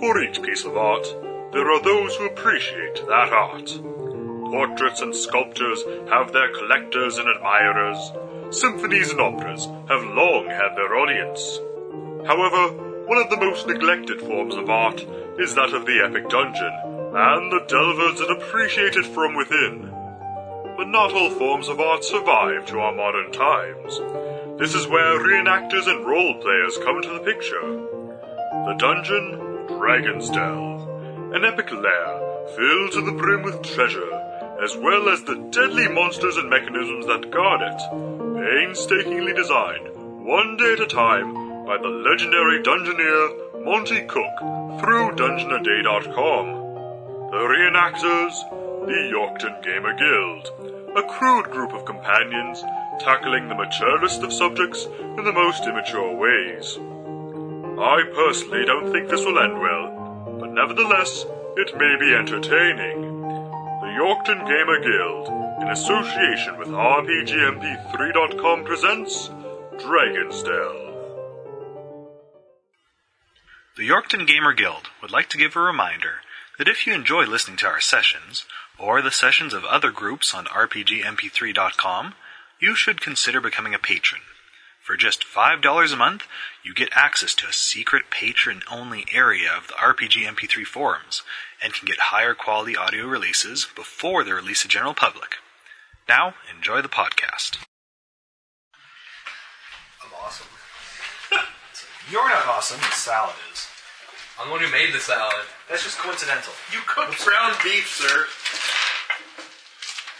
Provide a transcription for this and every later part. For each piece of art, there are those who appreciate that art. Portraits and sculptures have their collectors and admirers. Symphonies and operas have long had their audience. However, one of the most neglected forms of art is that of the epic dungeon, and the delvers that appreciate it from within. But not all forms of art survive to our modern times. This is where reenactors and role players come into the picture. The dungeon, Dragon's Delve, an epic lair filled to the brim with treasure, as well as the deadly monsters and mechanisms that guard it, painstakingly designed, one day at a time, by the legendary dungeoneer Monty Cook through dungeonaday.com. The reenactors, the Yorkton Gamer Guild, a crude group of companions tackling the maturest of subjects in the most immature ways. I personally don't think this will end well, but nevertheless, it may be entertaining. The Yorkton Gamer Guild, in association with RPGMP3.com, presents Dragon's Delve. The Yorkton Gamer Guild would like to give a reminder that if you enjoy listening to our sessions, or the sessions of other groups on RPGMP3.com, you should consider becoming a patron. For just $5 a month, you get access to a secret patron only area of the RPG MP3 forums and can get higher quality audio releases before they're released to general public. Now, enjoy the podcast. I'm awesome. You're not awesome. The salad is. I'm the one who made the salad. That's just coincidental. You cooked brown beef, sir.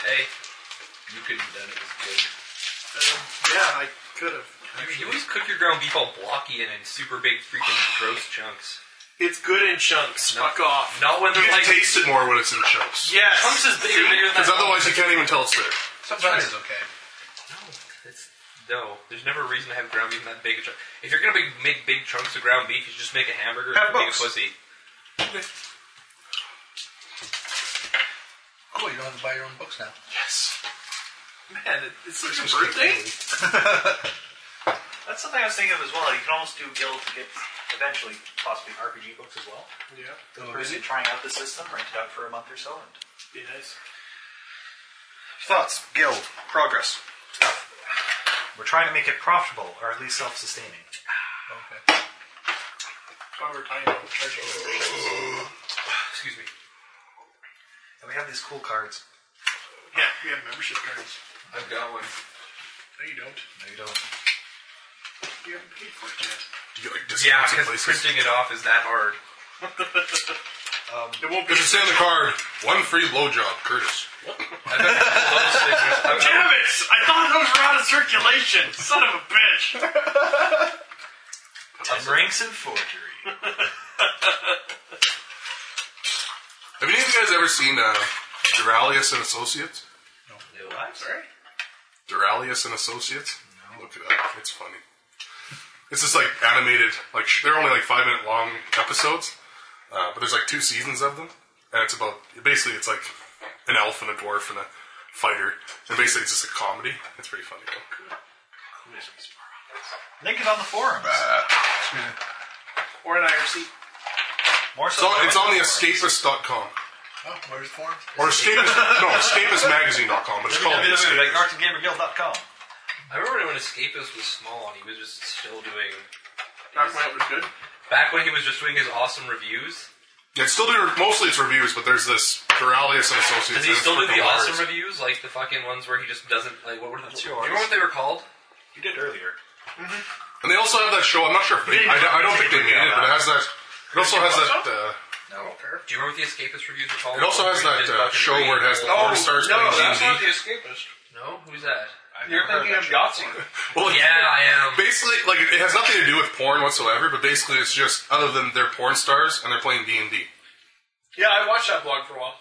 Hey, you couldn't have done it. It Um, yeah, I could have. was good. You, you always cook your ground beef all blocky and in super big freaking gross chunks. It's good in chunks. Fuck off. Not when they're You like can taste it more when it's in chunks. Yes. chunks is bigger, bigger than Because that. otherwise you can't even tell it's there. Sometimes it's okay. No, it's, no, there's never a reason to have ground beef in that big a chunk. If you're gonna make, make big chunks of ground beef, you should just make a hamburger Have and make a both. pussy. Cool, you don't have to buy your own books now. Yes. Man, it- it's like your birthday. That's something I was thinking of as well. You can almost do guild get eventually possibly RPG books as well. Yeah. Oh, The person trying out the system, rent it out for a month or so. And Be nice. Thoughts? Guild, progress. We're trying to make it profitable or at least self-sustaining. Okay. That's why we're tying up the treasure locations. Excuse me. And we have these cool cards. Yeah, we have membership cards. I've got one. No, you don't. No, you don't. You haven't paid for it yet. Do you like Yeah, discounts in because places? printing it off is that hard. It won't be. It should say on the card, one free blowjob, Curtis. I've got those things. I've got- Damn it! I thought those were out of circulation. Son of a bitch. Ranks and forgery. Have any of you guys ever seen uh, Duralius and Associates? I'm sorry. Duralius and Associates? Look it up. It's funny. It's just like animated, like sh- they're only like five minute long episodes, uh, but there's like two seasons of them, and it's about basically it's like an elf and a dwarf and a fighter, and basically it's just a comedy. It's pretty funny. Though. Link it on the forums. Or an IRC. More so. So than it's the on the forums. escapist.com. Oh, where's the form? Or escapist, no, escapistmagazine.com, but it's called the Escapist. www.artsandgamerguild.com. I remember when Escapist was small and he was just still doing. Back when it was good. Back when he was just doing his awesome reviews. Yeah, it's still do mostly it's reviews, but there's this Duralius and Associates. Does he and it's still do the freaking hilarious. awesome reviews, like the fucking ones where he just doesn't like? What were the? Do you remember what they were called? You did earlier. And they also have that show. I'm not sure if they, I, I don't think they made it, but it has that. It also has that. Uh, No. Do you remember what the Escapist reviews were called? it also has Where he just that uh, fucking show where it has the read- porn stars Oh, no, playing that's not D&D. the escapist. No, who's that? You're thinking of Yahtzee. Well, Yeah, I am. Basically, like it has nothing to do with porn whatsoever. But basically, it's just other than they're porn stars and they're playing D and D. Yeah, I watched that blog for a while.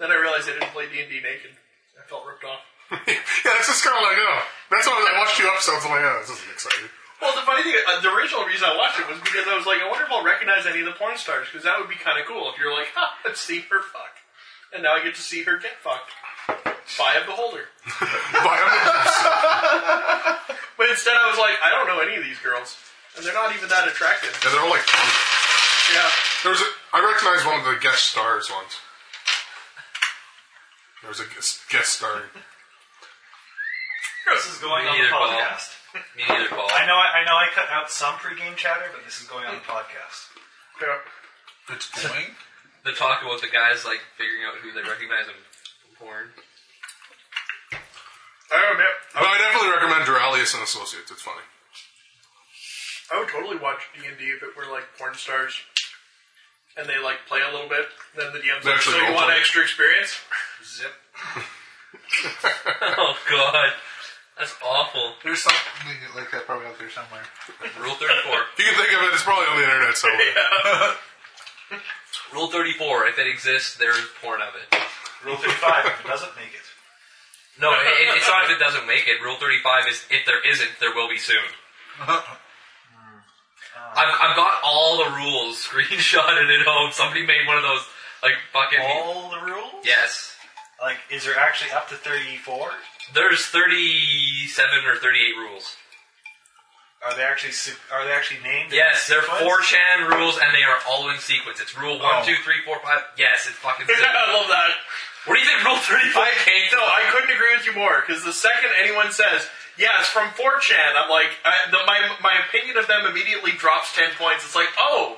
Then I realized I didn't play D and D naked. I felt ripped off. Yeah, that's just kind of like oh, that's why I watched two episodes. I'm like, oh, this isn't exciting. Well, the funny thing, uh, the original reason I watched it was because I was like, I wonder if I'll recognize any of the porn stars because that would be kind of cool if you're like, ha, I've seen her fuck, and now I get to see her get fucked by a beholder. But I'm- But instead, I was like, I don't know any of these girls, and they're not even that attractive. yeah, they're all like, Yeah. There was a, I recognize one of the guest stars once. There was a guest, guest starring. This is going on the Neither ball. podcast. Me neither, Paul. I know, I, I know, I cut out some pregame chatter, but this is going on the podcast. yeah. It's going. The talk about the guys like figuring out who they recognize in porn. I would admit, I But would, I definitely recommend Duralius and Associates. It's funny. I would totally watch D and D if it were like porn stars, and they like play a little bit. Then the DM's like, actually "So you role want play. extra experience?" Zip. Oh god, that's awful. There's something like that probably out there somewhere. Rule thirty-four. If you can think of it, it's probably on the internet somewhere. Rule thirty-four. If it exists, there is porn of it. Rule 35, if it doesn't make it. No, it, it- it's not if it doesn't make it. Rule 35 is if there isn't, there will be soon. I've, I've got all the rules screenshotted at home. Somebody made one of those, like, fucking. All the rules? Yes. Like, is there actually up to 34? There's 37 or 38 rules. Are they actually se- are they actually named? in Yes, they're sequence? 4chan rules and they are all in sequence. It's rule one, Oh. two, three, four, five. Yes, it's fucking simple. I love that. Where do you think rule 35 came No, from? I couldn't agree with you more because the second anyone says, yeah, it's from 4chan, I'm like, I, the, my, my opinion of them immediately drops 10 points. It's like, oh,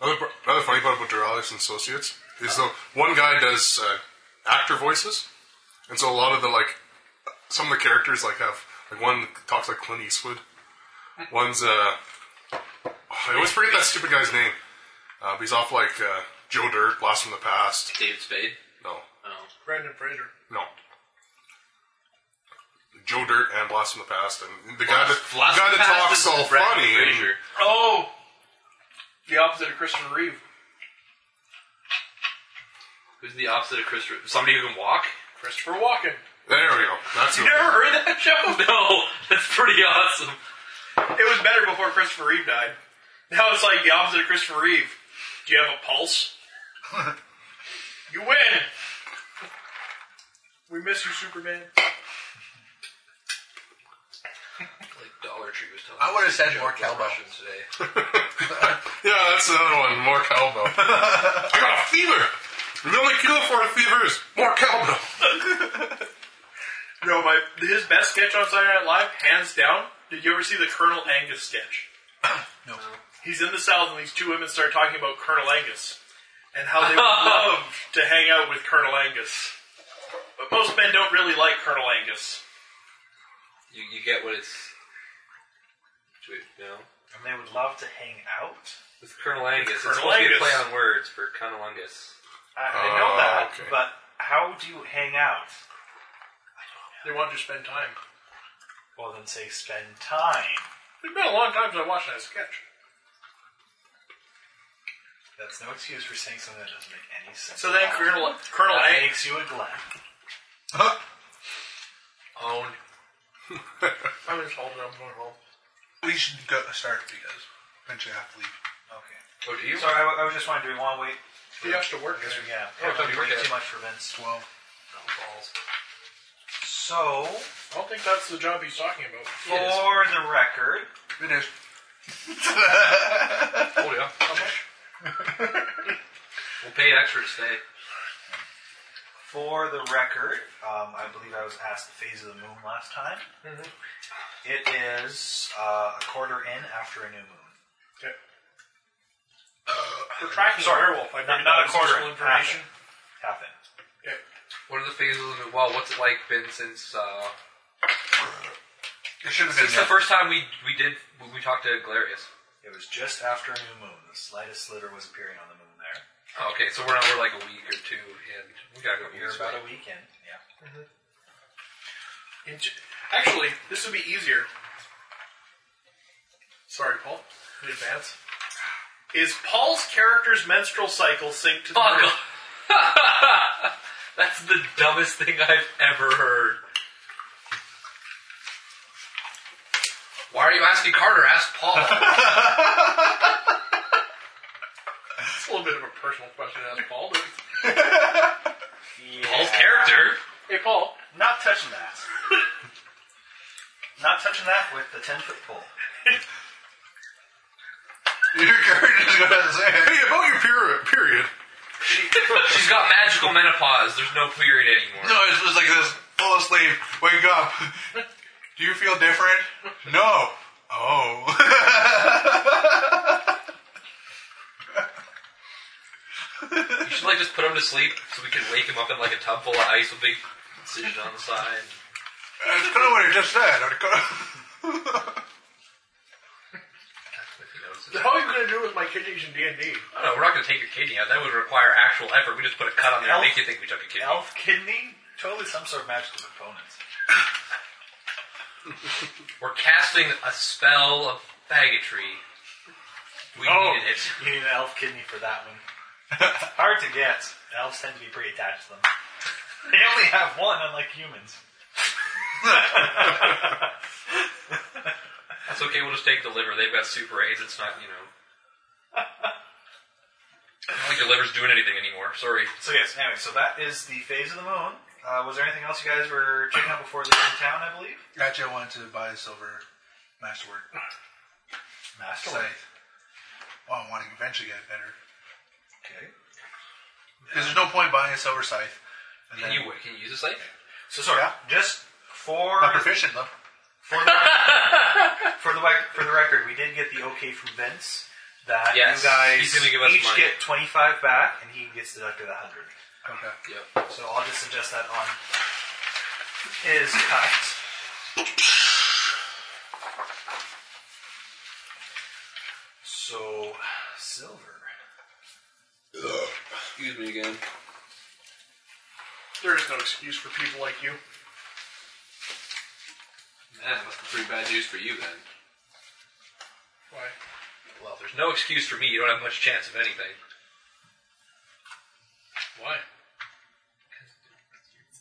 Another, pro- another funny part about Duralius and Associates is though one guy does uh, actor voices, and so a lot of the like some of the characters like have like one talks like Clint Eastwood, one's uh oh, I always forget that stupid guy's name, uh, but he's off like uh, Joe Dirt, Blast from the Past. David Spade. No, Brandon Fraser. no. Joe Dirt and Blast from the Past, and the guy that Blast the guy from the that Past is talks all Brendan funny. and- Fraser. Oh, the opposite of Christopher Reeve. Who's the opposite of Chris? Ri- Somebody who can walk? Christopher Walken. There we go. That's who You never heard that show? No, that's pretty awesome. It was better before Christopher Reeve died. Now it's like the opposite of Christopher Reeve. Do you have a pulse? you win! We miss you, Superman. Like Dollar Tree was telling I would've us said a more joke about cowbell. Russians today. Yeah, that's another one. More cowbell. I got a fever. The only cure for a fever is more cowbell. No, my his best sketch on Saturday Night Live, hands down. Did you ever see the Colonel Angus sketch? No. He's in the South, and these two women start talking about Colonel Angus and how they would love to hang out with Colonel Angus. But most men don't really like Colonel Angus. You, you get what it's. do it, You know? And they would love to hang out? With Colonel Angus. It's Colonel supposed to be a Angus. play on words for Colonel Angus. I, I know Oh, that, okay. but how do you hang out? They wanted to spend time. Well, then say spend time. It's been a long time since I watched that sketch. That's no excuse for saying something that doesn't make any sense. So then at all. Colonel Colonel that makes Angus. you a glen. Own. I'm just holding up one hole. We should go start because eventually I have to leave. Okay. Oh, do you? Sorry, I, wa- I was just wondering, do we want to wait? He has to work. I guess we, yeah. Oh, it's on we your waited desk. too much for Vince. Twelve. Oh, balls. So, I don't think that's the job he's talking about. for the record, It is. Oh, yeah. How much? We'll pay extra to stay. For the record, um, I believe I was asked the phase of the moon last time. It is uh, a quarter in after a new moon. Okay. We're tracking the werewolf. I Not, figured not a that was quarter useful in. information. Half in. Okay. What are the phases of the new. Wow, what's it like been since. Uh, It should have been. since the there. first time we, we did. We, we talked to Galerius. It was just after a new moon. The slightest sliver was appearing on the moon there. Oh, okay, so we're now we're like a week or two in. We got a couple You're weeks. about a left. week in. Yeah. Int- Actually, this would be easier. Sorry, Paul. In advance. Is Paul's character's menstrual cycle synced to the Fuck moon? off. That's the dumbest thing I've ever heard. Why are you asking Carter? Ask Paul. That's a little bit of a personal question to ask Paul, but Paul's character. hey, Paul, Not touching that. Not touching that with the 10 foot pole. Your character's Hey, about your period. period. She's got magical menopause. There's no period anymore. No, it's just like this. Fall asleep. Wake up. Do you feel different? No. Oh. You should like just put him to sleep so we can wake him up in like a tub full of ice with a big incision on the side. That's kind of what I just said. I kinda- If he notices. How are you going to do it with my kidneys in D and I D? don't know, Uh, we're not gonna take your kidney out. That would require actual effort. We just put a cut on there and make you think we took a kidney. Elf kidney? Totally some sort of magical component. We're casting a spell of faggotry. We Oh. needed it. You need an elf kidney for that one. Hard to get. Elves tend to be pretty attached to them. They only have one, unlike humans. That's okay, we'll just take the liver. They've got super AIDS, it's not, you know. I don't think your liver's doing anything anymore. Sorry. So yes, anyway, so that is the phase of the moon. Uh, was there anything else you guys were checking out before leaving town, I believe? Actually, I wanted to buy a silver masterwork Master scythe. Well, I want to eventually get it better. Okay. Because there's no point buying a silver scythe. And Can you can you use a scythe? So sorry, Yeah. just for I'm proficient, though. for the, rec- for the rec- for the record, we did get the okay from Vince that Yes, you guys he's gonna give us each money. get twenty five back, and he gets deducted a hundred. Okay. Yep. So I'll just suggest that on his cut. So silver. Excuse me again. There is no excuse for people like you. Man, that must be pretty bad news for you then. Why? Well, if there's no excuse for me, you don't have much chance of anything. Why?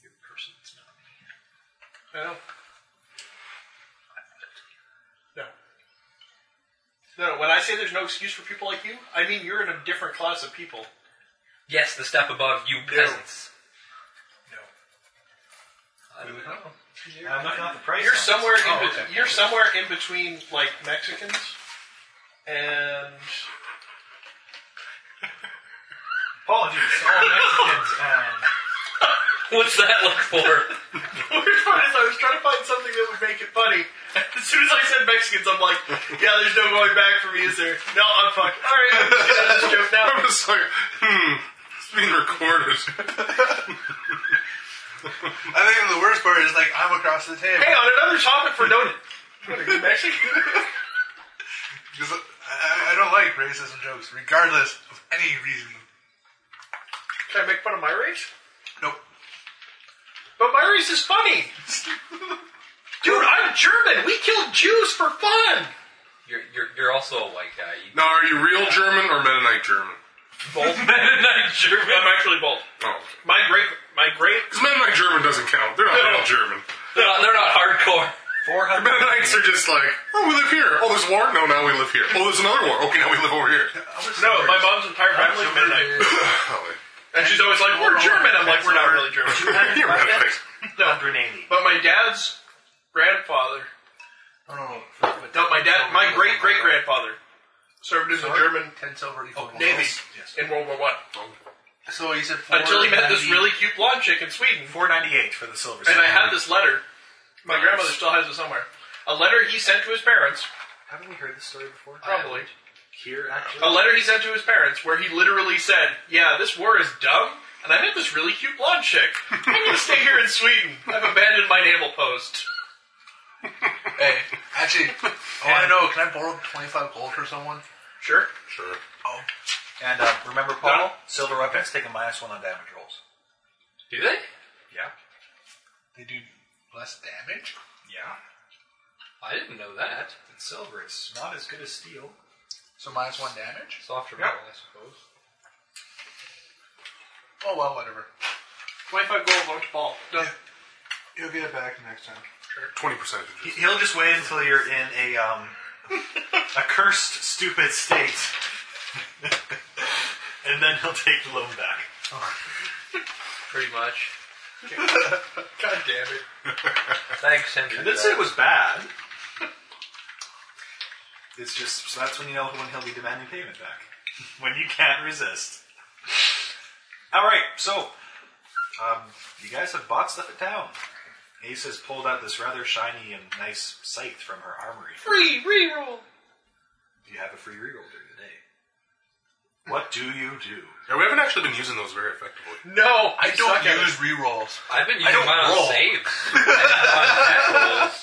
Your person, it's not me. I know. No. No, when I say there's no excuse for people like you, I mean you're in a different class of people. Yes, the step above you peasants. No. I don't know. I'm looking at the price. You're on it. somewhere in Oh, bet- okay. you're somewhere in between like Mexicans and Apologies, all Mexicans and What's that look for? Weird part is I was trying to find something that would make it funny. As soon as I said Mexicans, I'm like, yeah, there's no going back for me, is there? No, I'm fucked. All right, I'm just gonna just joke now. I'm just like, hmm, it's being recorded. I think the worst part is, like, I'm across the table. Hang on, another topic for noted. What, are you Mexican? 'Cause I, I don't like racism jokes, regardless of any reason. Can I make fun of my race? Nope. But my race is funny. Dude, I'm German. We killed Jews for fun. You're, you're, you're also a white guy. You Now, are you real German or Mennonite German? both Mennonite German. I'm actually both. Oh. My great, my great. Because Mennonite German doesn't count. They're not real German. They're not, they're not hardcore. four hundred. Mennonites are just like, oh, we live here. Oh, there's war? No, now we live here. Oh, there's another war. Okay, now we live over here. No, my mom's entire family is Mennonite, Oh, and she's always like, "We're German." I'm like, "We're not really German." wait. You're Mennonite. No, 180. but my dad's grandfather Oh, no. No, my dad, my great great grandfather served in the German Ten silver equals one Navy gold. Yes. in World War One So he said four until he met this ninety- really cute blonde chick in Sweden. 498 for the silver. And I have this letter. My grandmother still has it somewhere. A letter he sent to his parents, Haven't we heard this story before? probably. Here, actually. A letter he sent to his parents where he literally said, "Yeah, this war is dumb." And I met this really cute blonde chick. I'm gonna stay here in Sweden. I've abandoned my naval post. Hey, actually, oh, I know. Can I borrow 25 gold for someone? Sure. Sure. Oh, And uh, remember, Paul, No. silver weapons take a minus one on damage rolls. Do they? Yeah. they do less damage? Yeah. I didn't know that. It's silver. It's not as good as steel. So minus one damage? Softer Yeah. metal, I suppose. Oh, well, whatever. Twenty-five gold, one ball. Done. You'll get it back next time. 20% He- is He'll just wait until you're in a um, a cursed, stupid state, and then he'll take the loan back. Pretty much. God damn it. Thanks, Henry. I didn't say it was bad. It's just so that's when you know when he'll be demanding payment back. when you can't resist. All right, so um, you guys have bought stuff at town. Ace has pulled out this rather shiny and nice scythe from her armory. Free reroll. You have a free reroll during the day. What do you do? Yeah, we haven't actually been using those very effectively. No, I don't suck at use it. rerolls. I've been I using don't mine on roll. saves. I've been on rolls.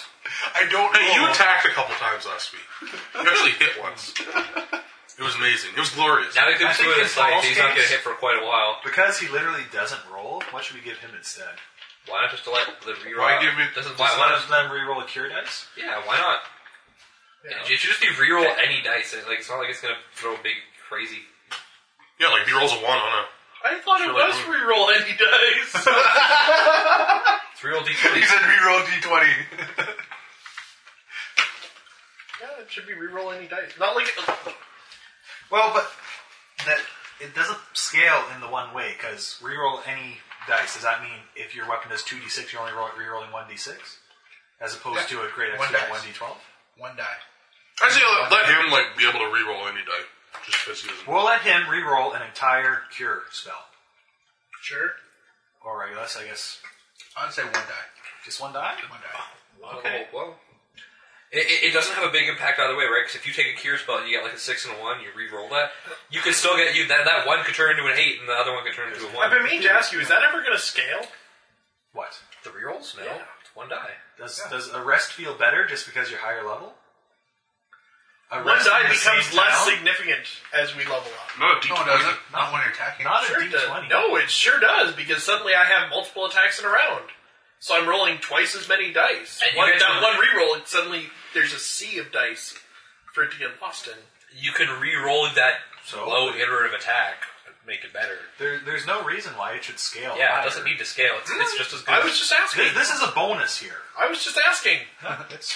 I don't. Hey, you roll. attacked a couple times last week. You actually hit once. It was amazing. It was glorious. Now that I they've think scored in this light, Paul's he's not going case- to hit for quite a while. Because he literally doesn't roll, what should we give him instead? Why not just let the reroll? Why give it- Doesn't, why, Just why let not? him then reroll a cure dice? Yeah, why not? It should just be reroll any dice. Like it's not like it's going to throw a big crazy. Yeah, like if he rolls a one on a. I thought it Sure, was like- reroll and he dies. It's reroll He d20. said reroll d20. yeah, it should be reroll any dice. Not like Well, but that it doesn't scale in the one way because reroll any dice. Does that mean if your weapon does two d six, you're only roll, rerolling one d six, as opposed Yeah. to a great One extra dice. one d twelve? One die. I say let, let him like be able to re-roll any die, just because he doesn't. We'll let him reroll an entire cure spell, sure. or I guess I guess I'd say one die. just one die. One die. Okay. Oh, Well, it, it- it doesn't have a big impact either way, right? Because if you take a cure spell and you get like a six and a one, you re-roll that. You could still get you that that one could turn into an eight, and the other one could turn into a one. I've been meaning to ask you, is that ever going to scale? What The rerolls? No, Yeah. it's one die. does does a rest feel better just because you're higher level? A One rest die in the becomes same less town? significant as we level up. Not a deep No, it doesn't. Not when you're attacking. Not Sure a it d does. twenty. No, it sure does because suddenly I have multiple attacks in a round, so I'm rolling twice as many dice. And you One, guys know- that one reroll, and suddenly there's a sea of dice for it to get lost in. You can re-roll that So? low iterative attack, and make it better. There, there's no reason why it should scale. Yeah, it higher. doesn't need to scale. It's, it's just as good. I was just asking. This, this is a bonus here. I was just asking. it's,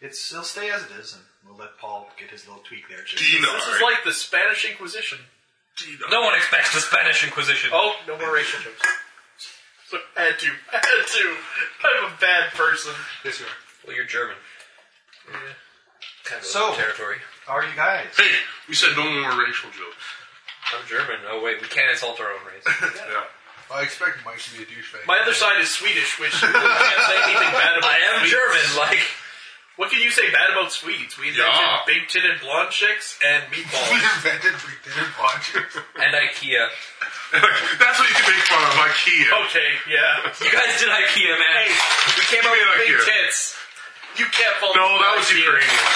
it's it'll stay as it is, and we'll let Paul get his little tweak there. Just, Dinar. This is like the Spanish Inquisition. Dinar. no one expects the Spanish Inquisition. Oh, no more racial jokes. So had to, had to. I'm a bad person. Yes, you are. Well, you're German. Kind of So- territory. are you guys? Hey, we said no more racial jokes. I'm German. Oh wait, we can't insult our own race. Yeah. I expect Mike to be a douchebag. My other side is Swedish, which you really can't say anything bad about. I am Swedes. German. Like What can you say bad about Swedes? We invented Yeah. big titted blonde chicks and We meatballs. invented Big Dinner Podgers. and IKEA. That's what you can make fun of, IKEA. Oh, okay, yeah. You guys did IKEA, man. we came up with Big IKEA. tits. You can't fall. No, that was Ukrainian.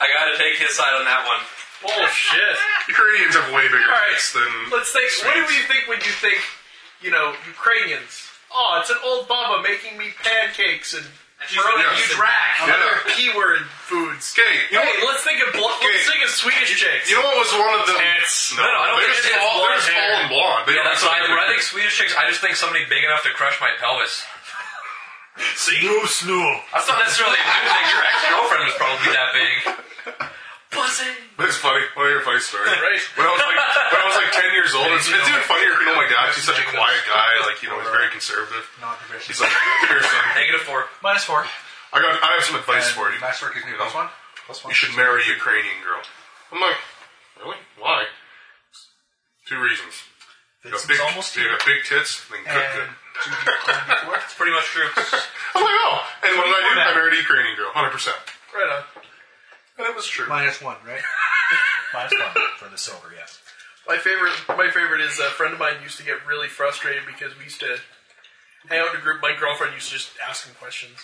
I gotta take his side on that one. Bullshit. Ukrainians have way bigger All right. tits than. Let's think. What do you think when you think, you know, Ukrainians? Oh, it's an old mama making me pancakes and throwing Yeah. huge rack. Yeah. Other P-word foods. Okay, you know, Hey, let's think of bl- let's think of Swedish chicks. you know what was one of the. Tits. No, no, No, I don't they're think just it's tall. They're blonde just tall hair. and blonde. They Yeah, don't that's what look I, when like I think Swedish chicks, I just think somebody big enough to crush my pelvis. See? No snow. That's not necessarily a good thing. Your ex-girlfriend was probably that big. That's funny. One of your funny stories. Right. When I was like, when I was like ten years old, it's, it's even funnier. You know, my dad. He's such a quiet guy. Like, you know, he's very conservative. Not the best. He's like, here, son. Negative four. Minus four. I got. I have some advice And for you. Master gives me know? this one. Plus one. You should marry a Ukrainian girl. I'm like, really? Why? Two reasons. You got Fits big, is almost you here. got big tits, then cook good. And two D4. It's pretty much true. I'm like, oh. And what did I do? Format. I married a Ukrainian girl, 100%. Right on. And it was true. Minus one, right? Minus one for the silver. Yes. My favorite, my favorite is a friend of mine used to get really frustrated because we used to hang out in a group. My girlfriend used to just ask him questions.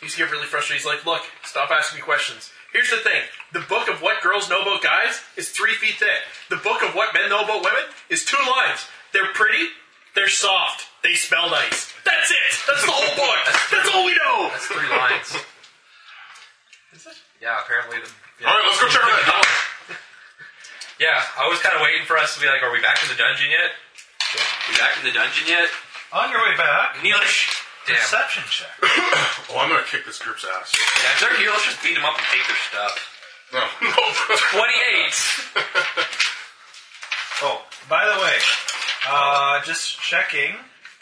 He used to get really frustrated. He's like, "Look, stop asking me questions. Here's the thing: the book of what girls know about guys is three feet thick. The book of what men know about women is two lines. They're pretty, they're soft, they smell nice. That's it. That's the whole book. That's all we know." That's three lines. Yeah, apparently. The, yeah. Alright, let's go check on that house. yeah, I was kind of waiting for us to be like, are we back in the dungeon yet? We back in the dungeon yet? On your way back, Neelish. Damn. perception check. Oh, I'm gonna kick this group's ass. Yeah, if they're here, let's just beat him up and take their stuff. No. Uh, no. 28. Oh, by the way, uh, just checking.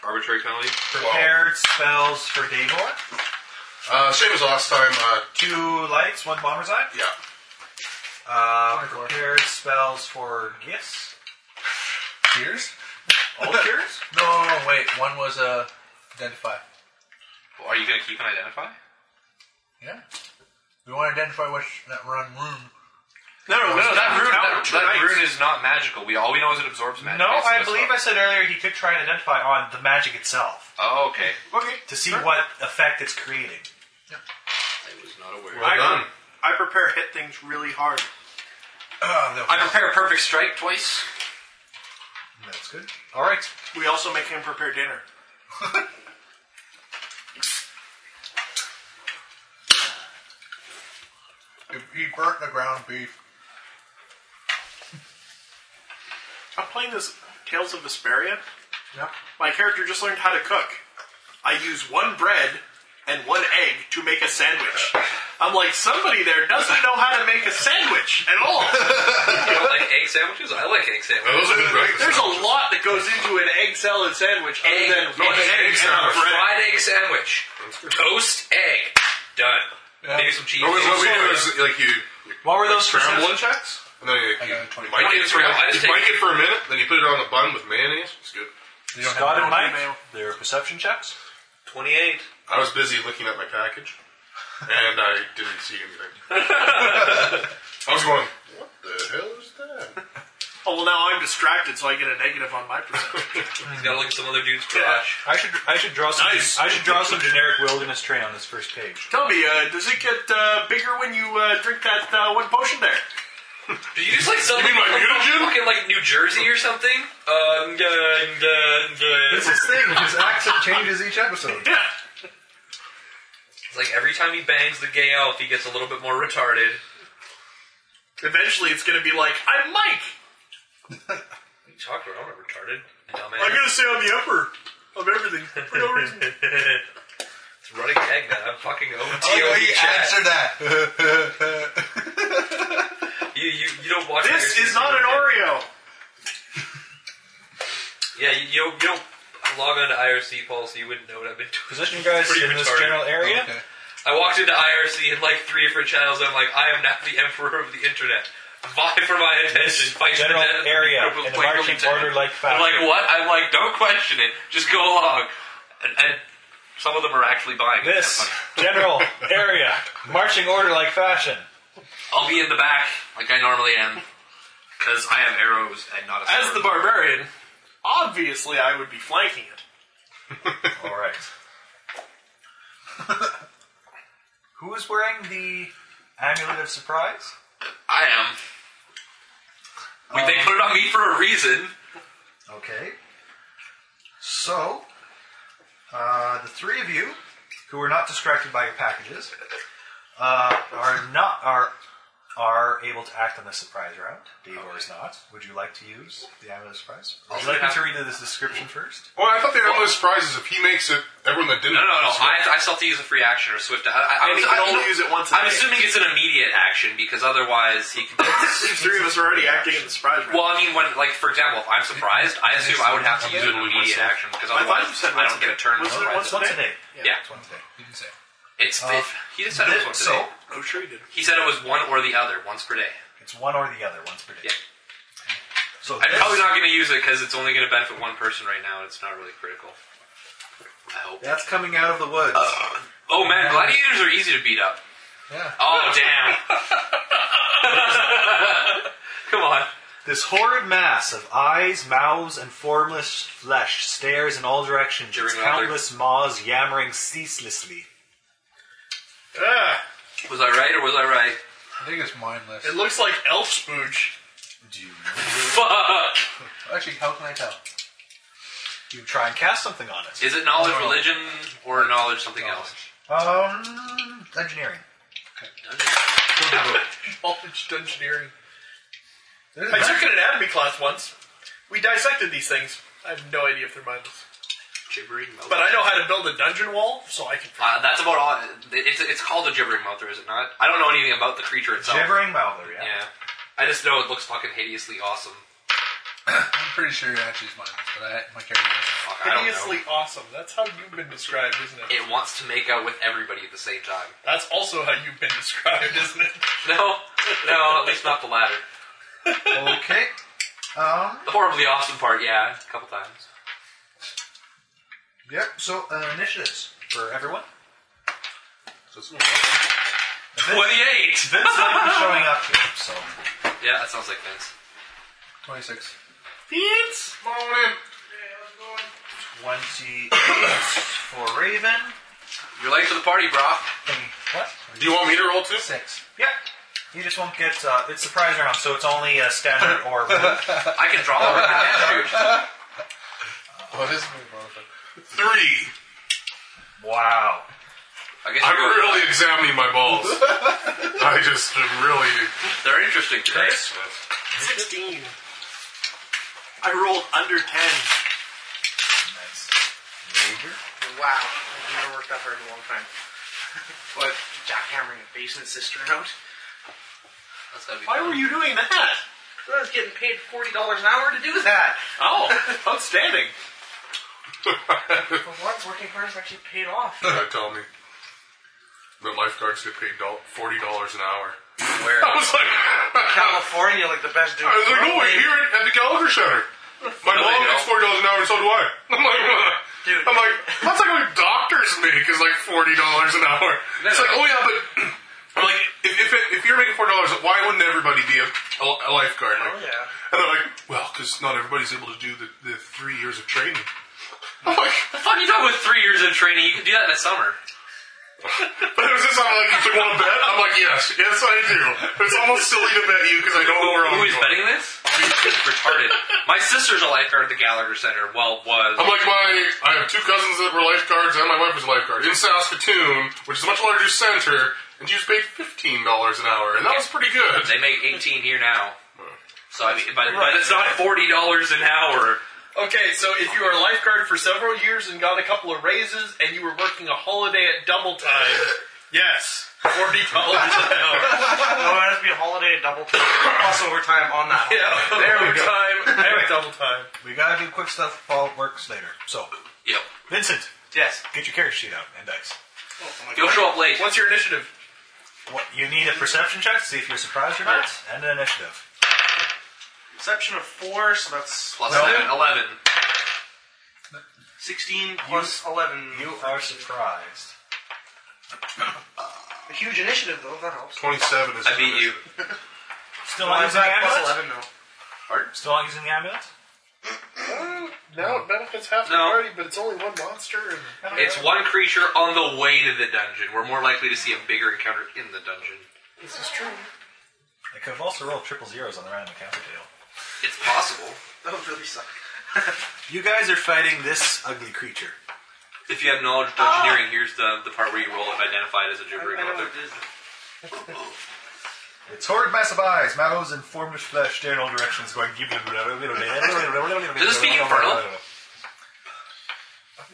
Arbitrary penalty. Prepared spells for Davor. uh, same as last time. Uh, Two lights, one bomber's eye. yeah. Uh, Twenty-four. prepared spells for gifts. Cheers. All cures? No, wait. One was uh, identify. Well, are you going to keep an identify? Yeah. We want to identify which that run room. No, no, No, that rune, that, counter, that right. rune is not magical. We all we know is it absorbs magic. No, It's I missed believe I off. said earlier he could try and identify on the magic itself Oh, okay. Okay. to see what effect it's creating. I was not aware. I, I, done. I prepare hit things really hard. Oh, I prepare a perfect strike twice. That's good. All right. We also make him prepare dinner. If he burnt the ground beef, I'm playing this Tales of Vesperia. yeah, My character just learned how to cook. I use one bread and one egg to make a sandwich. I'm like, somebody there doesn't know how to make a sandwich at all. You don't like egg sandwiches? I like egg Now, sandwiches. those are good breakfast There's a sandwiches. lot that goes into an egg salad sandwich other Egg, than one egg, egg, egg and salad. a bread. Fried egg sandwich. Toast egg. Done. Maybe some cheese. Or was what we do Maybe is some- like you, you What were those scramble perception it, checks? and then you, you, got a you mic it for I just you take- mic it for a minute, then you put it on a bun with mayonnaise. It's good. Scott and Mike, their perception checks. 28. I was busy looking at my package, and I didn't see anything. I was going, what the hell is that? Oh, well, now I'm distracted, so I get a negative on my perception. He's got to look at some other dude's crotch. I should I should draw some Nice. I should draw some generic wilderness tray on this first page. Tell me, uh, does it get uh, bigger when you uh, drink that uh, one potion there? Did you just like something mean my like, mutagen? fucking like New Jersey or something? Um, dun, dun, dun. It's this thing. his accent changes each episode. Yeah. It's like every time he bangs the gay elf, he gets a little bit more retarded. Eventually, it's going to be like, I'm Mike. What are you talking about? I'm not retarded. Dumbass. I'm going to say I'm the upper of everything for no reason. it's running gag now. I'm fucking Oh, OTOD he chat. answered that. You, you, you don't watch This Bears is not an Oreo. Oreo. Yeah, you, you, don't, you don't log on to IRC, Paul, so you wouldn't know what I've been doing. Position you guys Pretty in this retarded. general area. Okay. I walked into IRC in like three different channels. I'm like, I am now the emperor of the internet. Vie for my attention. Fight general for the area, people in a playing marching Nintendo. order-like I'm like, fashion. what? I'm like, don't question it. Just go along. And, and some of them are actually buying it. This general area, marching order like fashion. I'll be in the back, like I normally am, because I have arrows and not a As the sword. barbarian, obviously I would be flanking it. All right. Who is wearing the amulet of surprise? I am. We, they put it on me for a reason. Okay. So, uh, the three of you who are not distracted by your packages uh, are not are are able to act on the surprise round. Davor is not. Would you like to use the amulet of surprise? Would you like me to read this description first? Well, I thought they were one of those prizes. If he makes it, everyone that didn't. No, no, no. I, I still have to use a free action or swift. I, And I, I was, he can I, only use it once a I'm day. assuming it's an immediate action because otherwise he can. These three of us are already acting in the surprise round. well, I mean, when like for example, if I'm surprised, I assume I would have to use an immediate action because I thought otherwise you said I, once don't a get a day. turn. Was it otherwise. once It's once a day. Yeah. It's once a day. It's Uh, it- he just said it was once a so day. oh, sure you did. He said it was one or the other, once per day. it's one or the other, once per day. Yeah. So I'm this- probably not going to use it because it's only going to benefit one person right now, and it's not really critical. I hope. That's coming out of the woods. Oh man, gladiators are easy to beat up. Yeah. Oh damn. Come on. This horrid mass of eyes, mouths, and formless flesh stares in all directions, its During all their- countless maws yammering ceaselessly. Was I right or was I right? I think it's mindless. Ah, It looks like elf spooch. Fuck. Actually, how can I tell? You try and cast something on it. Is it knowledge religion or knowledge something else? Um, engineering. Voltage engineering. I took an anatomy class once. We dissected these things. I have no idea if they're mindless. Gibbering mouth. But I know how to build a dungeon wall, so I can. Uh, that's about all. It's, it's called a gibbering mouth, is it not? I don't know anything about the creature itself. Gibbering mouther, yeah. Yeah. I just know it looks fucking hideously awesome. I'm pretty sure it actually is mindless, but I, my character doesn't. Fuck, I don't know. Hideously awesome. That's how you've been described, isn't it? It wants to make out with everybody at the same time. That's also how you've been described, isn't it? No? No, at least not the latter. Okay. Um, The horribly awesome part, yeah, a couple times. yep, so uh, initiatives for everyone. 28! Vince might be showing up here, so. Yeah, that sounds like Vince. 26. Beans? Come on in. 28 for Raven. You're late for the party, bro. Thingy. What? Do you want me to roll too? Six. Yep. You just won't get, uh, it's surprise round, so it's only uh, standard or move. I can draw over that, dude. Oh, What is Three. Wow. I guess I'm you're really, really examining my balls. I just really. they're interesting today. 16. I rolled under 10. Nice. Major. Wow, I've never worked that hard in a long time. What? Jackhammering a basement cistern out? That's gotta be Why fun. were you doing that? I was getting paid $40 an hour to do that. Oh, outstanding. But once working hard is actually paid off. God tell me. But lifeguards get paid doll- forty dollars an hour. Where? I was like, California, like the best dude. I was like, oh, wait, here at, at the Gallagher Center. No, My they mom don't. makes four dollars an hour, and so do I. I'm like, Dude. I'm like, that's like what doctors make is like forty dollars an hour. It's like, oh yeah, but I'm like, if if, it, if you're making four dollars, why wouldn't everybody be a, a lifeguard? Like, Oh, yeah. And they're like, well, because not everybody's able to do the, the three years of training. I'm like, the fuck you talking with three years of training? You could do that in a summer. But does it sound like you took one bet? I'm like, yes, yes, I do. It's almost silly to bet you because I don't know where I'm Who is going. betting this? Dude, retarded. My sister's a lifeguard at the Gallagher Center. Well, was. I'm like my, I have two cousins that were lifeguards and my wife was a lifeguard in Saskatoon, which is a much larger center, and she was paid fifteen dollars an hour, and that was pretty good. They make 18 here now. So, I mean, but, but it's not $40 an hour. Okay, so if you were a lifeguard for several years and got a couple of raises and you were working a holiday at double time, yes, forty dollars an hour. No, it has to be a holiday, double time, plus overtime on that. Yeah, There we go. time and double time. We gotta do quick stuff, Paul works later. So, Yep. Vincent, Yes. get your character sheet out and dice. Oh You'll show up late. What's your initiative? What, you need a perception check to see if you're surprised or not, and an initiative. Perception of four, so that's Plus seven, 11. 16 plus 11. You are surprised. A huge initiative, though, that helps. Twenty-seven is. I beat you. Still not Why is using the that plus amulet? 11, though? Still not using the amulet? No, it benefits half No. but it's only one monster. And It's one creature on the way to the dungeon. We're more likely to see a bigger encounter in the dungeon. this is true. I could have also rolled triple zeros on the random encounter table. It's possible. That would really suck. You guys are fighting this ugly creature. If you have knowledge of dungeoneering, here's the, the part where you roll if identified as a gibbering author. Its horrid mass of eyes, mouths, and formless flesh stare in all directions, going. Does it it speak infernal?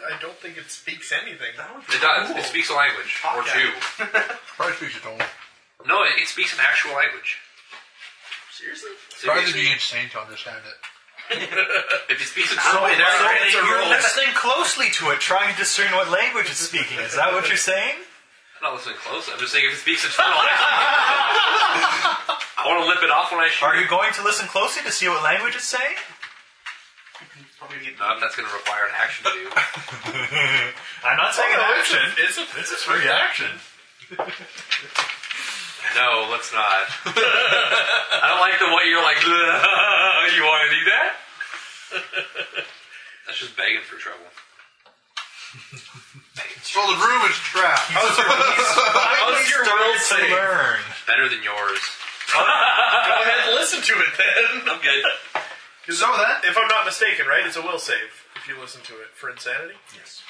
I don't think it speaks anything. It does. It speaks a language. Or two. Probably speaks your tongue. No, it, it speaks an actual language. Seriously? Probably Seriously. be insane to understand it. If it speaks in So, some way, that's Oh, already so you're your roll. listening closely to it, trying to discern what language it's speaking. Is that what you're saying? I'm not listening close. I'm just saying if it speaks infernal. I want to lip it off when I shoot. Are you going to listen closely to see what language it's saying? Not if that's going to require an action to do. I'm not saying an action. It's a, This is free action. No, let's not. I don't like the way you're like, "Ugh, you want to do that? That's just begging for trouble. So the room is trapped. Oh, how's your Start will to say? Go learn. Better than yours. ahead and listen to it then. I'm good. So that, if I'm not mistaken, right, it's a will save if you listen to it for insanity. Yes.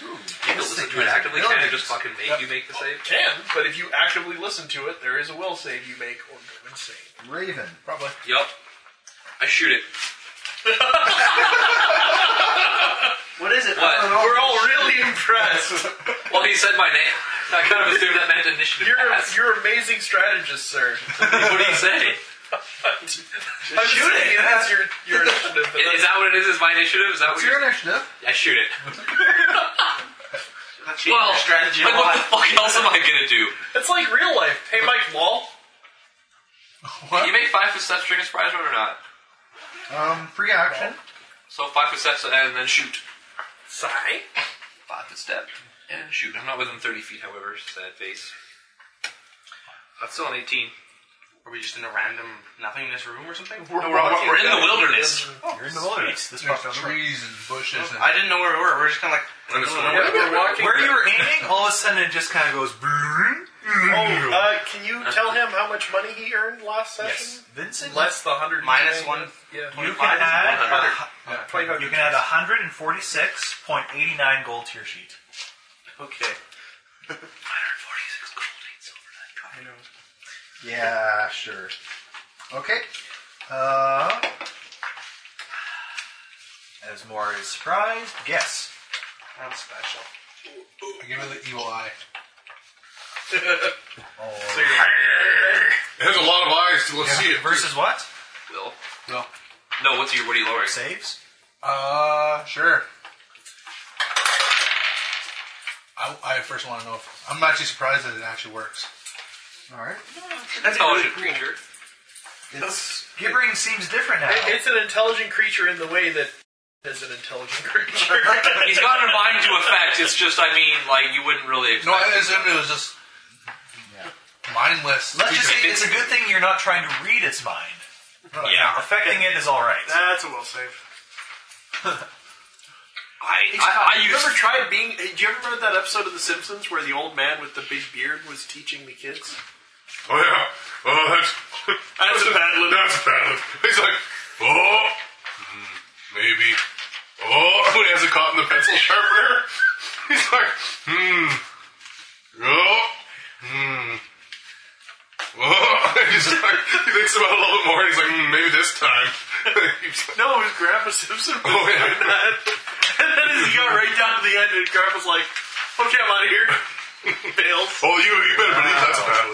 You can listen to it actively. Can it just fucking make you make the save? Can, but if you actively listen to it, there is a will save you make or go insane. Raven. Probably. Yup. I shoot it. What is it? What? We're all really impressed. Well, he said my name. I kind of assumed that meant initiative You're a, pass. you're amazing strategist, sir. what do you say? I'm shooting. That's your your initiative. but Is that's- that what it is? Is my initiative? Is that what What's you're? your initiative? I shoot it. Change your strategy a like, what the lot. fuck else am I gonna do? It's like real life. Hey, Mike Wall. Can you make five footsteps during a surprise round or not? Um, free action. So five footsteps and then shoot. Sorry. Five footstep and shoot. I'm not within 30 feet, however. Sad face. That's still an 18. Are we just in a random nothingness room or something? We're, we're in the wilderness. You're in the wilderness. This There's fuck's on the road. trees and bushes and. I didn't know where we were. We're just kind of like. And it's Yeah, nowhere. We're walking. Where you're aiming, all of a sudden it just kind of goes. brrrr. Oh, uh, can you tell him how much money he earned last session? Vincent, Less the 100. Minus one. Yeah. you can 25 is add 100. a hu- you can add 146.89 gold to your sheet. Okay. Yeah, sure. Okay. Uh, as more is surprised, guess. Not special. I give her the evil eye. It has a lot of eyes to let's see it. Versus what? Will. No. No, what's your, what are you lowering? Saves. Uh, sure. I, I first want to know if. I'm actually surprised that it actually works. All right. Intelligent creature. It's gibbering seems different now. It's an intelligent creature in the way that is an intelligent creature. He's got a mind to effect. It's just, I mean, like, you wouldn't really No, expect I assumed it was just. Mindless. Let's just say it's a good thing you're not trying to read its mind. Yeah. affecting it is all right. That's a will save. I, I, I You used ever tried being? Do you ever remember that episode of The Simpsons where the old man with the big beard was teaching the kids? Oh yeah. Oh, that's That's a bad look. that's bad. He's like, oh, mm, maybe. Oh, when he has a cotton the pencil sharpener, he's like, hmm. Oh, hmm. Oh, he's like, he thinks about it a little bit more. and He's like, mm, maybe this time. He's like, No, it was Grandpa Simpson. oh yeah. that. And then as he got right down to the end, and Grandpa's like, okay, I'm out of here. Bails. Oh, you, you better believe that's a bad.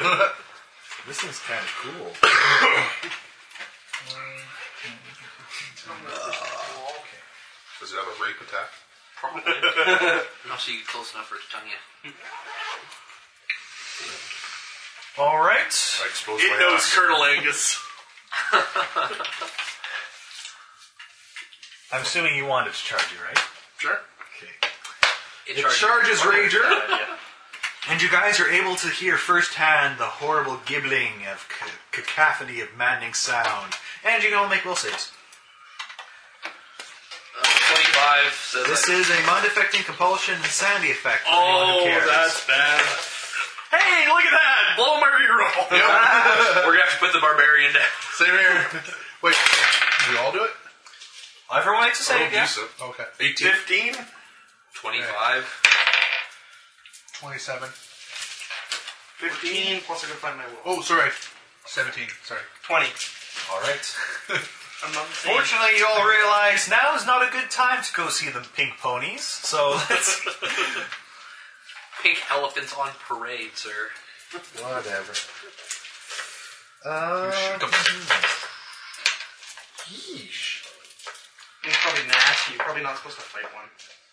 look. This thing's kind of cool. Does it have a rape attack? Probably. I'll see you close enough for it to tongue you. All right. I expose It my knows ass. Colonel Angus. I'm assuming you wanted to charge you, right? Sure. It, It charges Rager. And you guys are able to hear firsthand the horrible gibbling of c- cacophony of maddening sound. And you can all make will saves. Uh, 25 says This I- is a mind affecting compulsion insanity effect. For Oh, anyone who cares. that's bad. Hey, look at that! Blow my reroll. We're gonna have to put the barbarian down. Same here. Wait, did we all do it? Everyone makes a save, yeah? Abusive. Okay. 18. Fifteen. 25. 27. Fifteen. Plus, I gotta find my will. Oh, sorry. 17. Sorry. Twenty. All right. I'm not saying- Fortunately, you all realize now is not a good time to go see the pink ponies. So let's. Pink elephants on parade, sir. Whatever. Uh, Hmm. yeesh. It's probably nasty. You're probably not supposed to fight one.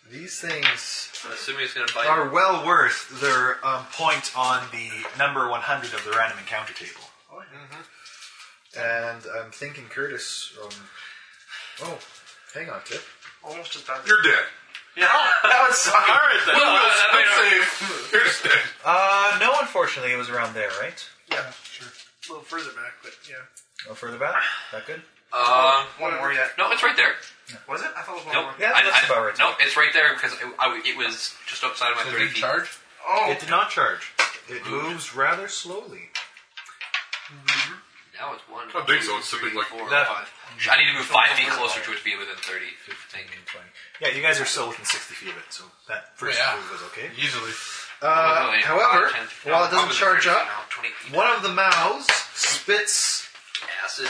These things I'm assuming it's gonna bite. are well worth their um, point on the number 100 of the random encounter table. Oh, Mm-hmm. And I'm thinking Curtis. Um, oh, hang on, Tip. Almost as bad. You're dead. Yeah. that was sucking. All right then. Well, I mean, uh, Save. You're just dead. Uh, no, unfortunately, it was around there, right? a little further back, but yeah. No further back? That good? Um, One more yet. no, it's right there. Was it? I thought it was Oh, one more. Nope. Yeah, I- that's I- about right. No, it's right there because it, I, it was just outside of my So 30 did feet. charge? Oh. It did not charge. It moves rather slowly. Now it's one. I think two, so. It's something three, like- four, That- five. I need to move five feet closer to it to be within 30. I think. Yeah, you guys are still within 60 feet of it, so that first Yeah. move was okay. Easily. Uh, Probably however, five, 10, 15, while it doesn't probably charge 30 up, now, 20 feet. one of the mouths spits acid.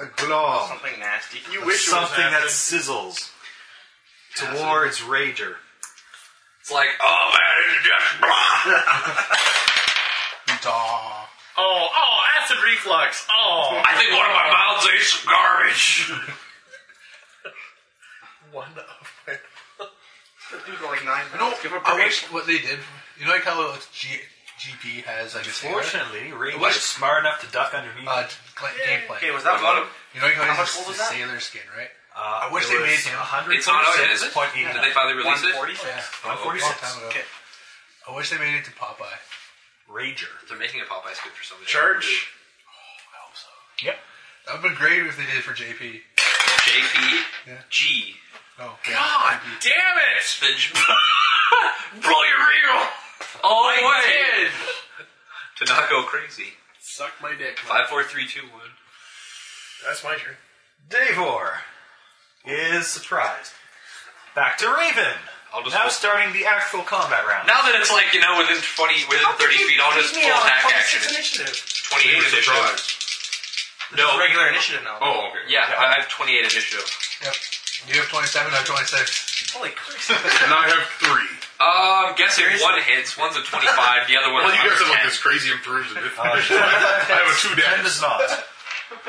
a glob, Something nasty. You wish something it that was sizzles towards Rager. It's like, oh man, it's just blah. Daw. Oh, oh, acid reflux. Oh, I think one of my mouths ate some garbage. one of my. It was like nine. You know, pounds. I wish what they did. You know, like how like, G- GP has like a sailor? Fortunately, Ray What? was smart enough to duck underneath. uh, gl- gameplay. Okay, was that one? You know, like how, How he much has gold the was that? sailor skin, right? Uh, I wish they made him. 100. It's not out yet, is it? Point eight. Did they finally release it? 146? Yeah. Long 146. time ago. I wish they made it to Popeye. Rager. They're making a Popeye script for something. Charge. I hope so. Yep. That would have been great if they did it for JP. JP. Yeah. G. Oh, God damn it! Sponge- Blow your regal! All the I way did! to not go crazy. Suck my dick. Mike. Five, four, three, two, one. That's my turn. Davor is surprised. Back to Raven. I'll just now roll- starting the actual combat round. Now that it's like you know within twenty, within thirty feet, I'll just full attack action. It's initiative. Twenty-eight initiative. No, Regular initiative now. Oh, okay. Yeah, I I have twenty-eight initiative. Yep. You have 27, I have 26. Holy Christ. And I have three. Uh, I'm guessing one hits. One's a twenty-five. The other one. Well, you guys have like is this crazy improved definition. I have a Ten two damage. does not.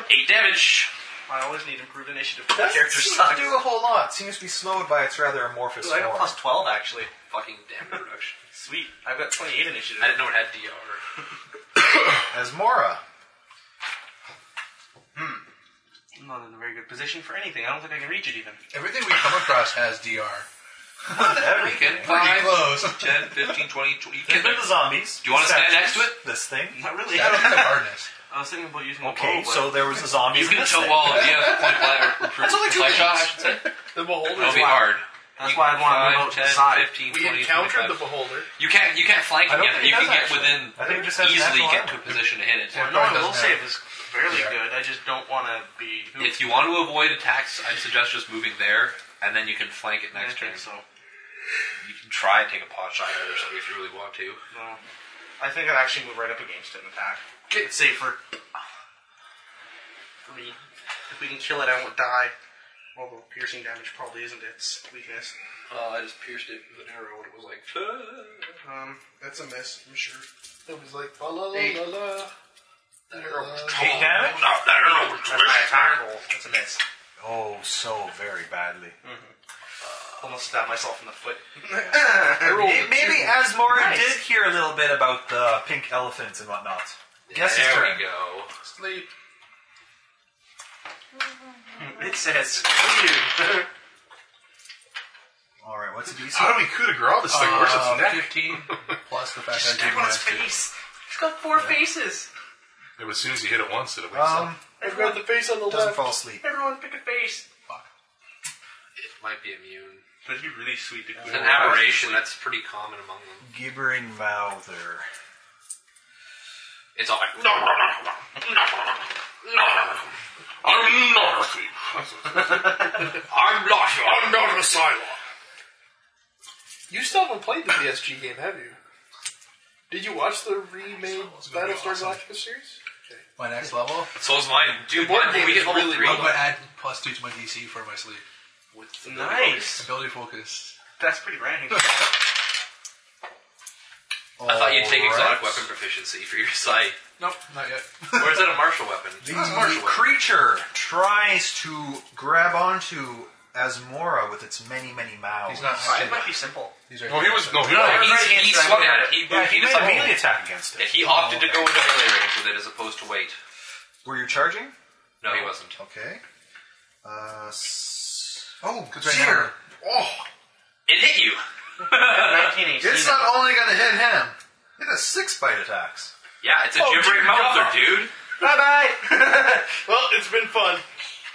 eight damage. I always need improved initiative for my Doesn't character seem sucks. to do a whole lot. Seems to be slowed by its rather amorphous Ooh, I form. got plus 12 actually. Fucking damn production. Sweet. I've got 28 initiative. I didn't know it had DR. As Mora. I'm not in a very good position for anything. I don't think I can reach it even. Everything we come across has DR. Freaking Pretty five, close. ten, fifteen, twenty, twenty. You There's can- been the zombies. Do you want to stand next to it? This thing. Not really. I don't have I hardness. was thinking about using Okay, a bow, but so there was the zombies. You in can this tilt thing. wall. Yeah, point blank. or- or- flash out, I should say. The beholder. That'll be hard. that's You why I can want to move five, 10, out to the side. 15, We 20, encountered 25. the beholder. You can't you can't flank I don't again. think it does, You can get actually. within I think it just has easily natural get to a armor. position to hit it. No, my will doesn't save have- is fairly Yeah. good. I just don't want to be. If you want to avoid attacks, I'd suggest just moving there, and then you can flank it I next turn. think so. You can try and take a pot shot at it or something if you really want to. No. I think I'd actually move right up against it and attack. It's safer. For me. If we can kill it, I won't die. Although piercing damage probably isn't its weakness. Oh, I just pierced it with an arrow, and it was like. Um, That's a miss, I'm sure. It was like, la la la la la. That arrow was Eight damage? Not that arrow was that's my attack roll. That's a miss. Oh, so very badly. Almost stabbed myself in the foot. May- Maybe Asmora Nice. did hear a little bit about the pink elephants and whatnot. Guess his There turn. we go. Sleep. It says, All right, what's the DC? How do we coup de grace this thing? Where's its Uh, neck? 15 plus the fact that I Stab gave on my its face. It's got four faces. Yeah, but as soon as you hit it once, it wakes Um, up. Everyone, the face on the doesn't left. fall asleep. Everyone pick a face. It might be immune. That'd be really sweet to It's an aberration. That's pretty common among them. Gibbering mouther. It's all like. No, no, no, no, no, no, no, no, no, no. I'm not a thief. I'm not I'm not a Cylon. You still haven't played the PSG game, have you? Did you watch the remade Battlestar Galactica series? My next level, So is mine. Dude, board why did game we is get level really three? I'm going to add plus 2 to my DC for my sleep. Nice. Ability focus. That's pretty random. I thought you'd take exotic Alright. weapon proficiency for your sight. Nope, not yet. Or is that a martial weapon? That's a The martial weapon. creature tries to grab onto Asmora with its many, many mouths. He's not it might be simple. He's right No, he here. was. No, he No, was. he's- he swung at it. He, Yeah, he he, made decided- a melee attack against Yeah, it. he opted to go into melee range with it as opposed to wait. Were you charging? No, he wasn't. Okay. Uh, s- oh, Because right now, Oh, It hit you. 1918. it's not only going to hit him. It has six bite attacks. Yeah, it's a gibbering mouther, dude. Bye bye. Well, it's been fun.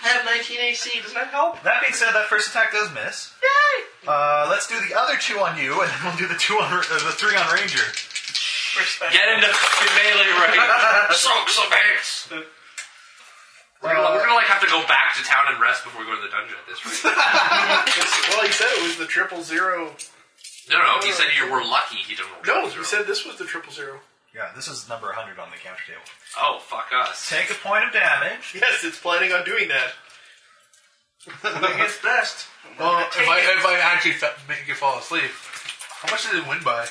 I have 19 AC. Doesn't that help? That being said, that first attack does miss. Yay! Uh, let's do the other two on you, and then we'll do the two on uh, the three on Ranger. Respect. Get into fucking melee range. Soak some ass. We're gonna, we're gonna like have to go back to town and rest before we go to the dungeon at this rate. It's- well, he said it was the triple zero. No, no, he said you were lucky he didn't roll No, he zero. said this was the triple zero. Yeah, this is number 100 on the counter table. Oh, fuck us. Take a point of damage. Yes, it's planning on doing that. It's best. well, if I, if I actually fa- make you fall asleep, how much did it win by?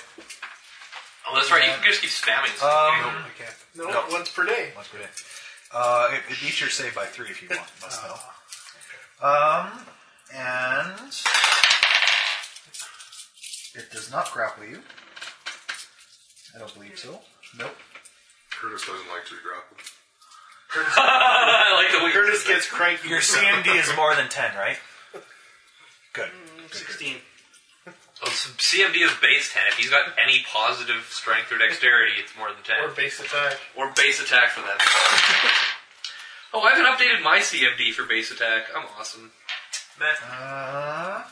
Oh, that's right, you can just keep spamming. this Um, I can't. No, No. once per day. Let's put it. Uh, it, it beats your save by three if you want. Must know. Um, and It does not grapple you. I don't believe so. Nope. Curtis doesn't like to be grappled. I like the way Curtis gets cranky. Your CMD is more than 10, right? Good. 16. Oh, so CMD is base 10. If he's got any positive strength or dexterity, it's more than 10. Or base attack. Or base attack for that. oh, I haven't updated my CMD for base attack. I'm awesome. Uh, I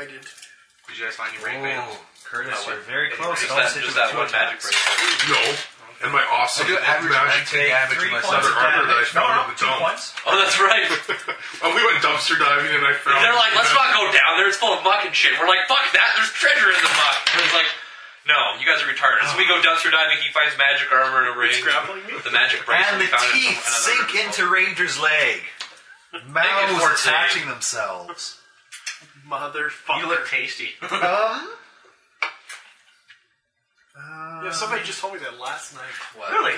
did. Did you guys find your ring bands? Curtis, That you're one. very Anyway, close. just Don't that- sit just with that two one magic attacks. bracelet. No. And my awesome I do average magic magic damage Three myself. points of armor that I damage. No, found no, in the two dump. points. Oh, that's right. Oh, we went dumpster diving and I found. They're like, let's not go down there. It's full of muck and shit. We're like, fuck that. There's treasure in the muck. And it's like, no, you guys are retarded. So we go dumpster diving. He finds magic armor and a ring. grappling me? The magic bracelet. And we the found in teeth some- another- sink into Ranger's leg. Mouths 14. attaching themselves. Motherfucker. You look tasty. Um, Yeah, somebody just told me that last night. Really?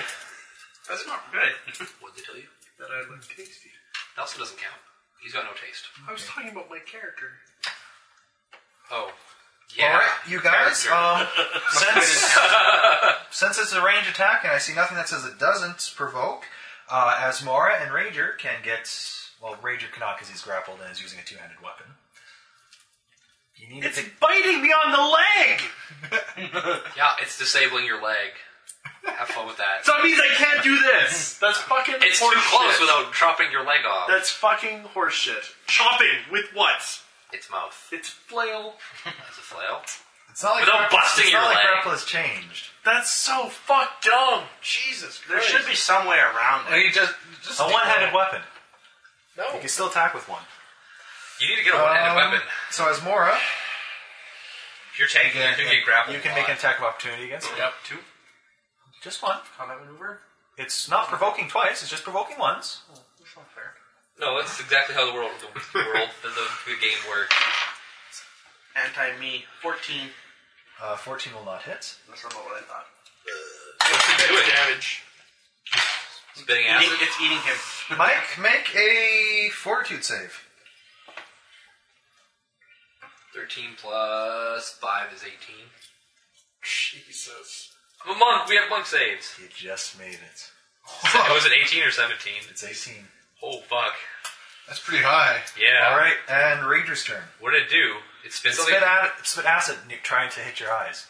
That's not good. What'd they tell you? That I look tasty. Nelson doesn't count. He's got no taste. I was talking about my character. Oh. All Yeah. right, you guys. Character. Um, since since it's a range attack, and I see nothing that says it doesn't provoke, uh, Asmora and Ranger can get. Well, Ranger cannot because he's grappled and is using a two-handed weapon. You need It's to. biting me on the leg! Yeah, it's disabling your leg. Have fun with that. So that means I can't do this! That's fucking It's too horse close shit. without chopping your leg off. That's fucking horseshit. Chopping with what? Its mouth. It's flail. It's a flail. It's not like Without grapple- busting it's your not like leg. grapple has changed. That's so fuck dumb. Jesus There Christ. should be some way around it. He just, just A one-handed weapon. No. You can still attack with one. You need to get a one-handed Um, weapon. So Asmora, If you're tanking, you can get grappled. you can a make an lot. attack of opportunity against me. Yep, two. Just one. Combat maneuver? It's not provoking twice. It's just provoking once. That's not fair. No, that's exactly how the world, the world, the, the, the game works. Anti me. 14. Uh, 14 will not hit. That's not what I thought. Do it. damage. Spitting Eating, acid. it's eating him. Mike, make a fortitude save. Thirteen plus five is eighteen. Jesus. I'm a monk. We have monk saves. You just made it. Oh, was it eighteen or seventeen? It's 18. Oh fuck. That's pretty high. Yeah. All right, and Ranger's turn. What did it do? It spit It something. spit, ad- it spit acid and it trying to hit your eyes.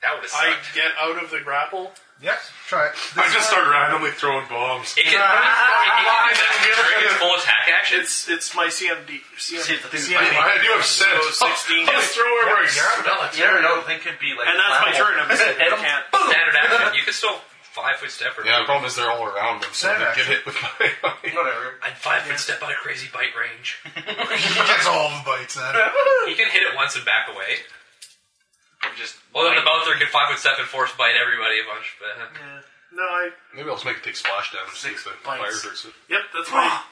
That would have I sucked. get out of the grapple. Yep, try it. I just start randomly throwing bombs. It can, it can do that during its full attack action. It's it's my CMD. CMD. I do have sense. So 16. Let's throw You're over out of a balance. You never know. They could be oh, like. And that's my turn. flammable. I'm sitting. They I can't. can't. standard action. You can still five foot step or Yeah, the problem is they're all around him, so That they actually- get hit with my. Whatever. And five foot step on a crazy bite range. He gets all the bites out of it. he can hit it once and back away. I'm just. Well, then the Bouther can five foot step and force bite everybody a bunch. But uh, No, I. Maybe I'll just make it take splash damage see if the fire bites. hurts it. Yep, that's my. Ah.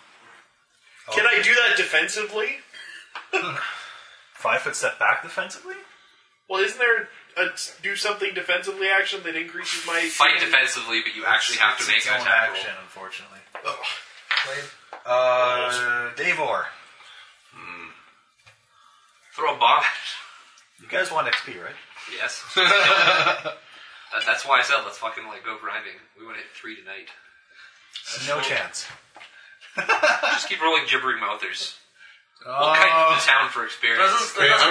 Can I do that defensively? Five foot step back defensively? Well, isn't there a s- do something defensively action that increases my fight defensively, but you actually have to It's make its an own attack action, roll. unfortunately. Uh, Davor. Throw a bomb. You guys want XP, right? yes. That- that's why I said let's fucking like go grinding. We want to hit three tonight. No chance. Just keep rolling gibbering mouthers. We'll kite Oh. them to town for experience. Okay, I'm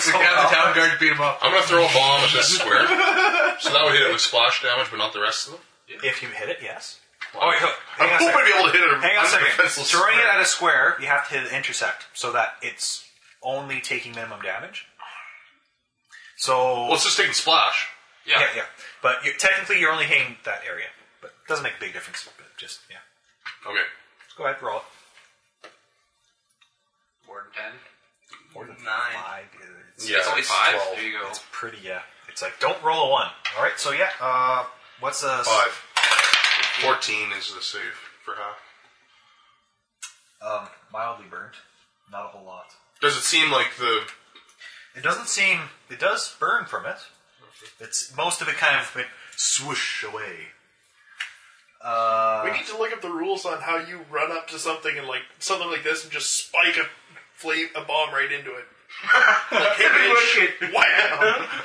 So have the town guard beat him up. I'm gonna throw a bomb at this square, so that would hit it with splash damage, but not the rest of them. If you hit it, yes. Oh wait, hang on I a hope second. I'd be able to hit it. Hang on a second. undefenseless Throwing it square. at a square, you have to hit intersect so that it's only taking minimum damage. So Well, it's just taking splash. yeah, yeah. But you, technically, you're only hitting that area, but it doesn't make a big difference. But just yeah, Okay. go ahead, roll it. More than ten. More than Nine. five. It's Yeah, it's only five. twelve. There you go. pretty. Yeah, it's like don't roll a one. All right. So yeah, uh, what's a s- Five. Fourteen is the save for half. Um, mildly burnt. Not a whole lot. Does it seem like the? It doesn't seem. It does burn from it. It's most of it kind of went swoosh away. we need to look up the rules on how you run up to something and like something like this and just spike a flame a bomb right into it. like, hey, bitch. Wow!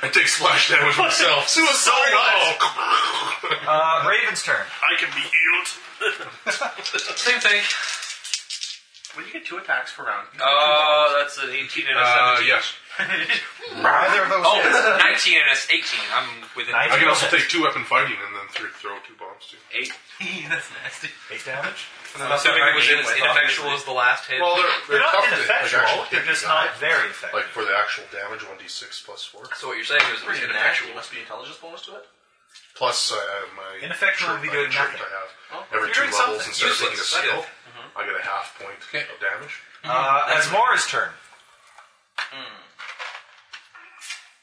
I take splash damage myself. Suicide. Uh, Raven's turn. I can be healed. Same thing. Well, you get two attacks per round. Oh, that's an 18 and a 17. Uh, yeah. Either of those Oh, hits. it's 19 and it's 18. I'm within. Nineteen. I can also take two weapon fighting and then three, throw two bombs too. Eight. That's nasty. Eight damage. I'm assuming it was as ineffectual as the last hit. Well, they're, They're they're, not tough to, ineffectual. Like, actually they're hit just you, not very effective. Like for the actual damage, one d six plus four so what you're saying is it was Pretty ineffectual. natural. Must be intelligence bonus to it. plus uh, uh, my Ineffectual shirt- would be my doing shirt nothing. I have Well, Oh, you're every two doing levels something. instead of taking Useless. a skill, I get a half point of damage. Uh, that's Mora's turn.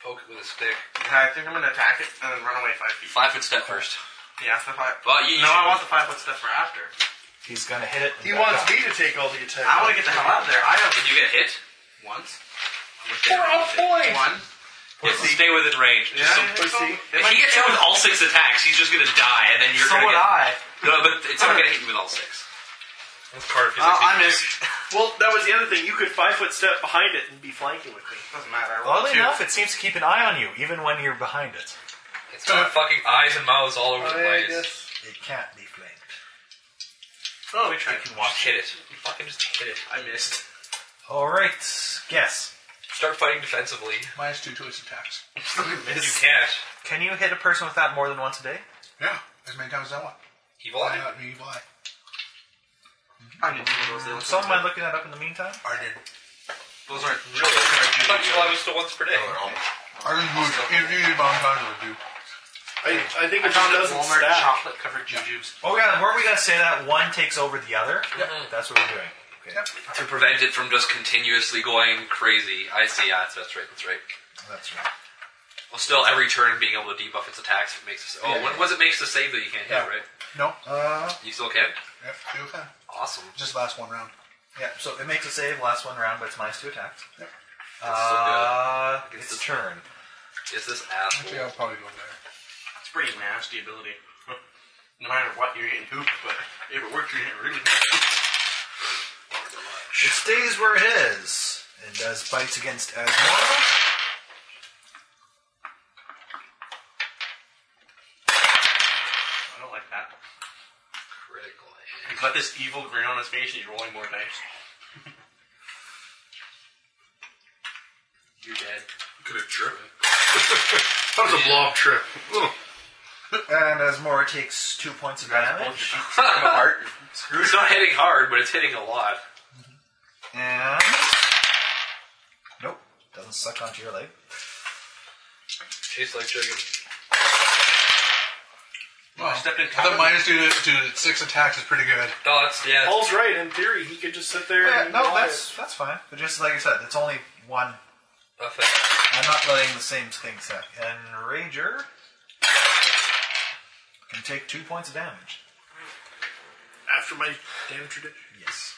Poke it with a stick. I think I'm gonna attack it and then run away five feet. Five foot step first. Yeah, that's the five. But you, you No, I should- want the five foot stuff for after. He's gonna hit it. and He back wants up. me to take all the attack. I want to get the hell out of there. I have Did you get hit? once, One. one. Yes, stay within range. Just some- Pussy. if he gets hit with all six attacks, he's just gonna die, and then you're So gonna would get. I. No, but it's not gonna hit you with all six. That's part of Uh, I missed. Well, that was the other thing. You could five foot step behind it and be flanking with me. Doesn't matter. I rolled Oddly two. enough, it seems to keep an eye on you, even when you're behind it. It's got fucking eyes and mouths all Oh, over I the place. Just guess. It can't be flanked. Oh, we tried. hit it. Fucking just hit it. I missed. All right, guess. Start fighting defensively. Minus two to its attacks. You can't. Can you hit a person with that more than once a day? Yeah, as many times as I want. Evil Why eye. not me? Why? I didn't do those. Those, Someone mind looking that up in the meantime? I did. Oh, those aren't Really? I thought evil eye was still once per day. I didn't move. If you did bomb time, I would do. I, I I think it just found it at doesn't Walmart stack. chocolate covered jujubes. Oh yeah, weren't we gonna say that one takes over the other? That's what we're doing. Okay. To prevent it from just continuously going crazy. I see. Yeah, that's, that's right. That's right. That's right. Well, still every turn being able to debuff its attacks. It makes. A, oh, what was it makes the save that you can't Yeah. hit? Right. No. Uh, You still can. yep, two of them. Awesome. Just last one round. Yeah, so it makes a save, last one round, but it's minus two attacks. Yep. Uh, good. it's turn. It's this Actually, asshole. I'll probably go there. It's a pretty nasty ability. No matter what, you're getting hooped, but if it worked, you're getting really hooped. It stays where it is and does bites against Asmora. I don't like that. Critical. He's got this evil grin on his face and he's rolling more dice. You're dead. Could have tripped. that was a blob trip. And Asmora takes two points of damage. It's not hitting hard, but it's hitting a lot. And. Nope, doesn't suck onto your leg. Tastes like chicken. Well, stepped in I thought minus two to, to six attacks is pretty good. No, that's yeah. Paul's right. In theory, he could just sit there. Yeah, and no, lie. that's that's fine. But just like I said, it's only one. that's effect. I'm not letting the same thing suck. And Ranger can take two points of damage. after my damn tradition. Yes,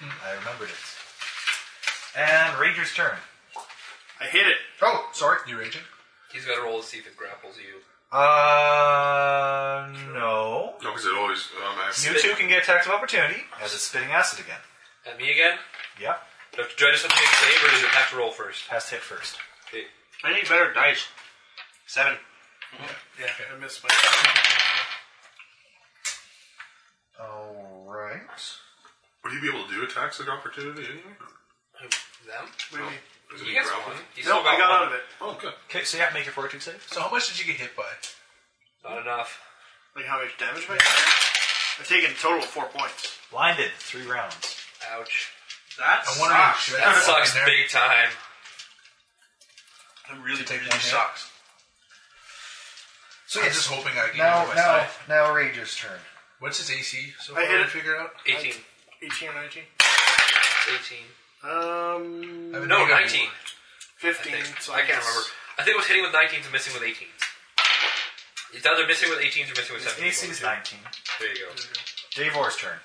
I remembered it. And Ranger's turn. I hit it. Oh, sorry. You raging? He's got to roll to see if it grapples you. Uh, no. No, because it always. Um, I You two can get attacks of opportunity as it's spitting acid again. At me again? Yep, Do I do I just have to make a save, or does it have to roll first? has to hit first. Okay. I need better dice. Seven. Yeah, I missed my. All right. Would you be able to do attacks at opportunity anyway? Them? No. Is it You guys growling? one. He's No, still got I got one. out of it. Oh, good. Okay, so you have to make your fortitude save. So how much did you get hit by? Not enough. Like how much damage am I? taking? I've taken a total of four points. Blinded, three rounds. Ouch. That's I wonder if should That have sucks in there. big time. I'm really take taking one these hit. socks. So I'm just hoping I can Now, do my now, side. now Ranger's turn. What's his AC? So I far hit to it. figure out. 18. 18 or 19? 18. Um, haven't No, figured out 19. more. I 15. think. so I can't guess- remember. I think it was hitting with 19s and missing with 18s. It's either missing with 18s or missing with 17s. AC is 19. There you go. Davor's turn.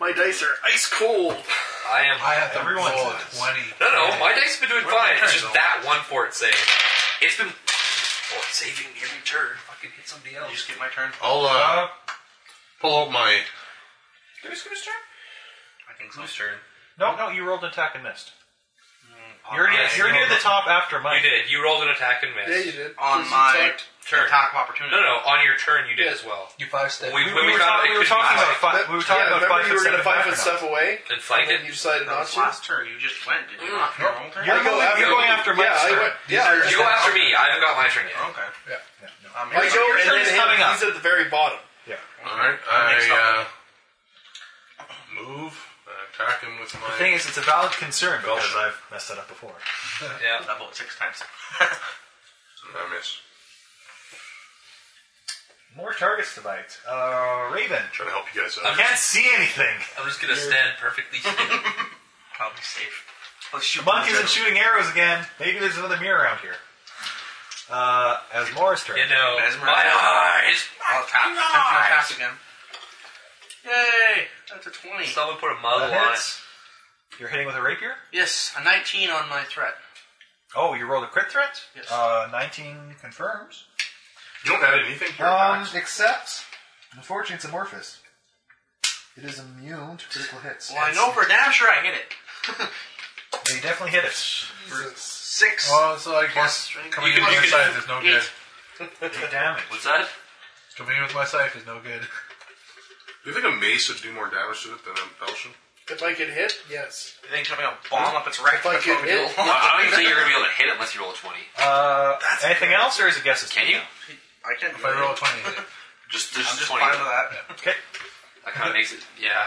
My dice are ice cold. I am. I have to Everyone roll says. twenty. No, no, my dice have been doing fine. It's just though? that one fort save. It's been. Fort saving me every turn. Fucking hit somebody You else. just get my turn. I'll Uh-huh. uh, pull out my. Goose Goose turn? I think so. Goose turn. No, no, you rolled an attack and missed. You're near, you're near the top after You Mike. did. You rolled an attack and missed. Yeah, you did. On This my is our turn. attack opportunity. No, no, on your turn you did as well. You five step. We- We- when we we were found talk- it we were couldn't talking be about five. fi- we were talking yeah, about remember five you were foot going to step five back foot step away. And fight and it. You decided not to. Last turn you just went, did you not? You're I go going- after- you're going after Mike's yeah, I turn. went- Yeah, yeah, I- You go after me. I haven't got my turn yet. Okay. Yeah. Um, I go your and turn's then him. coming up. He's at the very bottom. Yeah. All right. I uh, move. I attack him with my. The thing is, it's a valid concern because I've messed that up before. yeah. I vote six times. I miss. More targets to bite. Uh, Raven. Trying to help you guys out. I can't see anything. I'm just gonna stand perfectly still. Probably safe. The monk isn't shooting arrows again. Maybe there's another mirror around here. Uh, as Morris turn. You know, Mesmer. my eyes. I'll tap. I'll tap again. Yay! That's a 20. Someone put a That muzzle on it. hits. You're hitting with a rapier? Yes, a 19 on my threat. Oh, you rolled a crit threat? Yes. Uh, 19 confirms. You don't add anything here. Um, except, unfortunately, it's amorphous. It is immune to critical hits. Well, I know for damn sure I hit it. They definitely hit it. Six. Oh, so I guess coming in with my scythe is no good. Eight damage. What's that? Coming in with my scythe is no good. Do you think a mace would do more damage to it than a falchion? If I get hit, yes. You think I'm gonna bomb up its right If I get hit, Well, I don't even think you're gonna be able to hit it unless you roll a twenty. Uh, anything else, or is it guesses? Can you? I can't. If I roll a twenty, hit it. Just, just I'm just twenty. fine with that. Okay. That kind of makes it. Yeah.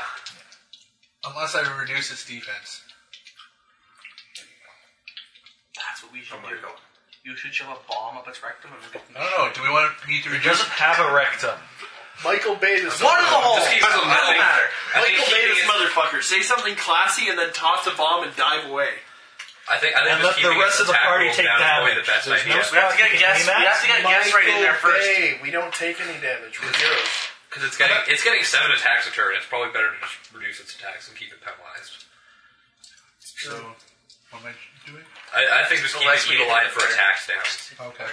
unless I reduce its defense. That's what we should do. You should shove a bomb up its rectum and we'll get I don't know. Do we want me to It reduce? doesn't have a rectum. Michael Bay is One of the holes. Just keep- Doesn't I think- matter. I think Michael Bay, keeping this it- motherfucker. Say something classy and then toss a bomb and dive away. I think. I think And let just the keeping rest of its the attack party roll take down is probably damage. the best There's no idea. We have to get You can a guess. do that? We have to get a guess right in there first. Bay, we don't take any damage. We're heroes. Because it's getting it's getting seven attacks a turn. It's probably better to just reduce its attacks and keep it penalized. So, what am I doing? I, I think just keep less it we can utilized hit, for the better. attacks down. Okay.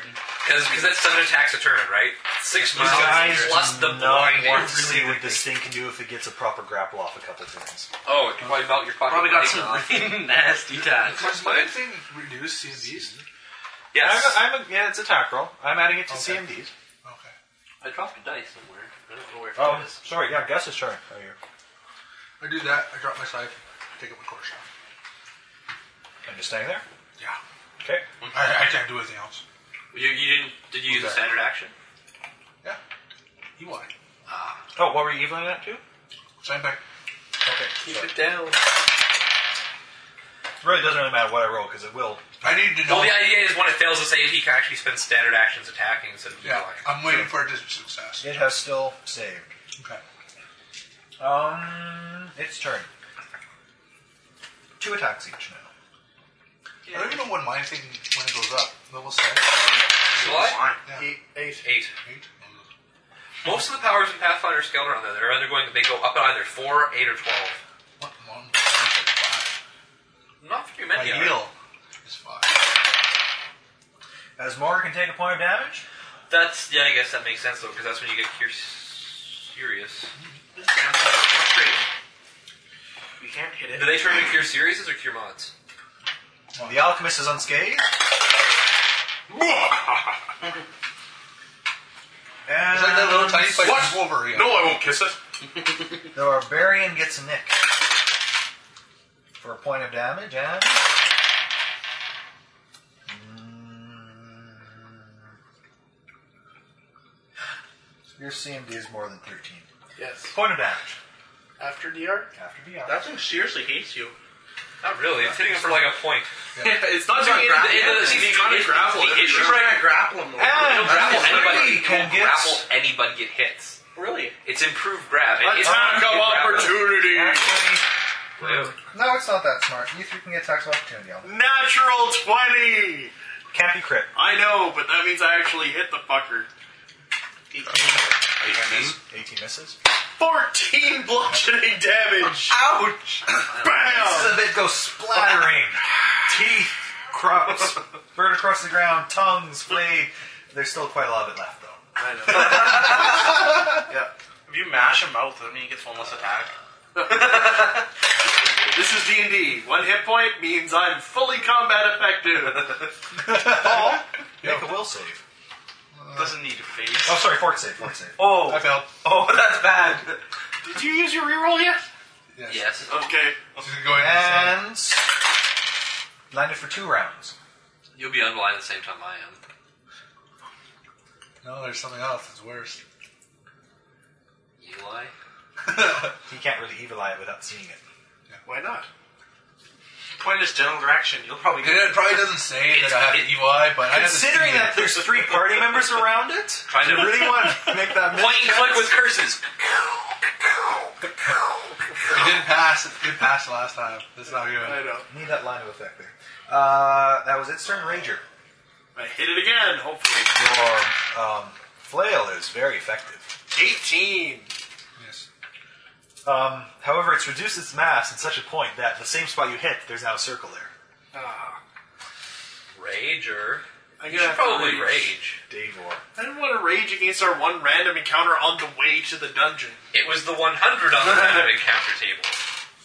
Because that's seven attacks a turn, right? Six miles Guys plus the do not blind. want to see what this thing can do if it gets a proper grapple off a couple turns. Oh, you probably melt your pocket. Probably got money. some really nasty tats. Does my thing reduce CZs? Yes. I'm, I'm a, yeah, it's attack roll. I'm adding it to CMDs. Okay. I dropped a dice somewhere. I don't know where. Oh, sorry. Yeah, guess is turn. Oh, here. I do that. I drop my scythe. Take up my quarter shot. I'm just staying there. Yeah. Okay. I, I can't do anything else. You, you didn't? Did you use a standard action? Yeah. You won. Oh, what were you evening at to? Same thing. Okay. Keep it down. It really doesn't really matter what I roll because it will. I need to know. Well, the idea is when it fails to save, he can actually spend standard actions attacking instead of yeah. yeah. I'm waiting for it to success. It has still saved. Okay. Um, its turn. Two attacks each now. I don't even know when my thing when it goes up. Level seven. What? Yeah. Eight. eight. Eight. Eight. Most of the powers in Pathfinder are scaled around that. They're either going, they go up at either four, eight, or twelve. What? One. one, five. Not very My many. are. heal is five. As Mara can take a point of damage. That's yeah. I guess that makes sense though, because that's when you get cur- serious. This damn thing is frustrating. We can't hit it. Do they turn into cure series or cure mods? The alchemist is unscathed. And Is that that little tiny fight What? Wolverine? No, I won't kiss it. the barbarian gets a nick for a point of damage and. Mm. Your CMD is more than 13. Yes. Point of damage. After DR? After the hour. That thing seriously hates you. Not really. It's hitting them for like a point. it's not It's doing not anything. grappling. It's It's trying to it's- grapple. The every issue's round. trying to grapple him. though. And Grapple Three anybody. can Don't get- grapple anybody. Get hits. Really? It's improved grab. It- It's Attack of grapple. opportunity. Well, No, it's not that smart. You three can get attacks of opportunity on it. Natural twenty. Can't be crit. I know, but that means I actually hit the fucker. 18 misses. 14 bludgeoning damage. Ouch! Bam! Pieces of it go splattering. Oh. Teeth, crops, bird across the ground, tongues, blade. There's still quite a lot of it left, though. I know. yeah. If you mash him out, I mean, he gets one less attack. This is D and D. One hit point means I'm fully combat effective. Make a will save. Doesn't need a face. Oh, sorry, fort save, fort save. Oh. I failed. Oh, that's bad. Did you use your reroll yet? Yes. Okay. Go ahead and landed for two rounds. You'll be unblind at the same time I am. No, there's something else that's worse. Eli? He can't really evil eye it without seeing it. Why not? Point is general direction. You'll probably get And it probably doesn't say that I have an evil eye, but I have Considering that there's three party members around it, I know. you really want to make that Point and click with curses. It didn't pass. It didn't pass the last time. That's not good. I know. Need that line of effect there. Uh, that was its turn, Ranger. I hit it again. Hopefully, Your um, flail is very effective. eighteen. Yes. Um, however, it's reduced its mass in such a point that the same spot you hit, there's now a circle there. Rager. I'm You should have to probably rage. Davor. I didn't want to rage against our one random encounter on the way to the dungeon. It was the 100 on the random encounter table.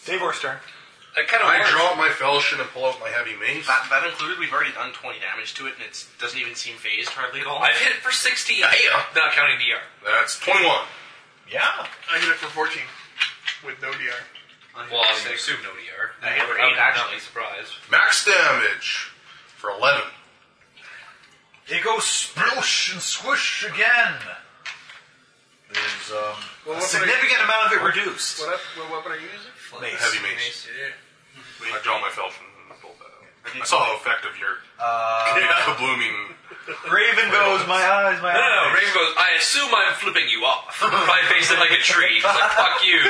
Davor's turn. I kind of I draw out my fellowship and pull out my heavy mace. that, that included. We've already done 20 damage to it, and it doesn't even seem phased hardly at all. I've hit it for 60. Not counting DR. That's 21. Yeah. I hit it for 14 with no DR. Well, I would assume no DR. I hit I for would not eight, be actually. surprised. Max damage for 11. It goes sploosh and squish again. There's um, Well, a what significant amount of it reduced. What, up, what weapon are you using? Mace. Heavy mace. I draw my fellowship and pull that out. I saw the effect of your Uh, blooming. Raven goes, my eyes, my No, no, no. eyes. Raven goes, I assume I'm flipping you off. Probably face it like a tree. It's like, fuck you.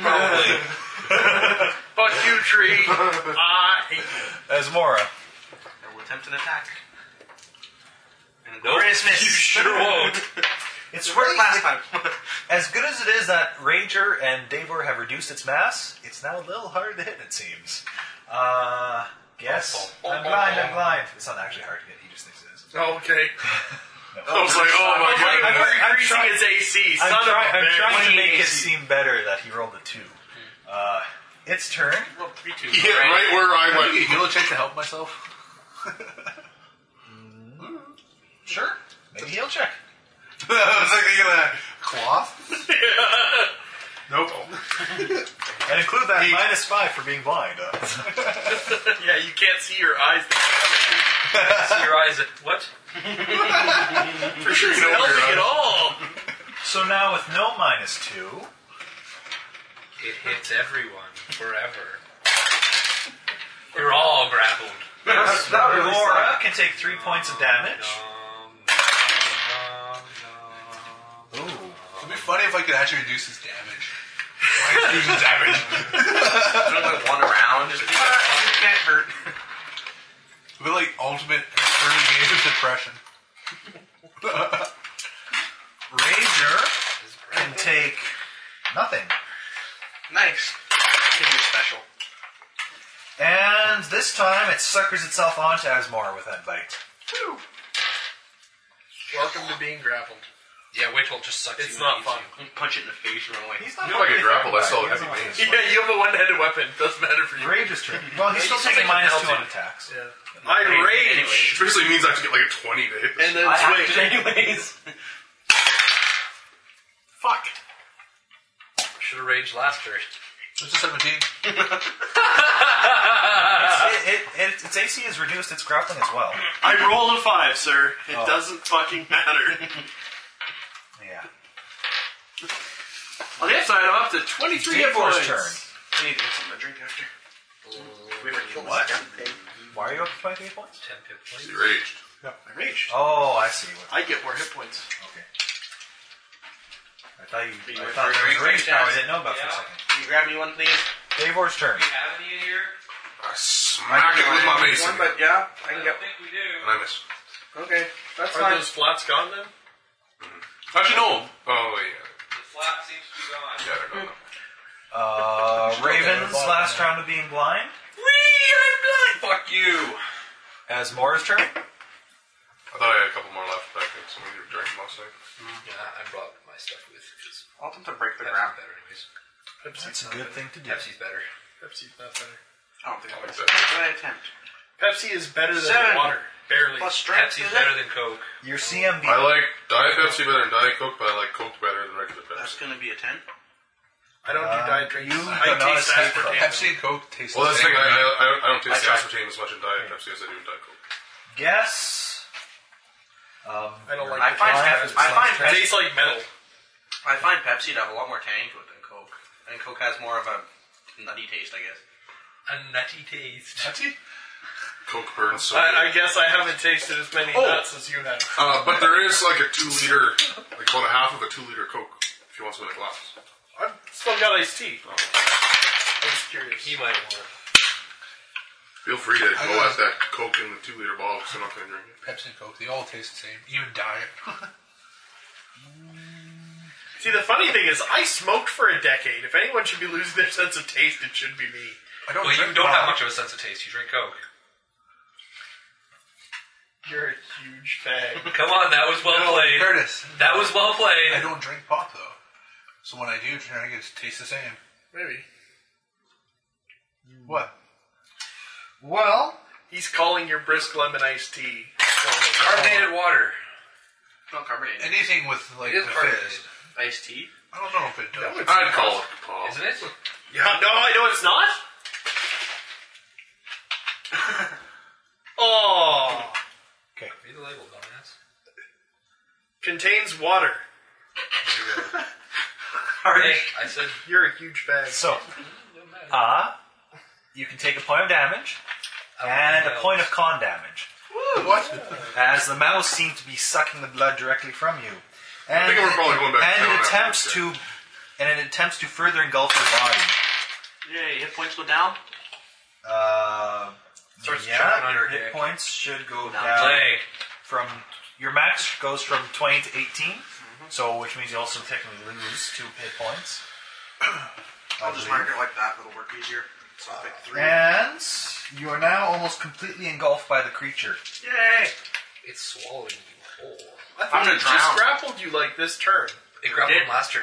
Probably. Fuck you, tree. I hate you. Asmora. I will attempt an attack. And Nope. glorious miss. You sure won't. It's It worked really last time. As good as it is that Rager and Davor have reduced its mass, it's now a little hard to hit, it seems. Uh, guess. Oh, I'm blind, I'm blind. It's not actually hard to hit, he just thinks it is. Oh, okay. I was like, oh my I'm, god. I'm Increasing try- his AC. Son I'm of try- a I'm bitch. trying to make it seem better that he rolled a 2. Hmm. Uh, its turn. Well, three, two, Yeah, right where I went. Heal check to help myself. Sure. Make a heal check. I was like thinking of that cloth. Nope. And include that minus 5 for being blind. Uh, Yeah, you can't see your eyes. See your eyes at what? For sure you know where Nothing at you're at. all. so now with no minus 2, It hits everyone forever. You're all grappled. Laura can take 3 points of damage. Um, Ooh. It'd be funny if I could actually reduce his damage. like one around. Just you can't hurt. It'd be like ultimate early game of depression. Ranger can take nothing. Nice. Think you're special. And this time it suckers itself onto Asmora with that bite. Welcome to being grappled. yeah, wait till it just sucks you It's in not and fun. eats You punch it in the face, run away. He's not You're like a really grapple, that's affected all by it. heavy He doesn't mace. Yeah, you have a one-handed weapon. Doesn't matter for like- you. Ranger's turn. Well, he's still just taking like minus two on melted. attacks. Yeah. I rage. Anyways. Which basically means I have to get like a 20 to hit this. And then I swing. have to anyways. Fuck. Should have raged last turn. It's a 17. It- it- it- its AC is reduced, its grappling as well. I roll a five, sir. It doesn't fucking matter. Yeah. On the upside, I'm up to 23 hit Devor's points. turn. I need to get something to drink after. We were killed What? this Why are you up to 23 points? Ten pip points. You're aged. I raged. Oh, I see. What- I get more hit points. Okay. I thought you. But you I went thought for there was a rage rage power I test. didn't know about for a Yeah. second. Can you grab me one, please? Davor's turn. have any in here? I smack it with my mace. One, again, but yeah, I can get. think we do. And I miss. Okay, that's Are fine. those flats gone then? Actually, no. Oh, yeah. The flat seems to be gone. Yeah, they're gone. Uh, Raven's last round of being blind. Wee, I'm blind. Fuck you. Asmora's turn. I thought I had a couple more left back then, so we need to drink them last night. Yeah, I brought my stuff with because I'll attempt to break the Pepsi's ground. better anyways. That's a good thing to do. Pepsi's better. Pepsi's not better. I don't think I like I attempt? Pepsi is better than Seven. water. Barely. Plus strength, Pepsi's is better it? than Coke. Your CMB. I like Diet Pepsi better than Diet Coke, but I like Coke better than regular Pepsi. That's going to be a 10. I don't Um, do diet drinks. you I do not taste aspartame. escape from- Pepsi and Coke taste Well, that's the thing. I, I, I don't- I don't I taste tried. aspartame as much in Diet Pepsi as I do in Diet Coke. Guess. Um, I don't I find, Pepsi, I find Pepsi. tastes like metal. I find Pepsi to have a lot more tang to it than Coke. And Coke has more of a nutty taste, I guess. A nutty taste. Nutty? Coke burns so good. I, I guess I haven't tasted as many Oh. nuts as you have. Uh, but there is like a two liter, like about a half of a two liter Coke if you want some in a glass. I've still got iced tea. I was curious. He might want. Feel free to I go got- at that Coke in the two liter bottle because I'm not going to drink it. Pepsi and Coke, they all taste the same. Even diet. See, the funny thing is, I smoked for a decade. If anyone should be losing their sense of taste, it should be me. I Well, you don't have much of a sense of taste. You drink Coke. You're a huge fag. Come on, that was well No, played. Curtis. That was well played. I don't drink pop though, so when I do drink, it tastes the same. Maybe. What? Well, he's calling your brisk lemon iced tea. Carbonated water. Not carbonated. Anything with like It is the carbonated. fizz. Iced tea? I don't know if it does. it's I'd call it Paul. Isn't it? Yeah, no, I know it's not. oh, Read the label, dumbass. contains water. Hey, I said You're a huge fag. So, ah, you can take a point of damage and a point of con damage, What? as the mouse seemed to be sucking the blood directly from you, and think we're probably going back to and town it after attempts to and it attempts to further engulf your body. Yay, hit points go down. Uh, Starts chomping yeah, on your your hit dick. points should go Now down play. from your max goes from twenty to 18 Mm-hmm. so which means you also technically lose two hit points. I'll just mark it like that. It'll work easier. So I'll pick three. And you are now almost completely engulfed by the creature. Yay! It's swallowing you whole. I thought I'm gonna it drown. just grappled you like this turn. It grabbed Did- him last turn.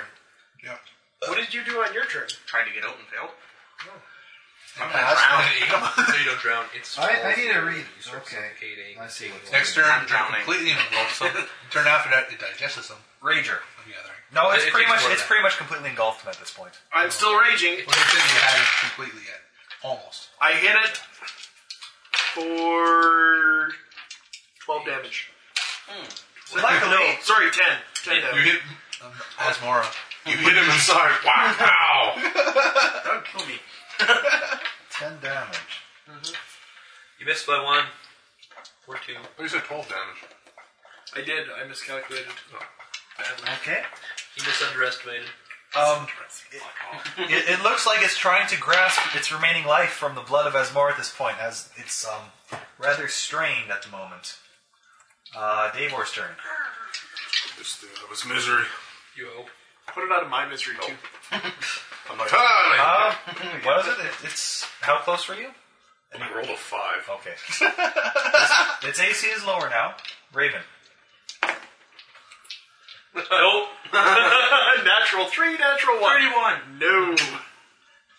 What did you do on your turn? Trying to get out and failed. I'm gonna drown. so you don't drown. It's I, I need to read these. Okay. suffocating. I see what's Next turn, I'm it drowning. completely engulfs them. Turn after that, it digests them. Rager. I'm gathering. No, it's It pretty much takes more it's than pretty much completely engulfed him at this point. I'm still raging. Well, they said you had it completely yet. Almost. I hit it for 12 damage. Luckily, Sorry, 10. 10 You damage. hit um, Asmora. You hit him inside. Wow! Ow! Don't kill me. ten damage. You missed by one. Or two. But you said twelve damage. I did. I miscalculated. Okay. He just underestimated. Um, it, it looks like it's trying to grasp its remaining life from the blood of Asmor at this point, as it's um rather strained at the moment. Uh, Davor's turn. This thing that was misery. You hope. Put it out of my misery too. I'm like, ah! Uh, what is it? it? It's how close were you? And I rolled a five. Okay. its AC is lower now. Raven. nope. natural three, natural one. 31. No.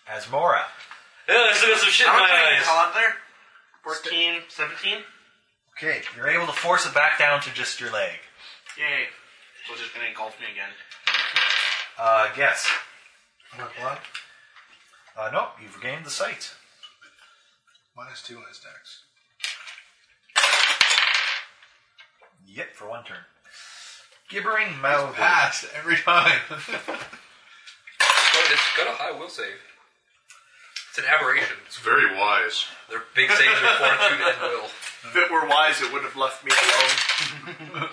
Asmora. Yeah, I still got some shit in How my much did I eyes. hell out there? 14, 17? Okay, you're able to force it back down to just your leg. Yay. So it's just gonna engulf me again. Uh, guess. What? What? Uh, nope, you've regained the sight. Minus two on his dex. Yep, for one turn. Gibbering mouth. Pass every time. But it's got a high will save. It's an aberration. It's very wise. Their big saves are fortitude and will. If it were wise, it would have left me alone.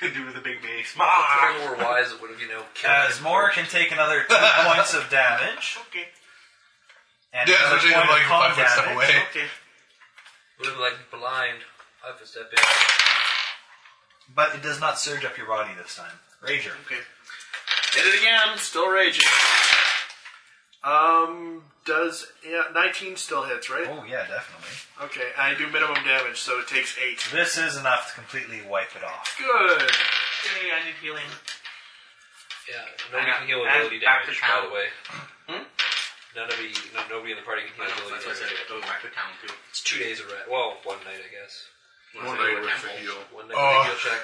Could do with a big base. If people were wise, it would have, you know, killed As him. more can take another two points of damage. Okay, And yeah, another especially point if, like of con five foot step damage. away. okay. would have been like blind. I have to step in. But it does not surge up your body this time. Rager. Hit it again. Still raging. Um, does yeah, 19 still hits, right? Oh, yeah, definitely. Okay, I do minimum damage, so it takes 8. This is enough to completely wipe it off. Good. Yay, I need healing. Yeah, nobody I got- can heal and ability back damage, to town. by the way. None of the, no, nobody in the party can heal. Hmm? I know, that's what I said. it Go back to town, too. It's two days of rest. Well, one night, I guess. One One night night with with a a heal. heal. One night with a Oh. heal check.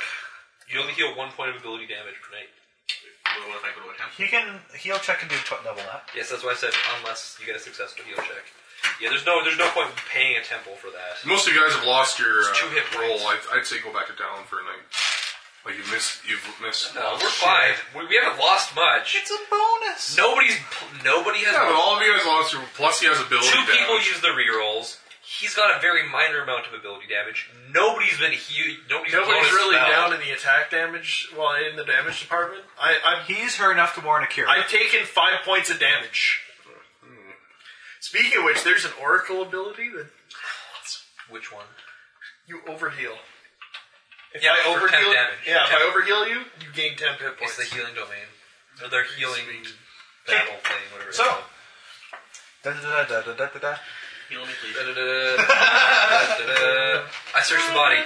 You only heal one point of ability damage per night. What if I go to a temple? He can heal check and do tw- double that. Yes, that's why I said unless you get a successful heal check. Yeah, there's no there's no point paying a temple for that. Most of you guys have lost your uh, It's two hit points. roll. I'd, I'd say go back to Talon for a night. Like you missed, you've missed. No, Uh, we're fine. We, we haven't lost much. It's a bonus. Nobody's nobody has. Yeah, but all of you guys lost your. Plus, he has ability. Two damage. people use the rerolls. He's got a very minor amount of ability damage. Nobody's been huge. Nobody's, blown Nobody's a really spell. down in the attack damage, well, in the damage department. I, I've, He's hurt enough to warrant a cure. I've taken five points of damage. Speaking of which, there's an oracle ability that Which one? you overheal. If Yeah, I for temp overheal, damage. yeah, if Temp- I overheal you, you gain ten hit It's points. the healing domain. Or their healing battle thing, whatever. it's So- called. Da, da, da, da, da, da, da. Heal me, please. Da-da-da-da-da-da-da-da. I searched the body.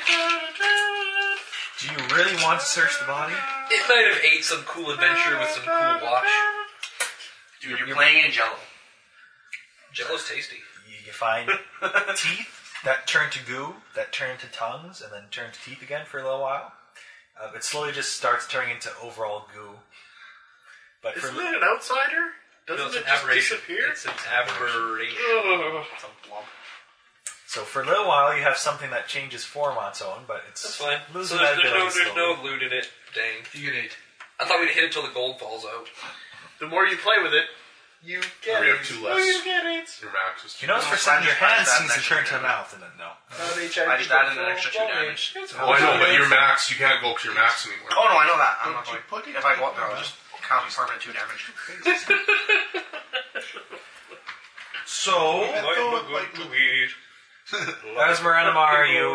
Do you really want to search the body? It might have ate some cool adventure with some cool watch. Dude, you're, playing in Jello. Jello's tasty. You, you find teeth that turn to goo, that turn to tongues, and then turn to teeth again for a little while. Uh, it slowly just starts turning into overall goo. But for Isn't it an outsider? Doesn't No, it's it an just aberration. disappear? It's an aberration. Ugh. so for a little while, you have something that changes form on its own, but it's That's fine. So losing there's, that there's, no, ability there's slowly. no loot in it. Dang. You get eight. I thought we'd hit it till the gold falls out. The more you play with it, you get We it. have two less. Oh, you get it. Your max is. You notice for a second your hand seems to turn to mouth, and then no. Not HIV I just added an control. extra two Well, damage. it's Oh, I know, okay. but your max, you can't go because your max anymore. Oh no, I know that. I'm not going. If I go up there, I'll just count as permanent two damage. So, as Miranamar, you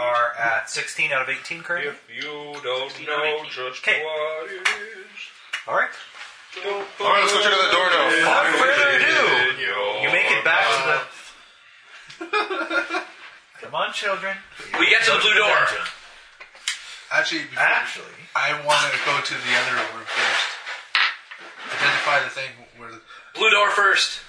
are at 16 out of 18 currently. You don't know just what it is. All right. All right, let's go check out that door now. Without further Fine. ado, you make it back to the. Come on, children. We get to the blue door. Dungeon. Actually, before, Actually, I want to go to the other room first. Identify the thing where the. Blue door first.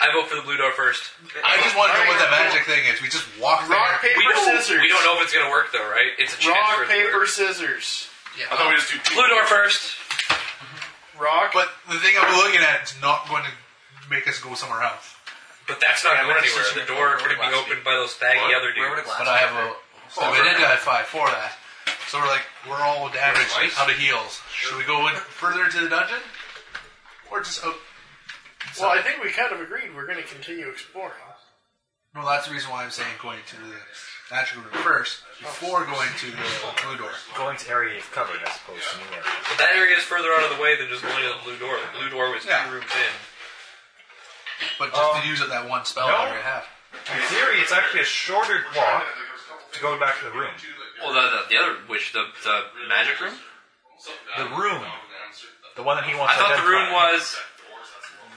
I vote for the blue door first. I just want to know what the magic thing is. We just walk Rock, there. paper, we don't, scissors. We don't know if it's gonna work though, right? It's a chance for Rock, it to paper, work. scissors. I thought we just do two. Blue door first. Rock. But the thing I'm looking at is not going to make us go somewhere else. But that's not Yeah, going we're anywhere. switching The the door door would be last opened by those faggy What? other Where would a dudes. But glass? I have a. So Oh, I've identified for that. So we're like, we're all damaged Lights? out of heals. Should we go in further into the dungeon? Or just oh. out. Well, I think we kind of agreed we're going to continue exploring. No, that's the reason why I'm saying going to the magical room first before going to the blue door. going to area you've covered as opposed to new area. But that area is furtther out of the way than just going to the blue door. The blue door was Yeah. two rooms in. But just to use it that one spell Um, no. I already have. In theory, it's actually a shorter walk to go back to the room. Well, the, the, the other, which the, the magic room. The room. The one that he wants I to thought the identify. room was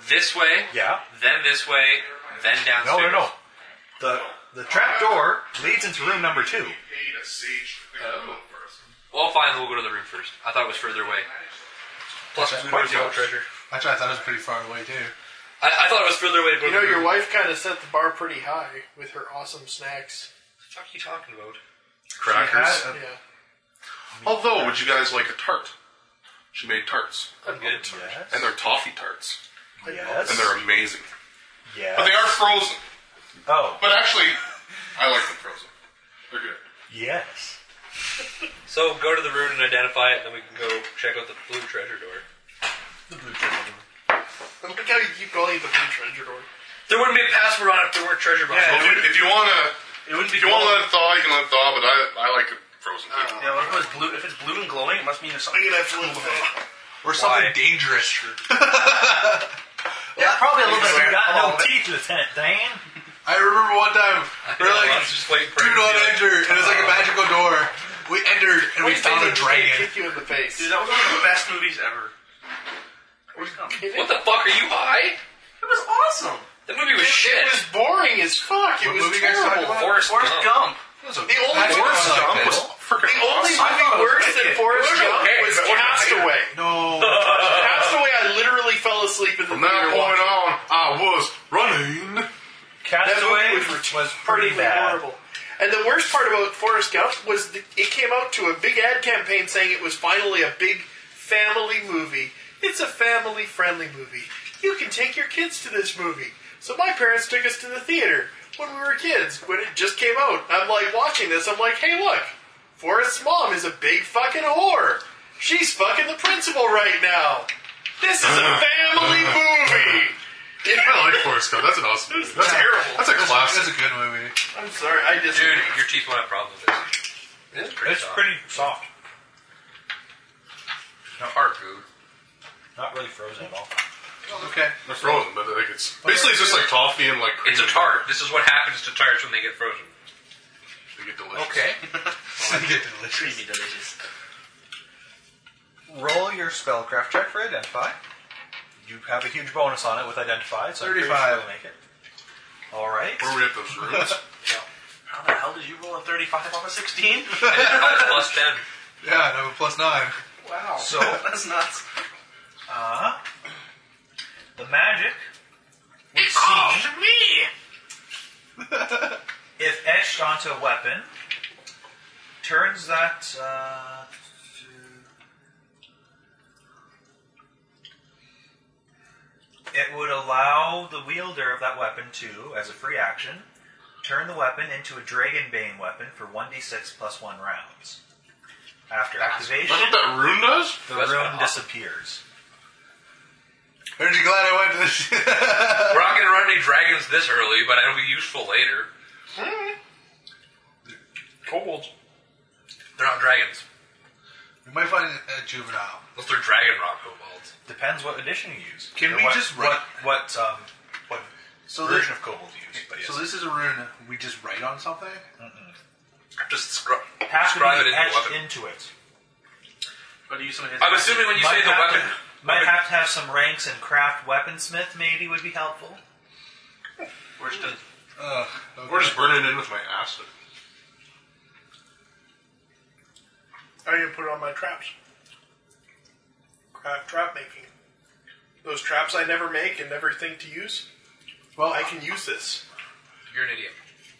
this way, Yeah. then this way, then No, downstairs. no, no. The, the trap door leads into room number two. Well, fine. We'll go to the room first. I thought it was further away. Plus, That's blue quite door's the old treasure. Actually, I thought it was pretty far away too. I, I thought it was further away. To go You to know, the your room. wife kind of set the bar pretty high with her awesome snacks. What the fuck are you talking about? Crackers. Uh, Yeah. Although, would you guys like a tart? She made tarts. I'm good. yes. And they're toffee tarts. And Yes. they're amazing. But they Yes. are frozen. Oh, But actually, I like them frozen. They're good. yes. So go to the room and identify it, and then we can go check out the blue treasure door. I like how you keep calling it the blue treasure door. There wouldn't be a password on it if there weren't treasure boxes. Well, if, you, if you wanna, It wouldn't be. if you wanna glowing. let it thaw, you can let it thaw. But I, I like it frozen. too. Yeah, well, if it's blue, if it's blue and glowing, it must mean there's something. Or something dangerous. Yeah, probably a little Because bit. You we're got all no of it. Oh, teeth, Lieutenant Dan. I remember Oh. one time we we're Yeah, like, let's just wait for do him not to be like, enter, and it's like a magical door. We entered and we found a dragon. Kick you in the face. Dude, that was one of the best movies ever. It What the fuck are you high? It was awesome. The movie was shit. was boring as fuck. It What was movie you guys talking terrible. about? Forrest Forrest Oh. Gump. Gump. The only Forrest Gump It was freaking Only awesome. movie worse than Forrest It was Gump okay, was but it wasn't Castaway. No. Castaway, I literally fell asleep in the From that theater point watching. on, I was running. That Castaway movie was, was pretty bad. horrible. And the worst part about Forrest Gump was the, it came out to a big ad campaign saying it was finally a big family movie. It's a family friendly movie. You can take your kids to this movie. So my parents took us to the theater when we were kids, when it just came out. I'm like watching this, I'm like, hey, look, Forrest's mom is a big fucking whore. She's fucking the principal right now. This is a family movie. I like Forrest Gump. That's an awesome movie. That's terrible. That's a classic. That's a good movie. I'm sorry, I just. Dude, your teeth won't have problems. It's pretty it's soft. pretty soft. hard food. Not really frozen at all. Okay. They're frozen, but like it's basically it's just like toffee and like It's a tart. This is what happens to tarts when they get frozen. They get delicious. Creamy delicious. Roll your spellcraft check for identify. You have a huge bonus on it with identify, so I'm pretty 35. Sure you'll make it. All right. Where we at those rooms? How the hell did you roll a 35 off a 16? Plus ten. Yeah, and I have a plus nine. wow. So- that's nuts. Uh, the magic would seem, me! if etched onto a weapon, turns that. Uh, to- it would allow the wielder of that weapon to, as a free action, turn the weapon into a dragonbane weapon for 1d6 plus 1 rounds. After activation, That's what that rune does. the room disappears. Aren't you glad I went to this? We're not gonna run any dragons this early, but it'll be useful later. Cold. They're not dragons. we might find a juvenile. Unless they're dragon rock kobolds. Depends what edition you use. Can Or we what, just what write- what um, what So version this- of kobold you use? But yes. So this is a rune we just write on something? Just scrub. has to Describe be it into a etched weapon. into it. But use some of his. I'm assuming when you say Might the have weapon, to, might have to have some ranks and craft weaponsmith. Maybe would be helpful. We're just done. Ugh. We're just burning it in with my acid. I need to put on my traps. Craft trap making. Those traps I never make and never think to use. Well, I can use this. you're an idiot.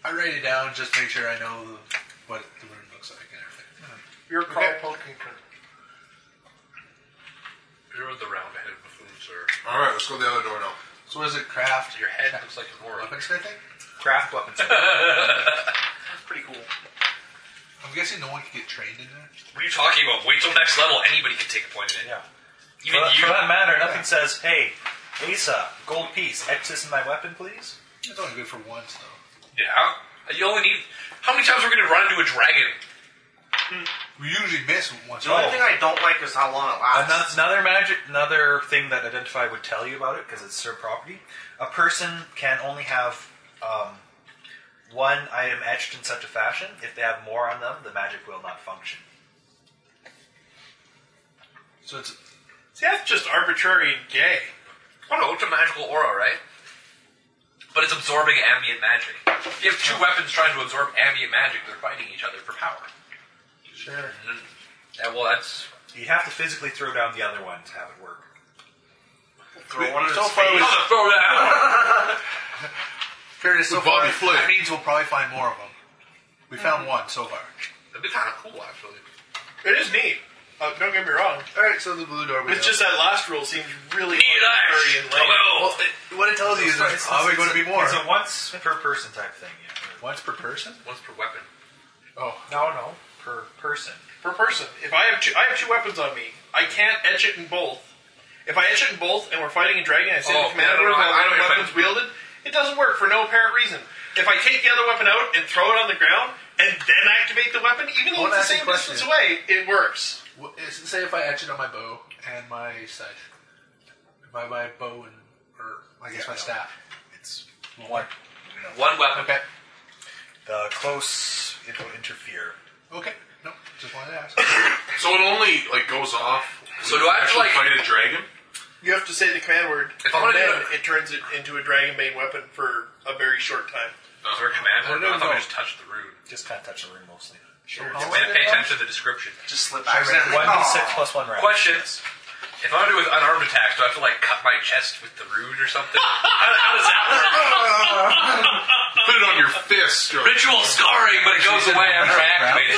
I write it down just to make sure I know what the rune looks like and everything. You're Carl Okay. Pilkington. You're the round-headed buffoon, sir. All right, let's go to the other door now. So what is it, craft? Your head looks like an aura. Weapons, I think? Craft weaponsmith. That's pretty cool. I'm guessing no one can get trained in there. What are you talking about? Wait till next level. Anybody can take a point in it. yeah. For, Even you. for that matter, nothing says, "Hey, Asa, gold piece, X this in my weapon, please." It's only good for once, though. Yeah. You only need. How many times are we gonna run into a dragon? We usually miss once. The only thing I don't like is how long it lasts. Ano- Uh, Another magic, another thing that Identify would tell you about it because it's their property. A person can only have um, one item etched in such a fashion. If they have more on them, the magic will not function. So it's See, that's just arbitrary and gay. Oh no, it's a magical aura, right? But it's absorbing ambient magic. If you have two weapons trying to absorb ambient magic, they're fighting each other for power. Mm-hmm. sure. Yeah, well, that's You'd have to physically throw down the other one to have it work. Throw one in So his far face. we- gonna throw that out. Fairness, so With far, Bobby Flay. that means we'll probably find more of them. We found one so far. That'd be kind of cool, actually. It is neat. Uh, don't get me wrong. All right, so the blue door. It's just that last rule seems really Need arbitrary ice. and lame. Hello. what it tells you is there's probably going to be more. It's a once per person type thing. Yeah. Once per person. Once per weapon. Oh, No, no, per person. per person. If I have two, I have two weapons on me. I can't etch it in both. If I etch it in both and we're fighting a dragon, I say Oh, the command no, no, order no, while I- I one don't- weapon's wielded. It doesn't work for no apparent reason. If I take the other weapon out and throw it on the ground and then activate the weapon, even I though wanna it's ask the you a same question. distance away, it works. Well, it's- say if I etch it on my bow and my scythe, my my bow and or I guess my staff. It's one. One weapon. Okay. The close it will interfere. Okay. No, just wanted to ask. So it only like goes off. So do I have to, actually like- fight a dragon? You have to say the command word, If I and wanna then do it turns it into a dragon bane weapon for a very short time. Is there a command word? No, I don't thought know. we just touched the rune. Just kind of touch the room mostly. Sure. Man, pay attention to the description. Just slip I accidentally. read One d six Aw. plus one round. Question. If I want to do it with unarmed attacks, do I have to like cut my chest with the rude or something? how, how does that work? Put it on your fist. Or... Ritual scarring, but it goes away after I activate it.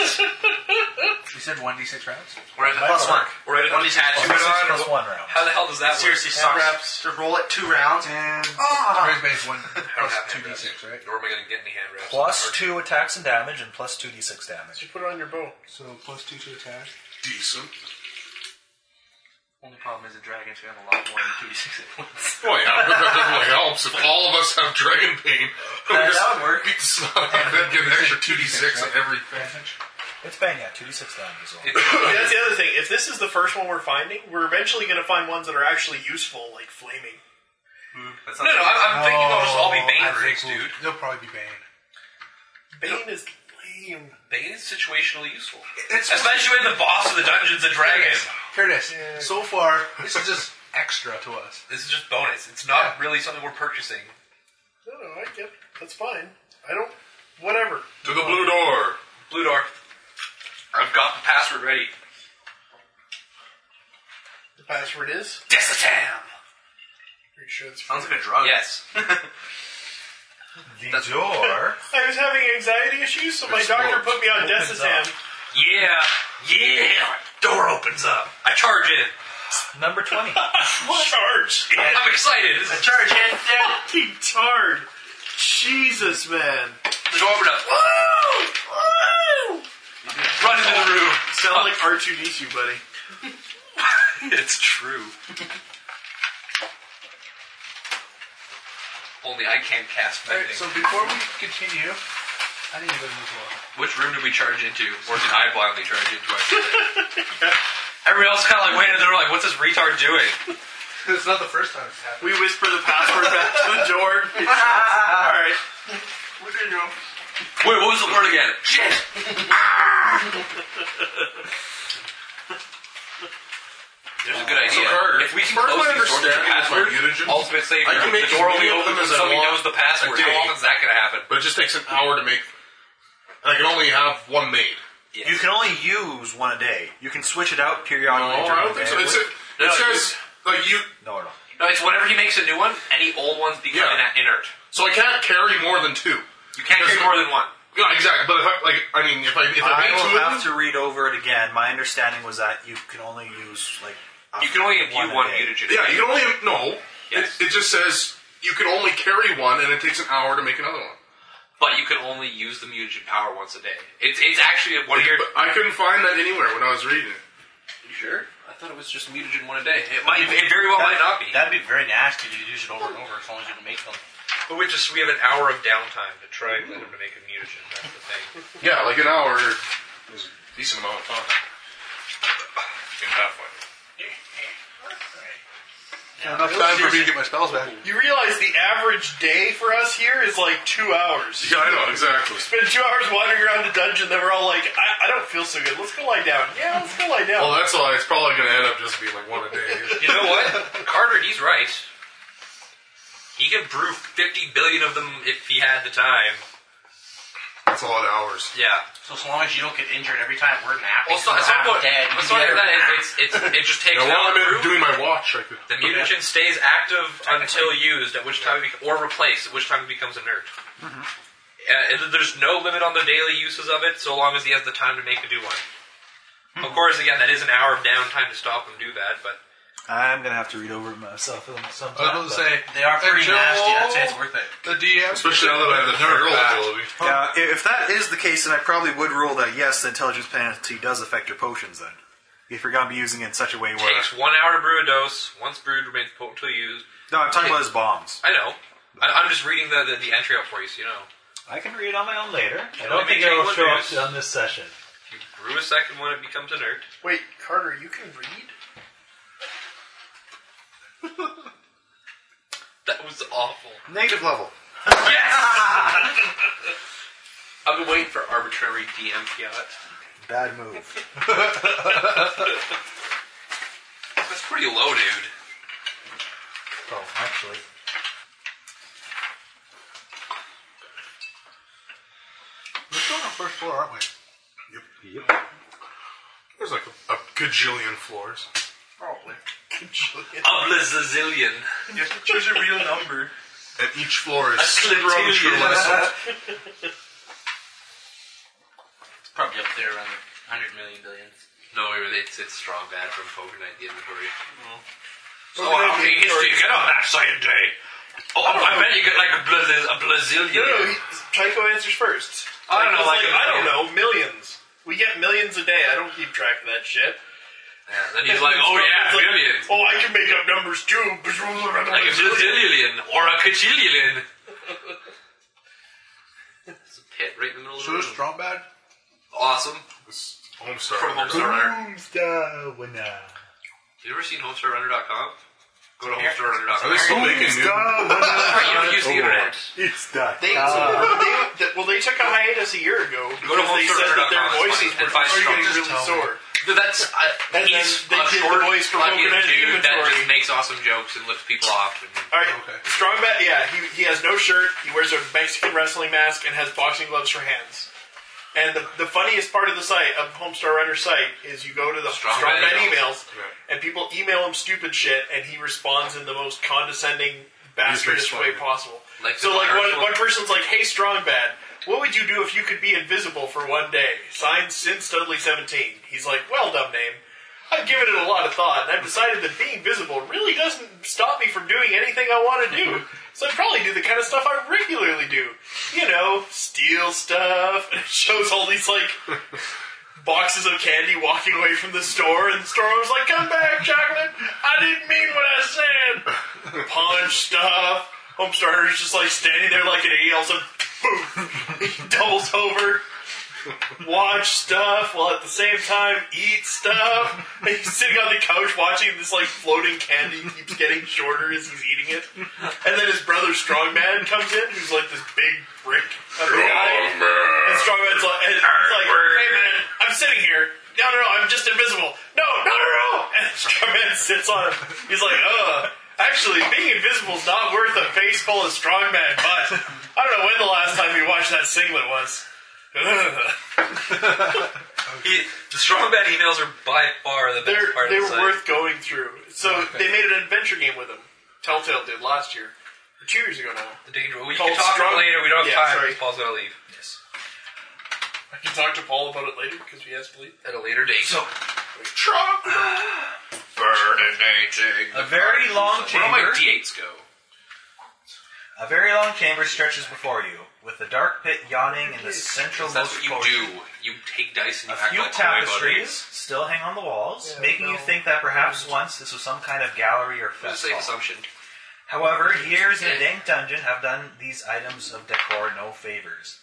You said 1d6 rounds? Or I- Plus one. Or I One just is had tattoo two it on. plus one round. How the hell does that seriously work? sucks to roll it two rounds and ah. Raise base one. I don't have two d6, right? Nor am I going to get any hand reps. Plus two attacks and damage, and plus two d6 damage. Put it on your bow. So plus two to attack. Decent. Only problem is the dragons who have a lot more than two d six at once. Well, yeah, but that definitely helps. If all of us have dragon pain, Uh, we That- just that would work. beat the snot out of it, get an extra 2d6 on every. It's bang, yeah, 2d6 damage as well. That's the other thing. If this is the first one we're finding, we're eventually going to find ones that are actually useful, like flaming. No, no, I'm, I'm thinking they'll just all be Oh, Bane rigs, dude. They'll probably be Bane. Bane is lame. Bane is situationally useful. Especially when the boss of the dungeon's a dragon. Here it is. So far, this is just extra to us. This is just bonus. It's not really something we're purchasing. No, no, I get. That's fine. I don't. Whatever. To the blue door. Blue door. I've got the password ready. The password is. Desatam! Pretty sure it's. Sounds like a drug. Yes. The door. I was having anxiety issues, so my doctor put me on Desitam. Yeah. Yeah. Door opens up. I charge in. Number 20. Charge. I'm excited. A charge and fucking tard. Jesus, man. The door opened up. Woo! Woo! Run into the room. Sound like R2D2, buddy. it's true. Only I can't cast mending. Alright, so before we continue, I need to go to the door. Which room did we charge into? Or did I blindly charge into? I forget. Everybody else kind of like waited. They were like, "What's this retard doing?" It's not the first time it's happened. We whisper the password back to the door. Alright. Look at your Wait, what was the word again? Shit. There's a good idea. Carter, if we can from close what I these doors with a understand, password, with mutagen, ultimate save. I can the make door as only many of them opens as I somebody want knows the a password. day. How often is that going to happen? But it just takes an hour to make. And I can only have one made. You can only use one a day. You can switch it out periodically. No, during Oh, I don't the think so. day. It's a, No, no, it says like you. No, no. No, it's whenever he makes a new one, any old ones become Yeah. ina- inert. So I can't carry more than two. You can't Because- carry more than one. Yeah, exactly. But if I, like, I mean, if I if I, I make two will of have to them, read over it again. My understanding was that you can only use like. a- You can only imbue a one day. mutagen. yeah, you can only no. Yes. It, it just says you can only carry one, and it takes an hour to make another one. But you can only use the mutagen power once a day. It's it's actually one of your. But I couldn't find that anywhere when I was reading it. You sure? I thought it was just mutagen one a day. It might. It very well might not be. That'd be very nasty to use it over and over as long as you can make them. But we just we have an hour of downtime to try and let him make a mutagen. That's the thing. Yeah, like an hour is a decent amount of time. In halfway. Enough time for me to get my spells back. You realize the average day for us here is like two hours. Yeah, I know exactly. Spend two hours wandering around the dungeon, then we're all like, I, I don't feel so good. Let's go lie down. Yeah, let's go lie down. Well, that's why it's probably going to end up just being like one a day. You know what? Carter, he's right. He could brew 50 billion of them if he had the time. That's a lot of hours. Yeah. So as long as you don't get injured every time we're napping, Well, it's not, it's not somehow about, dead. you it's can not get even that. every- It's, it's, it just takes Now, an while hour I'm to in- brew. doing my watch, I could. The mutagen stays active until used, at which time it bec- or replaced, at which time it becomes inert. Uh, it- there's no limit on the daily uses of it, so long as he has the time to make a new one. Of course, again, that is an hour of downtime to stop and do that, but I'm gonna have to read over it myself sometime. I was going to say, They are pretty Joe. nasty. That's it's worth it. the DM. Especially now that I have the feral ability. Yeah, i- if that is the case, then I probably would rule that yes, the intelligence penalty does affect your potions. Then, if you're gonna be using it in such a way where takes one hour to brew a dose. Once brewed, remains potent until used. no, I'm talking about his bombs. I know. I, I'm just reading the, the, the entry out for you, so you know. I can read it on my own later. I don't think it'll show up on this session. If you brew a second one, it becomes inert. Wait, Carter, you can read? That was awful. Negative level. I've been waiting for arbitrary DM fiat. Bad move. That's pretty low, dude. Oh, actually. We're still on the first floor, aren't we? There's like a, a gajillion floors. Probably. Oblazazillion. You have to choose a real number. And each floor is A slip thrown to through you. with salt. It's probably up there around the 100 million billion. No, it's, it's strong bad from poker night, the inventory. Mm. So, Poker how Night, many hits the do you inventory. get on that science day? Oh, I, bet you get like a, blaz- a blazillion. No, no, he, Tycho answers first. I don't know, like- Tycho's I don't know, millions. We get millions a day. I don't keep track of that shit. Yeah, then he's like, oh yeah, It's like, billion. Oh, I can make up numbers too. Like a bazillion or a cajillion. it's a pit right in the middle of the So is room. Strongbad? Awesome. Homestar. From Homestar Runner. Boomstar winner. You ever seen HomestarRunner.com? Go to Yeah. HomestarRunner.com. Are they still making new? You don't use the internet. It's that. They, they, well, they took a hiatus a year ago Uh, Go to because they said that their voices and were find getting Strong. really sore. Dude, that's uh, And then he's they a did the short, voice for fucking Coconut dude that Inventory. just makes awesome jokes and lifts people off. And, All right, strong bat. Yeah, he, he has no shirt. He wears a Mexican wrestling mask and has boxing gloves for hands. And the, the funniest part of the site of Homestar Runner's site is you go to the Strong strong, bat bat emails. emails, and people email him stupid shit, and he responds in the most condescending, bastardish He's way responding. possible. Like so, the like commercial? one, one person's like, "Hey, strong bat." What would you do if you could be invisible for one day? Signed, since Dudley seventeen. He's like, "Well, dumb name." I've given it a lot of thought, and I've decided that being visible really doesn't stop me from doing anything I want to do. So I probably do the kind of stuff I regularly do. You know, steal stuff, and it shows all these, like, boxes of candy walking away from the store, and the store was like, come back, chocolate! I didn't mean what I said! Punch stuff. Homestarter's just, like, standing there like an idiot, all of a sudden, boom! He doubles over watch stuff while at the same time eat stuff. And he's sitting on the couch watching this like floating candy keeps getting shorter as he's eating it. And then his brother Strongman comes in, who's like this big brick of a guy. And Strongman's like, and he's like, hey man, I'm sitting here. No, no, no, I'm just invisible. No, no, no, no. And Strongman sits on him. He's like, ugh. Actually, being invisible's not worth a face full of strongman butt. I don't know when the last time you watched that singlet was. Ugh. he, the strong bad emails are by far the best They're, part they of were the site. worth going through. So they made an adventure game with them. Telltale did last year, two years ago now. the danger. We Called can talk Strong- later. We don't have Yeah, time. sorry. Paul's gonna leave. Yes. I can talk to Paul about it later because we asked Bleep. At a later date. So, Burninating. A very long where do my chamber. d8s go? A very long chamber stretches before you, with the dark pit yawning in the central That's what most you do. You take dice and A you act few like tapestries still hang on the walls, making you think that perhaps once this was some kind of gallery or That's a safe festival. assumption. However, years in a dank dungeon have done these items of decor no favors.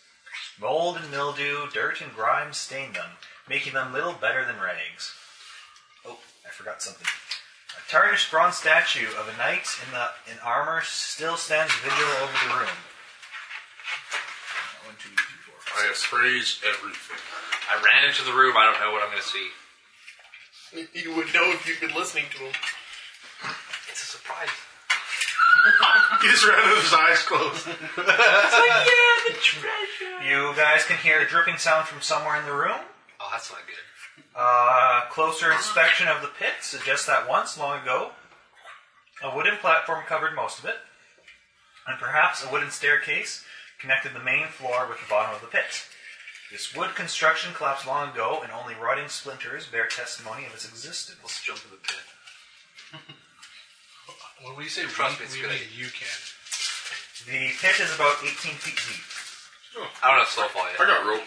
Mold and mildew, dirt and grime stain them, making them little better than rags. Oh, I forgot something. A tarnished bronze statue of a knight in the in armor still stands vigil over the room. One, two, three, four, five, I appraise everything. I ran into the room. I don't know what I'm gonna see. You would know if you've been listening to him. It's a surprise. He just ran with his eyes closed. yeah, the treasure. You guys can hear a dripping sound from somewhere in the room. Oh, that's not good. Uh, Uh-huh. closer inspection of the pit suggests that once, long ago, a wooden platform covered most of it, and perhaps a wooden staircase connected the main floor with the bottom of the pit. This wood construction collapsed long ago, and only rotting splinters bear testimony of its existence. Let's jump in the pit. When we say Trust we, me, it's we good. mean you can. The pit is about 18 feet deep. I don't have slow fall I yet. got rope.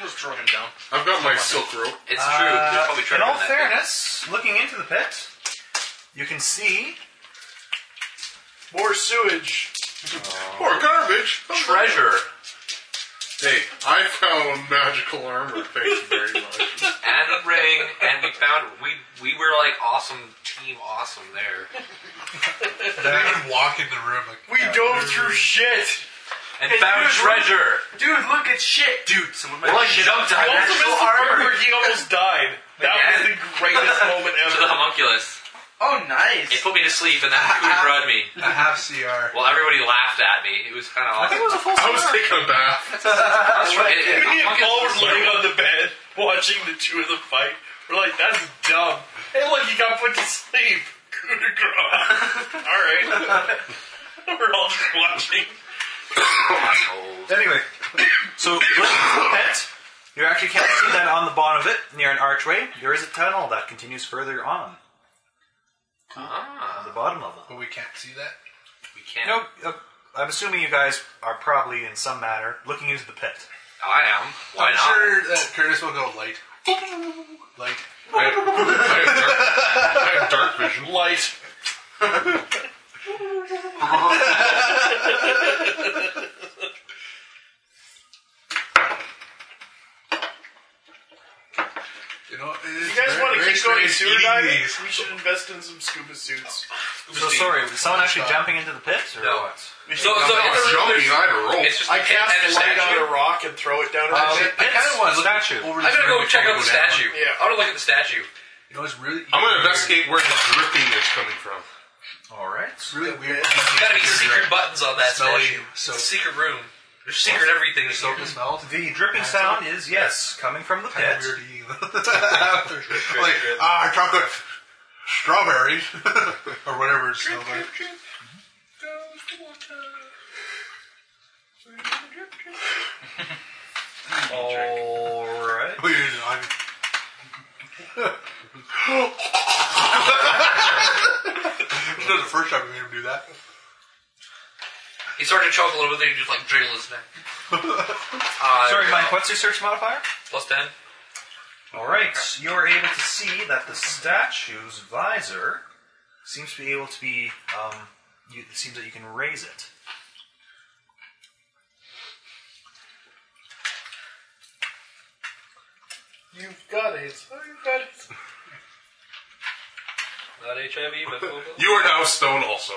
Let's throw him down. I've got my silk rope. It's true. There's Uh, probably in treasure all in that. pit. fairness, looking into the pit, you can see More sewage. More garbage. treasure Hey, I found magical armor. Thank you very much. and a ring, and we found we we were like awesome team, awesome there. I even walk in the room like, We dove through shit. And And found dude, treasure. Dude, look at shit. Dude, someone might have shit up to Both of us actual the part armor where he almost died. That Yeah. was the greatest moment to the ever. homunculus. Oh, nice. It put me to sleep, and that really brought me. I have CR. Well, everybody laughed at me. It was kind of awesome. was a full I was taking a bath. That's right. Me and Paul were Homunculus- laying on the bed watching the two of them fight. We're like, that's dumb. Hey, look, he got went to sleep. Coup de grace. all right. We're all just watching. Anyway, so pet, you actually can't see that on the bottom of it near an archway. There is a tunnel that continues further on. On the bottom level. But we can't see that. We can't. Nope. Uh, I'm assuming you guys are probably in some manner looking into the pit. I am. Why I'm not? sure that Curtis will go light. Light. dark vision. Light. You know, You guys want to keep going scuba diving? We should invest in some scuba suits. So sorry, was someone actually jumping into the pit? Or No. what? So- so No, it's it's jumping, there's- I'd roll. it's just a I pit cast and a light statue. on a rock and throw it down. Uh, I kind of want to look at I'm gonna go check out the statue. Yeah. I want to look at the statue. You know, it's really. I'm gonna investigate where the dripping is coming from. All right. It's really weird. There's gotta be secret buttons on that Smelly statue. It's a secret room. There's secret everything. in here. The dripping sound is yes, coming from the pit. like ah, chocolate strawberries or whatever it's still like. All right. Oh, This is the first time we made him do that. He started to choke a little bit, then he just like jiggle his neck. Sorry, Mike. What's your search modifier? Plus ten. All right, you're able to see that the statue's visor seems to be able to be. Um, you, it seems that you can raise it. You've got it. Oh, you've got it. Not HIV, but You are now stone also.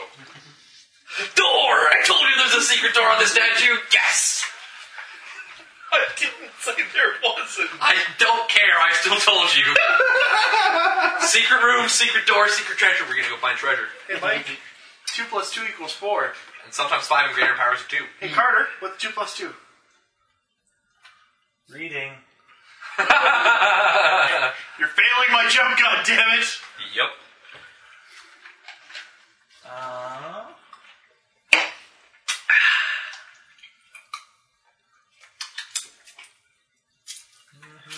door. I told you there's a secret door on the statue. Yes. I didn't say there wasn't. I don't care. I still told you. secret room, secret door, secret treasure. We're gonna go find treasure. Hey, Mike. Two plus two equals four. And sometimes five and greater powers of two. Hey, Carter. What's two plus two? Reading. You're failing my jump, goddammit! Yep. Uh, I want milk. You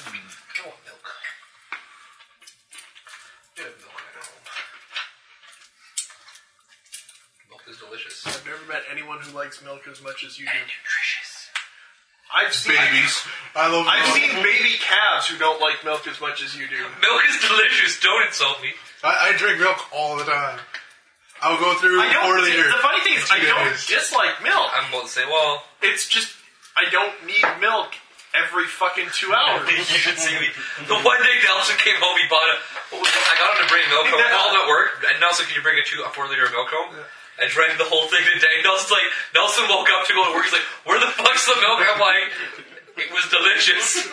have milk at home. Milk is delicious. I've never met anyone who likes milk as much as you do. nutritious. I've seen Babies. I love. I've milk. seen baby calves who don't like milk as much as you do. Milk is delicious. Don't insult me. I, I drink milk all the time. I'll go through I don't. four liters. The funny thing is, I Two don't days. dislike milk. I'm going to say, well, It's just I don't need milk every fucking two hours. you should see me. The one day Nelson came home, he bought a. what was it? I got him to bring milk home. Yeah. Called at work, and Nelson, can you bring a two, a four liter of milk home? I drank the whole thing today. Nelson's like, Nelson woke up to go to work. He's like, where the fuck's the milk? I'm like, it was delicious.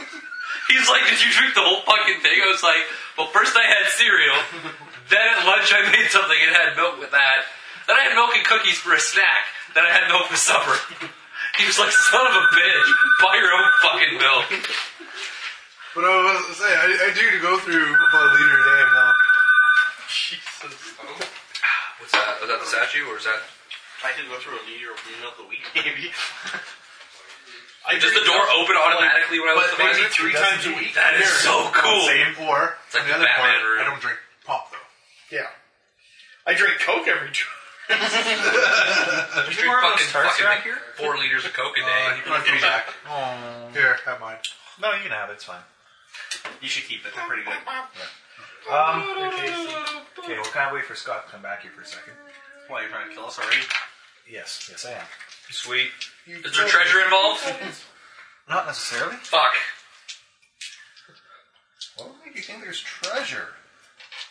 He's like, did you drink the whole fucking thing? I was like, well, first I had cereal. Then at lunch I made something and had milk with that. Then I had milk and cookies for a snack. Then I had milk for supper. He was like, son of a bitch, buy your own fucking milk. But I was saying, I, I do go through about a liter a day of milk. What's that? Is that the statue or is that? I did go through a liter of milk a week, maybe. I Does the door open automatically when I lift the but visor? maybe three times a week. That is so cool. Same or It's like on the other the part, Batman room. I don't drink pop though. Yeah. I drink Coke every day. You drink fucking, fucking like four liters of Coke a day. Uh, you can come back. Here, have mine. no, you can have it. It's fine. You should keep it. They're pretty good. Um, okay, we'll kind of wait for Scott to come back here for a second. Why you're trying to kill us already? Yes, yes, I am. Sweet. Is there treasure involved? Not necessarily. Fuck. What would make you think there's treasure?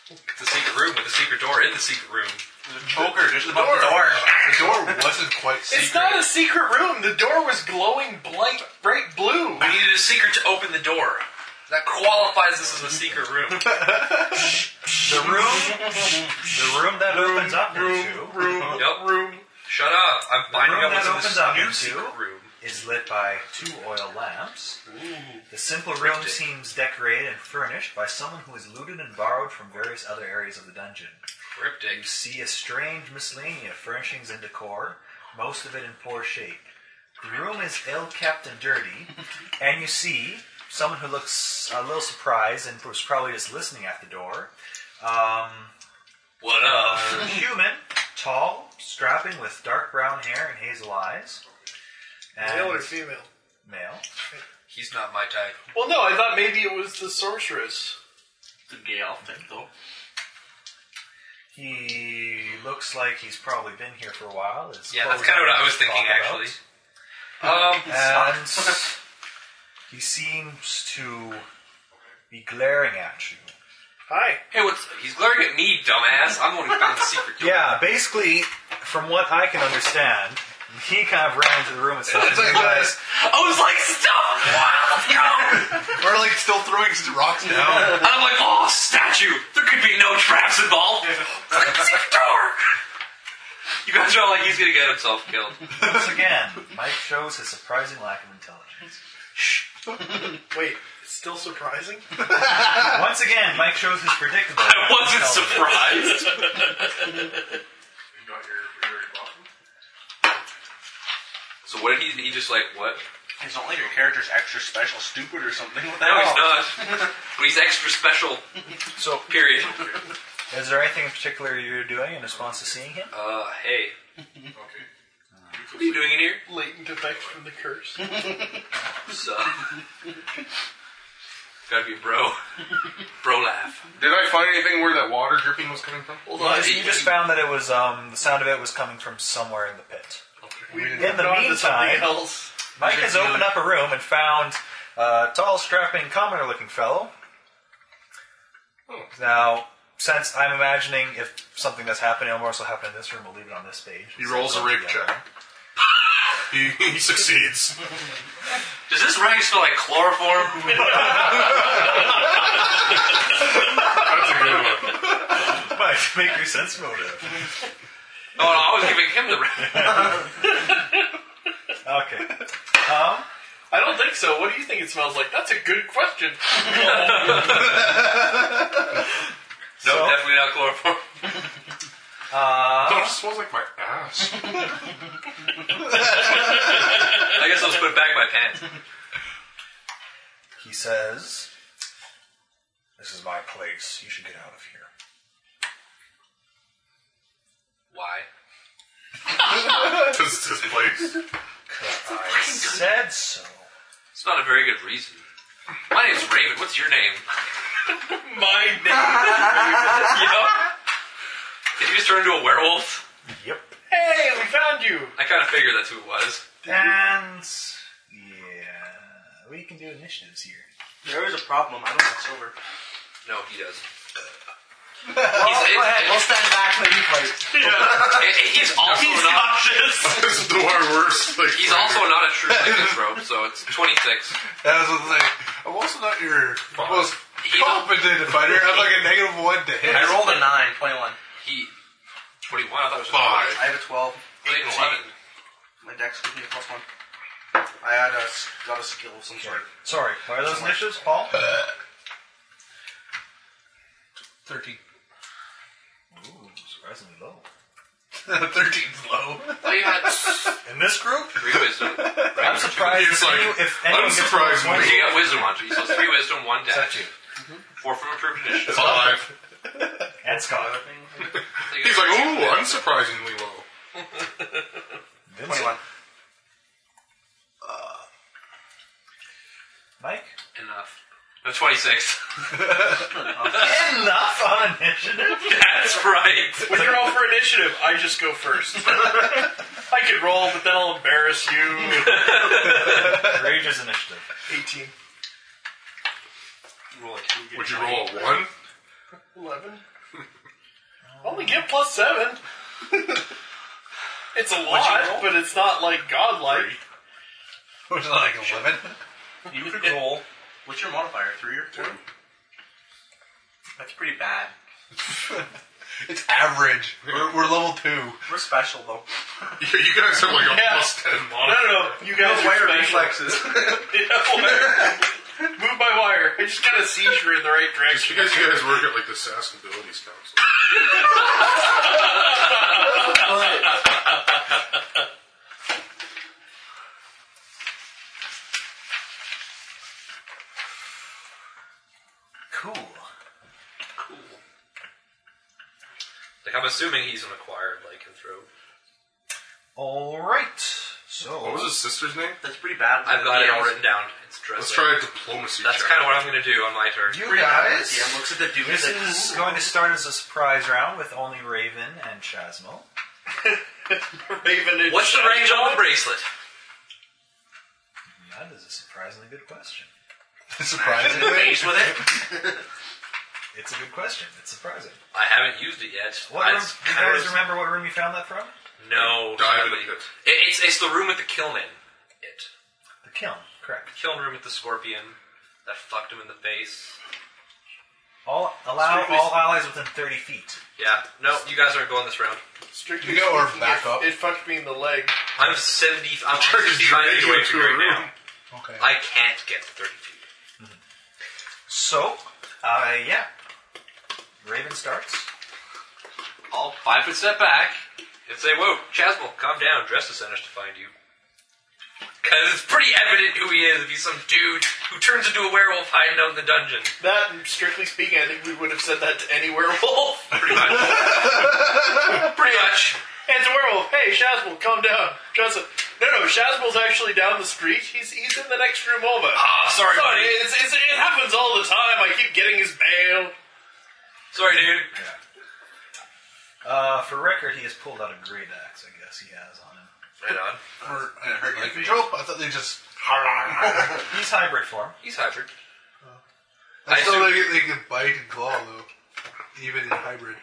It's a secret room with a secret door in the secret room. Poker just above the door. The door wasn't quite secret. It's not a secret room. The door was glowing blank, bright blue. We needed a secret to open the door. That qualifies this as a secret room. The room, the room that opens up into, Yep. Room. Shut up. I'm the finding room out that what's in opens this up new into secret room. is lit by two oil lamps. Ooh. The simple room seems decorated and furnished by someone who has looted and borrowed from various other areas of the dungeon. Cryptic. You see a strange miscellany of furnishings and decor, most of it in poor shape. The room is ill kept and dirty, and you see someone who looks a little surprised and was probably just listening at the door. Um, what up? human, tall, strapping, with dark brown hair and hazel eyes. Male or female? Male. He's not my type. Well, no, I thought maybe it was the sorceress. The gay elf thing, though. He looks like he's probably been here for a while. His Yeah, that's clothes kind of what aren't I was thinking, spot about. actually. Um, and he seems to be glaring at you. Hi. Hey, what's. He's glaring at me, dumbass. I'm the one who found the secret door. Yeah, basically, from what I can understand, he kind of ran into the room and stuff. That's and you like- guys, I was like, stop! We're like still throwing rocks down. And I'm like, oh, statue! There could be no traps involved! Click the secret door! You guys are all like, he's gonna get himself killed. once again, Mike shows his surprising lack of intelligence. Wait, it's still surprising? Once again, Mike shows his predictable. I lack of wasn't intelligence. So what did he, he just like, what? It's not like your character's extra special, stupid, or something. What the No, he's hell? not. But he's extra special. So, period. Is there anything in particular you're doing in response to seeing him? Uh, hey. What are you doing in here? Latent effect from the curse. So, gotta be bro. Bro laugh. Did I find anything where that water dripping was coming from? you just, you just found that it was um, the sound of it was coming from somewhere in the pit. In the gone to something meantime, else. Mike has opened up a room and found a tall, strapping, commoner-looking fellow. Oh. Now, since I'm imagining if something that's happening will also happen in this room, we'll leave it on this page. He rolls a rape check. He, he succeeds. Does this rank smell like chloroform? That's a good one. Mike, make your sense motive. Oh, no, I was giving him the rank. Okay. Um, I don't think so. What do you think it smells like? That's a good question. No, definitely not chloroform. Uh, Don't smells like my ass. I guess I'll just put back my pants. He says, This is my place. You should get out of here. Why? Because it's his place. I said so. It's not a very good reason. My name's Raven. What's your name? My name. you know? Did you just turn into a werewolf? Yep. Hey, we found you. I kind of figured that's who it was. And yeah, we can do initiatives here. There is a problem. I don't have silver. No, he does. go ahead. We'll stand back. Let you Yeah. He's also not. this is the one worst. Like, He's also not a true lycanthrope, so it's 26. That was the thing. I'm also not your most competent fighter. I'm like a negative one to hit. I rolled a 9, 21. He. 21. I thought it was I 25. have a 12. Eight and My 11. dex gives me a plus 1. I had a, s- got a skill of some sort. Sorry, what are those initiatives, Paul? 13. Ooh, surprisingly low. 13's low. Oh, you had In this group? three wisdom. I'm surprised if, any, if anyone gets surprised one. You got wisdom on you, so it's three wisdom, one death. Four from improved initiative. Five. And Scott. He's like, ooh, unsurprisingly low. 21. Uh, Mike? Enough. No, 26. Enough on initiative? That's right. When you're all for initiative, I just go first. I could roll, but then I'll embarrass you. Rage's initiative. 18. Would you roll a one? 11. Only get plus 7. It's a lot, but it's not like godlike. Was it like 11? You could roll. What's your modifier? 3 or 2? That's pretty bad. It's average. We're, we're level two. We're special though. you guys are like a plus ten. reflexes. Move my wire. I just got a seizure in the right Just direction. because you guys work at like the SAS Abilities Council. Cool. Like I'm assuming he's an acquired lycanthrope. All right. So What was his sister's name? That's pretty bad. I've got it all written down. It's dressed. Let's try a diplomacy That's check. kind of what I'm going to do on my turn. You guys, Yeah, looks at the dude this and like, is "Ooh." going to start as a surprise round with only Raven and Chasmo. What's the range on the bracelet? That is a surprisingly good question. Surprising. Face with it. It's a good question. It's surprising. I haven't used it yet. What room, That's do you kind guys of- remember what room you found that from? No. Dive in sadly. a pit. It, it's it's the room with the kiln in it. The kiln, correct. The kiln room with the scorpion that fucked him in the face. All allow Strictly- all allies within thirty feet. Yeah. No, you guys aren't going this round. Strictly You know, or speaking, back it- up. It fucked me in the leg. I'm seventy. I'm trying to get away from you right now. Okay. I can't get to thirty feet. So, uh, yeah. Raven starts. I'll five foot step back and say, "Whoa, Chasmal, calm down. Dress the centers to find you." Because it's pretty evident who he is. If he's some dude who turns into a werewolf hiding out in the dungeon. That, and strictly speaking, I think we would have said that to any werewolf. Pretty much. pretty much. Hey, it's a werewolf. Hey, Shazbul, calm down. Shazbul. No, no, Shazbul's actually down the street. He's he's in the next room over. Ah, sorry, buddy. It's, it's, it happens all the time. I keep getting his mail. Sorry, dude. Uh, for record, he has pulled out a great axe. I guess he has on him. Right on. Or, I heard mind control. I thought they just. He's hybrid form. He's hybrid. I I still assume- think they can bite and claw though, even in hybrid.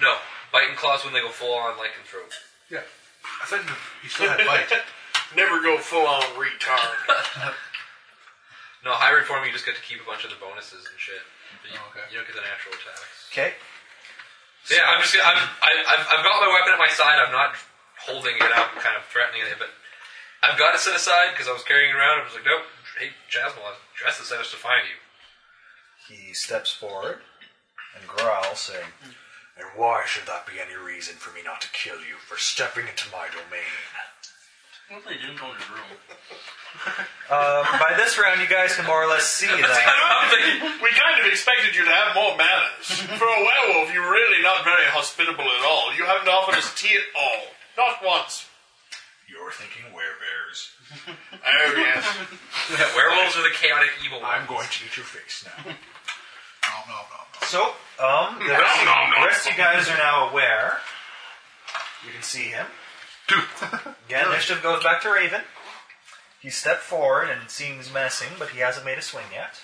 No, bite and claws when they go full on lycanthrope. Yeah. I thought you- you still had bite. Never go full on retard. No, hybrid form you just get to keep a bunch of the bonuses and shit. But you, Oh, okay. you don't get the natural attacks. Okay. So yeah, I'm just gonna- I'm, I, I've, I've got my weapon at my side. I'm not holding it up, kind of threatening it, but I've got it set aside because I was carrying it around. I was like, nope, hey, Jasmine, I'll dress the centers to find you. He steps forward and growls, saying, "And why should that be any reason for me not to kill you for stepping into my domain?" Well, they didn't go in the room. Um, by this round, you guys can more or less see that. we kind of expected you to have more manners. For a werewolf, you're really not very hospitable at all. You haven't offered us tea at all. Not once. You're thinking werebears. Oh, yes. Yeah, werewolves are the chaotic evil ones. I'm going to eat your face now. nom nom nom. nom. So, um, the rest, the rest you guys are now aware. You can see him. Again, initiative goes back to Raven. He stepped forward and seems menacing, but he hasn't made a swing yet.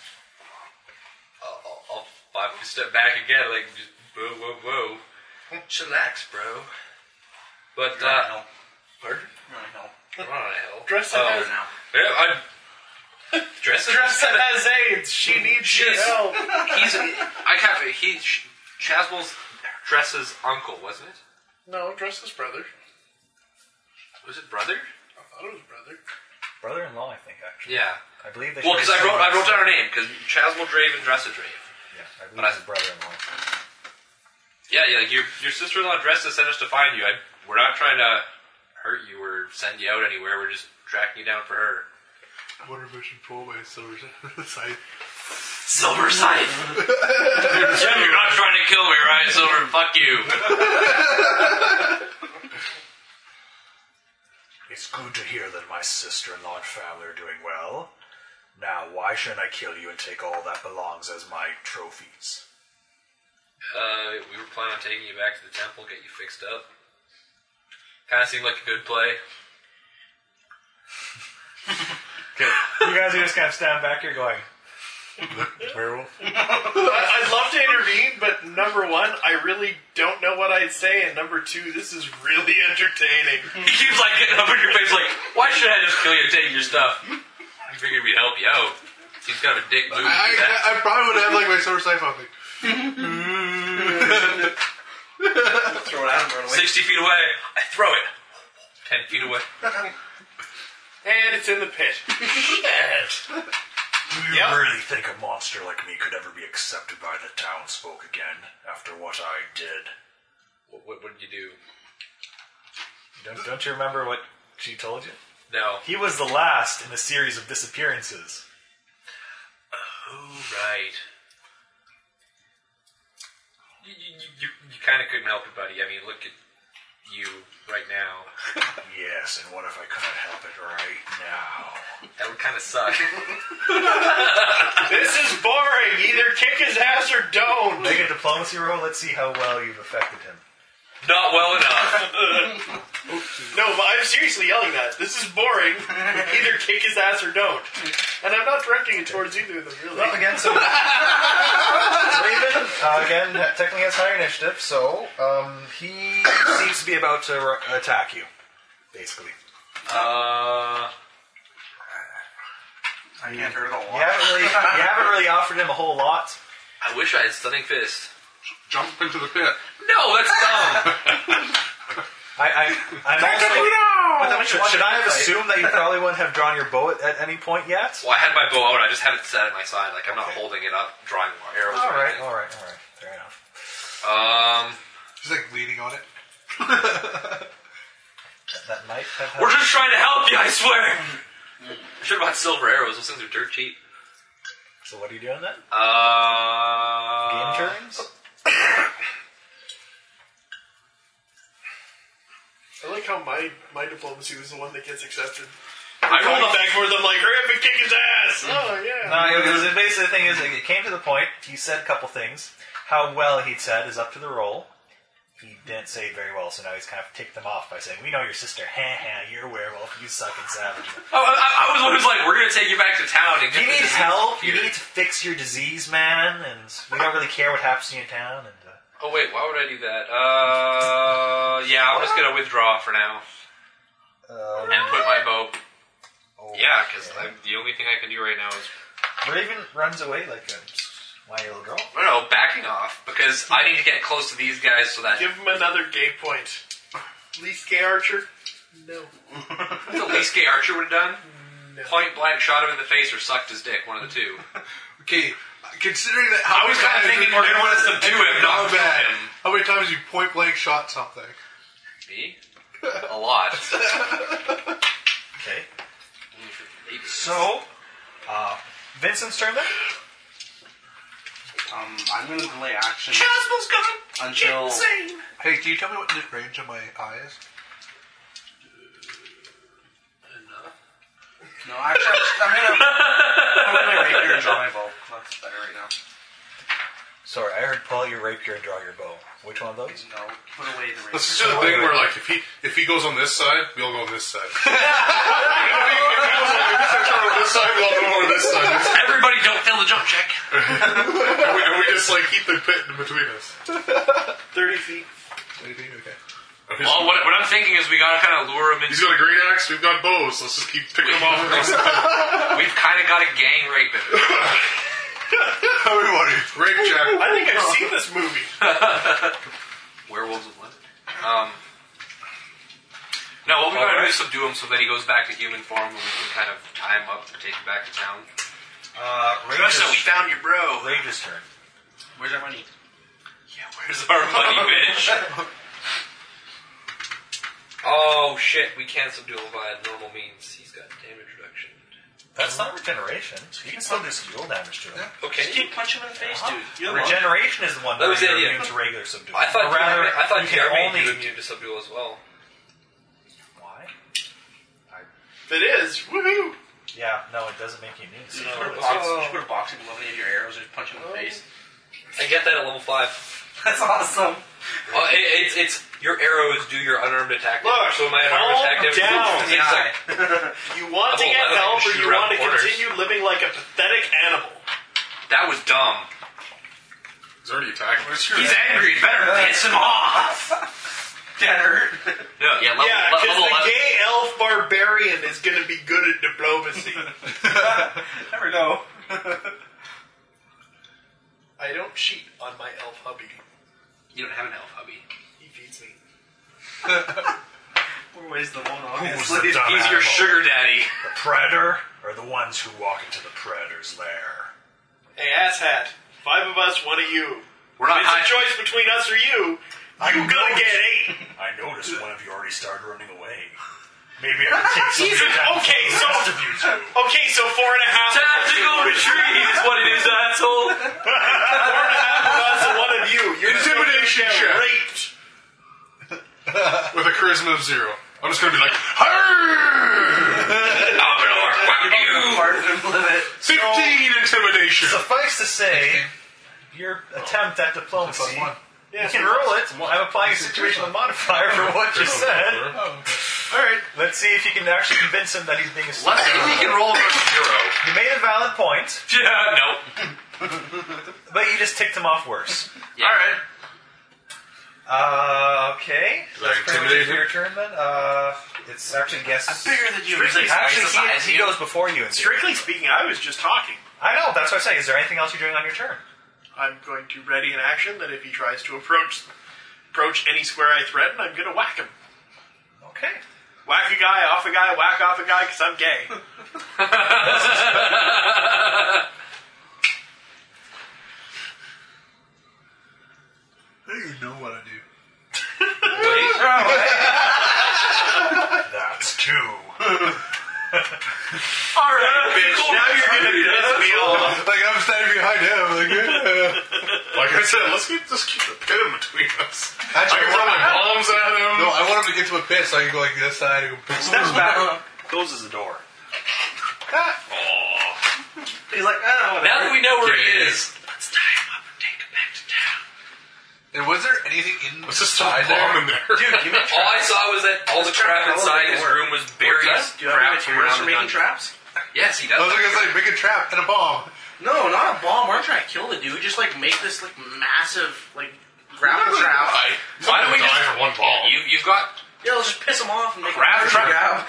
I'll, I'll, I'll five step back again, like just whoa, whoa, whoa. Chillax, bro. But You're on a uh, hill. pardon? You're on a hill. We're on a hill. Dress Oh, up as now. yeah, I'm dressed Dress up as AIDS. She needs your She's- help. He's I can't. He Chasmel's dresses uncle, wasn't it? No, dress as brother. Was it brother? I thought it was brother. Brother-in-law, I think, actually. Yeah. I believe they. Well, share the because I same wrote I last wrote down her name. name because Chasmel Drave and Dressa Drave. Yeah, I But I- believe it's brother-in-law. Yeah, yeah. Like your your sister in law dressed to send us to find you. I, we're not trying to hurt you or send you out anywhere. We're just tracking you down for her. Water motion pull by silver side. Silver scythe. You're not trying to kill me, right, Silver? Fuck you. It's good to hear that my sister-in-law and family are doing well. Now, why shouldn't I kill you and take all that belongs as my trophies? Uh, we were planning on taking you back to the temple, get you fixed up. Kind of seemed like a good play. Okay, you guys are just kind of standing back here going, werewolf. I- I'd love to intervene, but number one, I really don't know what I'd say, and number two, this is really entertaining. He keeps like getting up in your face, like, why should I just kill you and take your stuff? I figured we'd help you out. He's kind of a dick move. I, I, I probably would have like my silver side off. Like, throw it at him right away. 60 feet away, I throw it. 10 feet away. And it's in the pit. Shit. Do you really think a monster like me could ever be accepted by the townsfolk again after what I did? What, what would you do? Don't, don't you remember what she told you? No. He was the last in a series of disappearances. Oh, right. You, you, you, you kind of couldn't help it, buddy. I mean, look at you right now. Yes, and what if I couldn't help it right now? That would kind of suck. this is boring. Either kick his ass or don't. Make a diplomacy roll. Let's see how well you've affected him. Not well enough. no, but I'm seriously yelling that. This is boring. Either kick his ass or don't. And I'm not directing it towards either of them, really. Well, again, so Raven uh, again technically has higher initiative, so um, he seems to be about to r- attack you, basically. Uh, I can't hurt a lot. You haven't really, you haven't really offered him a whole lot. I wish I had stunning fist. Jump into the pit. No, that's dumb. I, I, I'm also, But that was should, one should I have right? assumed that you probably wouldn't have drawn your bow at, at any point yet? Well, I had my bow out. I just had it set at my side. Like I'm not holding it up, drawing more arrows. All or right, anything. all right, all right. Fair enough. Um, She's like leaning on it. That might have we're just trying to help you. I swear. I should have bought silver arrows. Those things are dirt cheap. So what are you doing then? Uh, Game turns. I like how my, my diplomacy was the one that gets accepted. I rolled it back forth. I'm like, hurry up and kick his ass. Oh, yeah. No, it was basically the thing is it came to the point. He said a couple things. How well he'd said is up to the roll. He didn't say very well, so now he's kind of ticked them off by saying, "We know your sister. Ha ha. You're a werewolf. You suck and savage." Oh, I, I, I was one who's like, we're gonna take you back to town. You And get the need disease help. You cured." need to fix your disease, man. And we don't really care what happens to you in town. And uh, Oh wait, why would I do that? Uh, yeah, I'm just gonna withdraw for now Um, and put my bow. oh, Yeah, because the only thing I can do right now is Raven runs away like a whiny little girl. I don't know, backing off because I need to get close to these guys so that Give him another gay point. Least gay archer? No. the least gay archer would have done. Point blank shot him in the face or sucked his dick, one of the two. Okay, considering that I was kinda thinking more than wanted to do him, How not bad? him. How many times you point blank shot something? Me? A lot. Okay. So, uh, Vincent's turn then. Um, I'm going to delay action Chasmo's gone until Hey, can you tell me what the range of my eye is? No, actually, I'm gonna. I'm gonna rape you and draw my bow. That's better right now. Sorry, I heard pull out your rapier and draw your bow. Which one of those? No, put away the Let's just do the thing where like if he if he goes on this side, we all go on this side. if he goes on this side, we all go on this side. Everybody, don't fail the jump check. and, we, and we just like keep the pit in between us. 30 feet. Okay. Well, what, what I'm thinking is we gotta kind of lure him into. He's got a great axe. We've got bows. Let's just keep picking them off. across the pit. We've kind of got a gang rape him. Everybody, rape check. I think I've seen this movie. Werewolves with London. Um, no, what we gotta do is subdue him so that he goes back to human form and we can kind of tie him up and take him back to town. Uh, Russo, we found your bro. Ranger's turn. Where's our money? Where's our money, bitch? oh shit, we can't subdue him by normal means. He's got damage reduction. That's not regeneration. You can still do some dual damage to him. Okay. Uh-huh. Just keep punching him in the face, dude. You're the monk. Regeneration is the one That that was is it, yeah. immune to regular subdue. I thought Or rather, Jeremy- I thought you can Jeremy only was immune to subdue as well. Why? It is. Woohoo! Yeah, no, it doesn't make you immune. Just No, put a it's- box- just put a boxing glove in your arrows and just punch him in the face. I get that at level five. That's awesome. Well, it, it's it's your arrows do your unarmed attack. damage. Look, so my unarmed calm attack damage down. is six seconds. You want to I'm get allowed to help or shoot you around want to corners. continue living like a pathetic animal? That was dumb. He's already attacking. He's angry. Better piss him off. Better. No, yeah, level, yeah, le- because level the 11. gay elf barbarian is going to be good at diplomacy. Never know. I don't cheat on my elf hubby. You don't have an elf hubby. He feeds me. Where's the one, Who's obviously? the dumb He's your animal? sugar daddy. The predator or the ones who walk into the predator's lair? Hey, asshat. Five of us, one of you. We're not If it's high- a choice between us or you. I You gonna noticed- get eight. I noticed one of you already started running away. Maybe I could take some He's of an- your time okay, for the so- rest of you two. Okay, so four and a half. Tactical retreat is what it is, asshole. four and a half of us, and one of you. You're Intimidation gonna get check. raped. With a charisma of zero. I'm just going to be like, Armador, Fifteen intimidation. Suffice to say, your attempt at diplomacy. You can roll it. I'm applying a situational modifier for what you said. Oh. All right. Let's see if you can actually convince him that he's being a Let's see if he can roll a zero. You made a valid point. Yeah, no. But you just ticked him off worse. All right. Uh, okay. That's pretty much intimidated? your turn then. Uh, it's actually guess. I'm bigger than you. He's like twice the Actually, size of he, he you. goes before you. And Strictly speaking, I was just talking. I know. That's what I'm saying. Is there anything else you're doing on your turn? I'm going to ready an action that if he tries to approach approach any square I threaten, I'm going to whack him. Okay. Whack a guy, off a guy, whack off a guy, because I'm gay. I don't even know what I do. That's two. All right, bitch. Now you're gonna piss me off. Like I'm standing behind him. Like, yeah. Like I said, let's keep just keep the pin between us. Actually, I can throw my bombs at him. No, I want him to get to a pit so I can go like this side and go piss. Steps back, closes the door. Ah. He's like, oh, Now that we know where he is, And was there anything in Let's just inside throw a bomb there? in there. dude, all I saw was that all the crap inside his room was buried crap from around the dungeon. traps? Yes, he does. I was gonna say, make a trap and a bomb. No, not a bomb. We're not trying to kill the dude. Just like make this like massive like We're gravel not gonna trap. die. Why don't we die just for one ball? you you've got Yeah, let's just piss him off and make Grab him trap. grab.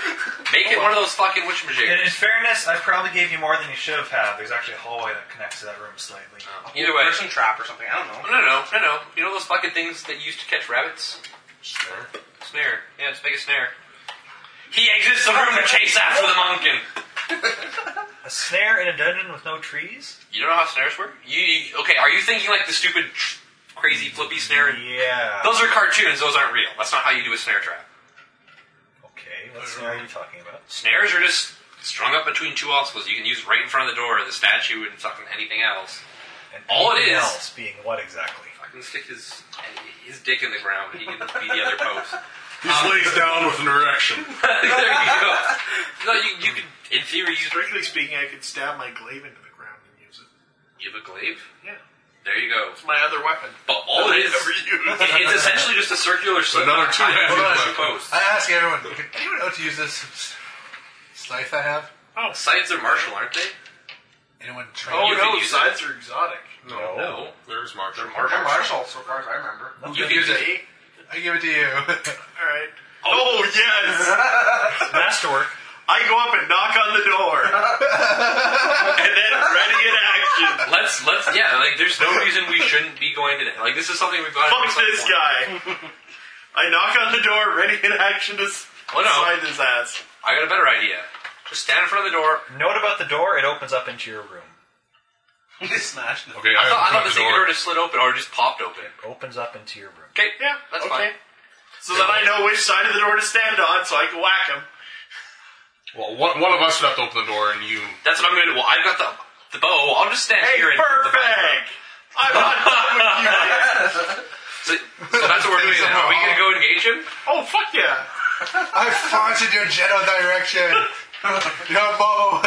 make it one of those fucking witch In, in machines. fairness, I probably gave you more than you should have had. There's actually a hallway that connects to that room slightly. Oh. Either way, Person trap or something. I don't know. no, no, no, no. You know those fucking things that you used to catch rabbits? Snare. Yeah, just make a snare. He exits the room to chase after the monkin. A snare in a dungeon with no trees? You don't know how snares work? You, you okay? Are you thinking like the stupid, tr- crazy, flippy snare? Yeah. Those are cartoons. Those aren't real. That's not how you do a snare trap. Okay, what snare are you talking about? Snares are just strung up between two obstacles. You can use right in front of the door, the statue, and fucking anything else. And All it anything is- else being what exactly? I can stick his his dick in the ground. He can be the other post. He just lays down with an erection. there you go. No, you, you could in theory use Strictly speaking, I could stab my glaive into the ground and use it. you have a glaive. Yeah. There you go. It's my other weapon. But all it is, it- it's essentially just a circular slip. Another two handed Hold on, weapon. two posts. I ask everyone, did anyone else use this s- scythe I have? Oh, scythes are martial, aren't they? Anyone Oh trained? You can no, use sides are exotic. No, No. there's Marshall. They're martial. Marshall, so far as I remember. You can use it. I give it to you. All right. Oh yes! Masterwork. I go up and knock on the door, and then ready in action. Let's let's yeah, like there's no reason we shouldn't be going to that. Like this is something we've got. Fuck this guy. I knock on the door, ready in action to s- Well, Oh, no. slide his ass. I got a better idea. Just stand in front of the door. Note about the door, it opens up into your room. Just smash the. Okay, I, I thought, I thought the opened the secret door door. just slid open or just popped open. Opens up into your room. Okay, Yeah, that's okay. fine. So that I know which side of the door to stand on, so I can whack him. Well, one, one of us would have to open the door, and you. That's what I'm gonna do. Well, I've got the the bow. I'll just stand Hey, here and put the bow down. perfect. I'm not done with you. yet. So, so that's what we're doing. Now. Are we gonna go engage him? Oh fuck yeah! I followed your Jedi direction. Your Bobo,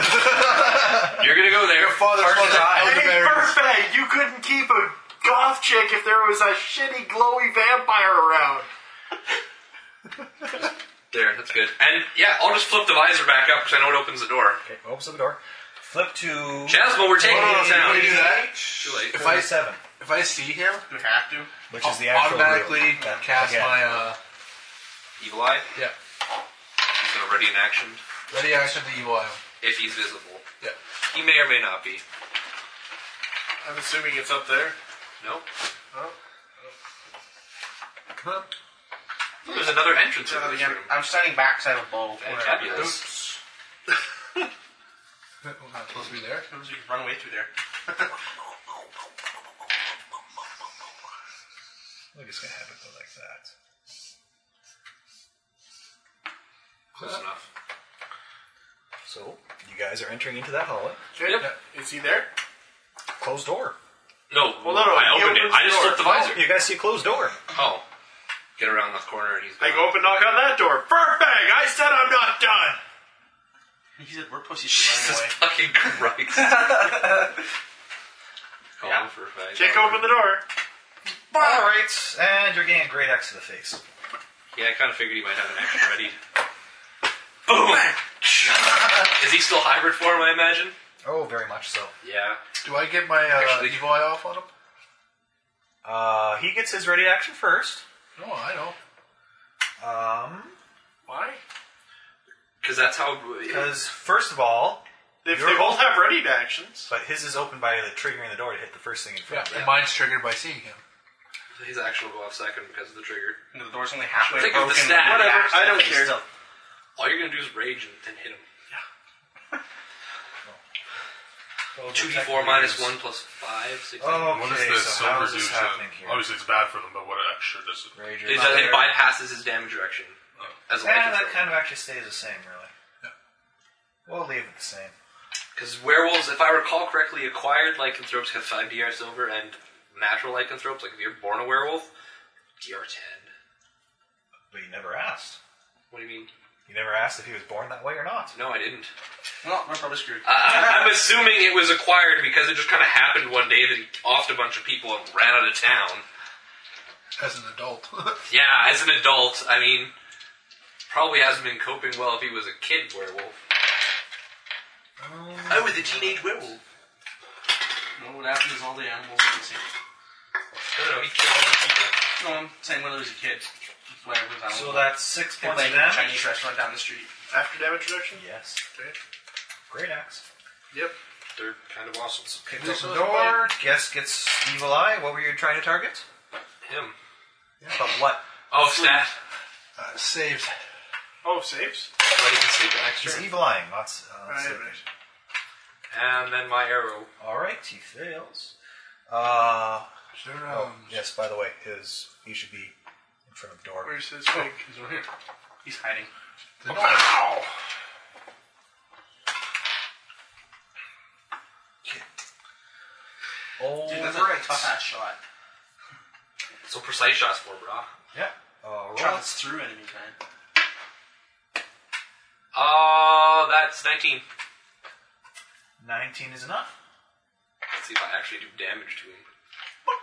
You're gonna go there. your father was Hey, elderberries. perfect. You couldn't keep a goth chick if there was a shitty glowy vampire around. There, that's good. And yeah, I'll just flip the visor back up because I know it opens the door. Okay, opens up the door. Flip to Jasmine, we're taking Oh, the town. you do that? Too late. If I, thirty-seven, if I see him, We have to. which I'll is the actual automatically room. That- cast again. my uh, Evil Eye. Yeah. He's gonna ready in action ready action to evil eye. if he's visible. Yeah. He may or may not be. I'm assuming it's up there. No. There's another entrance So in this I'm, room. I'm standing backside of a bowl. Fabulous. We're not supposed to be there. Suppose we can run away through there. I think it's gonna have to go like that. Close enough. So you guys are entering into that hallway. Yep. Is he there? Closed door. No, well, no, no, I opened it. I just flipped the visor. You guys see a closed door. Oh. Get around the corner and he's I go up and knock on that door. Perfect! I said I'm not done! He said, we're pussies for running away. fucking Christ. Call him for a fight. Kick open the door. All right, and you're getting a great axe to the face. Yeah, I kind of figured he might have an action ready. Boom! Is he still hybrid form, I imagine? Oh, very much so. Yeah. Do I get my uh, Actually- evil eye off on him? Uh, he gets his ready action first. No, I know. Um, Why? Because that's how. uh, Because first of all, If you're they both open- have ready actions. but his is open by the triggering the door to hit the first thing in front. of And you. mine's triggered by seeing him. His action will go off second because of the trigger. No, the door's only halfway Think of broken. the stat. and the Whatever, axe I to don't the face care. Still. All you're gonna do is rage and, and hit him. Well, Two d technically four minus it's- one plus five. Six, Oh, what Okay, is the so how silver is this dude's happening uh, here? Obviously, it's bad for them, but what extra does it? Rager. It, does, it bypasses his damage direction. As a Yeah, Oh. yeah, that kind of actually stays the same, really. We'll leave it the same. Because werewolves, if I recall correctly, acquired lycanthropes have five DR silver, and natural lycanthropes, like if you're born a werewolf, DR ten. But you never asked. What do you mean? You never asked if he was born that way or not. No, I didn't. Well, we're probably screwed. I, I- I'm assuming it was acquired because it just kind of happened one day that he offed a bunch of people and ran out of town. As an adult. Yeah, as an adult, I mean, probably hasn't been coping well if he was a kid werewolf. I was Oh, a teenage werewolf. No, Um, what happened is all the animals were missing. I don't know, he killed a lot of people. No, I'm saying Um, when I was a kid. That's why I was animal. So that's six They points of played in a damage. Chinese restaurant down the street. After damage reduction? Yes. Great axe. Yep. They're kind of awesome. Kicks open the door. Guess gets evil eye. What were you trying to target? Him. But what? Oh, stat. Uh, saved. Oh, saves? Ready to save the next He's turn. evil eyeing. That's, uh, Right, saving. right. And then my arrow. All right, he fails. Uh, Sure, oh, um, yes. By the way, his he should be in front of the door. Where's his wig? He's right here. He's hiding. the noise. Oh, Dude, that's a tough ass shot. So precise shots for, brah. Yeah. All right. Travels through enemies, man. Uh, that's 19. Nineteen is enough. Let's see if I actually do damage to him.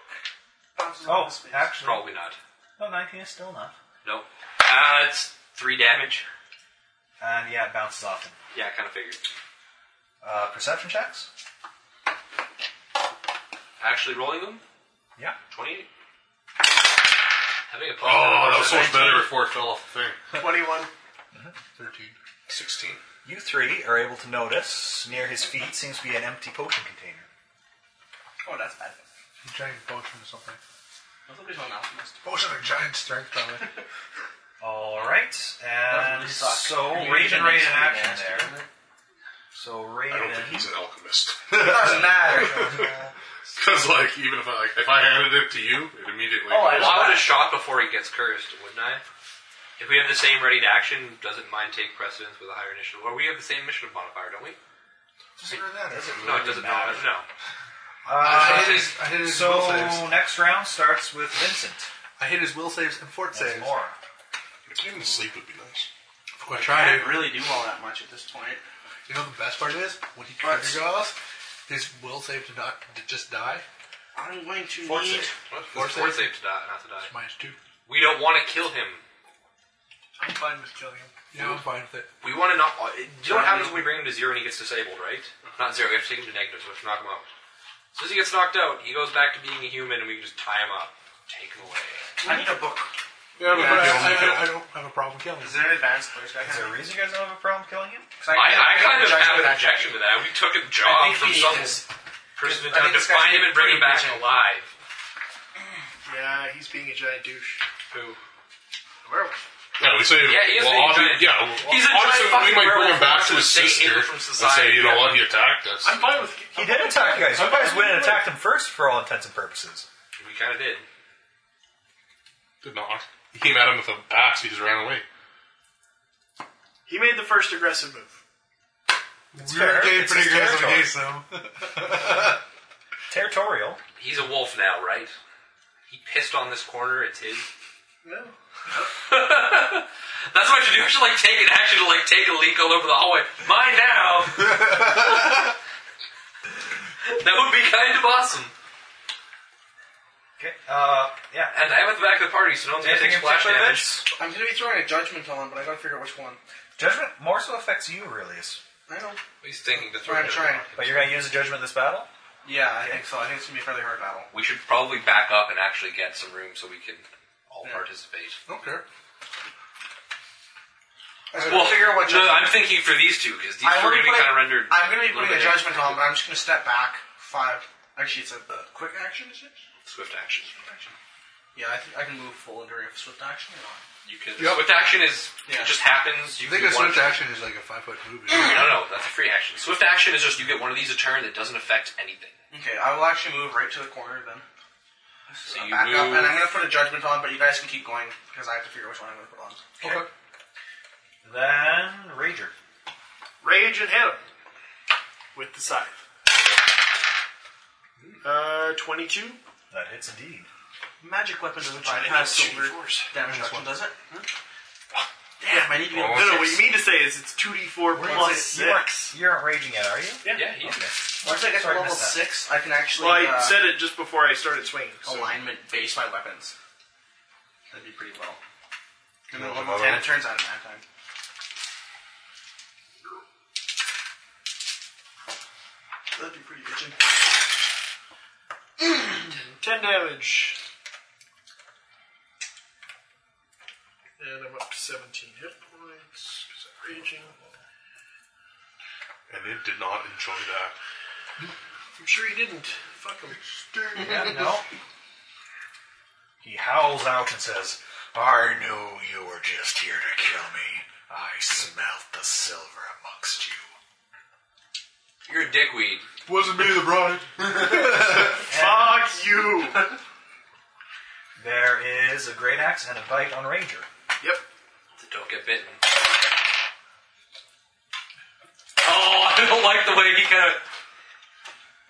Bounces off Oh, his face. actually, Probably not. no, nineteen is still enough. Nope. Uh, it's 3 damage. And yeah, it bounces off him. Yeah, I kind of figured. Uh, perception checks. Actually rolling them? Yeah. 28. Having a plus Oh, that was so much better 19. before it fell off the thing. 21. 13. 16. You three are able to notice near his feet seems to be an empty potion container. Oh, that's bad. He drank a potion or something. I hope he's not an alchemist. Potion of giant strength, probably. All right, and really suck. so You're Raven gonna Raid make in something action nasty, there. isn't it? So I Raven, don't think he's an alchemist. Doesn't matter. Because like, even if I like, if I handed it to you, it immediately. Oh, I goes- Well, I would have shot before he gets cursed, wouldn't I? If we have the same ready to action, doesn't mine take precedence with a higher initiative? Or we have the same mission modifier, don't we? Doesn't matter. No, it doesn't matter. No. I hit Uh, his, I hit his will so saves. next round starts with Vincent. I hit his will saves and fort That's saves. Mora. Even sleep would be nice. I I tried didn't to. really do all that much at this point. You know the best part is when he trigger goes, his will save to not to just die. I'm going to Fort need. save. Fort save. Fort save to die, not to die. Minus two. We don't want to kill him. I'm fine with killing him. Yeah, I'm fine with it. We want to not. uh, Do you know what happens when we bring him to zero and he gets disabled, right? Not zero, we have to take him to negative, so we have to knock him out. As soon as he gets knocked out, he goes back to being a human and we can just tie him up. Take him away. I need a book. Yeah, But but I, I- the only I- I hill. don't have a problem killing Is him. there an advanced place back Is there a reason you guys don't have a problem killing him? I, I kind of have an objection to that. We took a job think from we need some this. person in I town think to this guy's find him and bring him back pretty busy. alive. Yeah, he's being a giant douche. Who? Yeah, we say. Yeah, he is well, being obvi- giant. yeah, well, He's a honestly, giant fucking we might bring him werewolf back who to his wants to stay sister hidden from and society. say, you know what, he attacked us. I'm fine with. He did attack you guys. You guys went and attacked him first for all intents and purposes. We kind of did. Did not. He came at him with an axe. He just ran away. He made the first aggressive move. We were getting It's pretty his aggressive territory. against them. Territorial. He's a wolf now, right? He pissed on this corner. It's his. No. That's what you do. You should like take an action to like take a leak all over the hallway. Mine now. that would be kind of awesome. Okay. Uh, yeah. And I'm at the back of the party, so no one's gonna take splash damage. I'm going to be throwing a judgment on him, but I gotta figure out which one. Judgment more so affects you, really. is- I know. He's thinking to Trying, trying. But you're going to use a judgment in this battle? Yeah, I think so. I think it's gonna be a fairly hard battle. We should probably back up and actually get some room so we can all participate. Okay. Well, figure out what no, judgment- I'm thinking for these two because these I two are will going to be put- kind of rendered. I'm going to be little putting a bit judgment on, but I'm just going to step back five. Actually, it's a uh, quick action, is it? Swift action. Yeah, I think I can move full during a swift action or not. You can. Yep. Swift action is Yeah. it just happens. You I think you a want swift to. action is like a five foot move. No, no, no, that's a free action. Swift action is just you get one of these a turn that doesn't affect anything. Okay, I will actually move right to the corner then. So Uh, you back move. up, and I'm going to put a judgment on, but you guys can keep going because I have to figure out which one I'm going to put on. Okay. Then Rager. Rage and hit him with the scythe. Uh, twenty-two. That hits indeed. Magic weapon doesn't Which bypass minus two silver force. damage Minus reduction, one. does it? Huh? Hmm? Damn, I need to be No, on no. What Oh, six. you mean to say is it's two d four plus You aren't, six. you aren't raging yet, are you? Yeah. Yeah, he okay. Once I get to Sorry, level missed that. six, I can actually Well, I uh, said it just before I started swinging. so- alignment base my weapons. That'd be pretty well. And then Roll level another ten, one. it turns out in that time. That'd be pretty itching. Ten damage. And I'm up to seventeen hit points. 'cause I'm raging. And it did not enjoy that. I'm sure he didn't. Fuck him. Yeah, no. He howls out and says, I knew you were just here to kill me. I smelt the silver amongst you. You're a dickweed. Wasn't me the bride. Fuck you! There is a great axe and a bite on Ranger. Yep. So don't get bitten. Oh, I don't like the way he kind of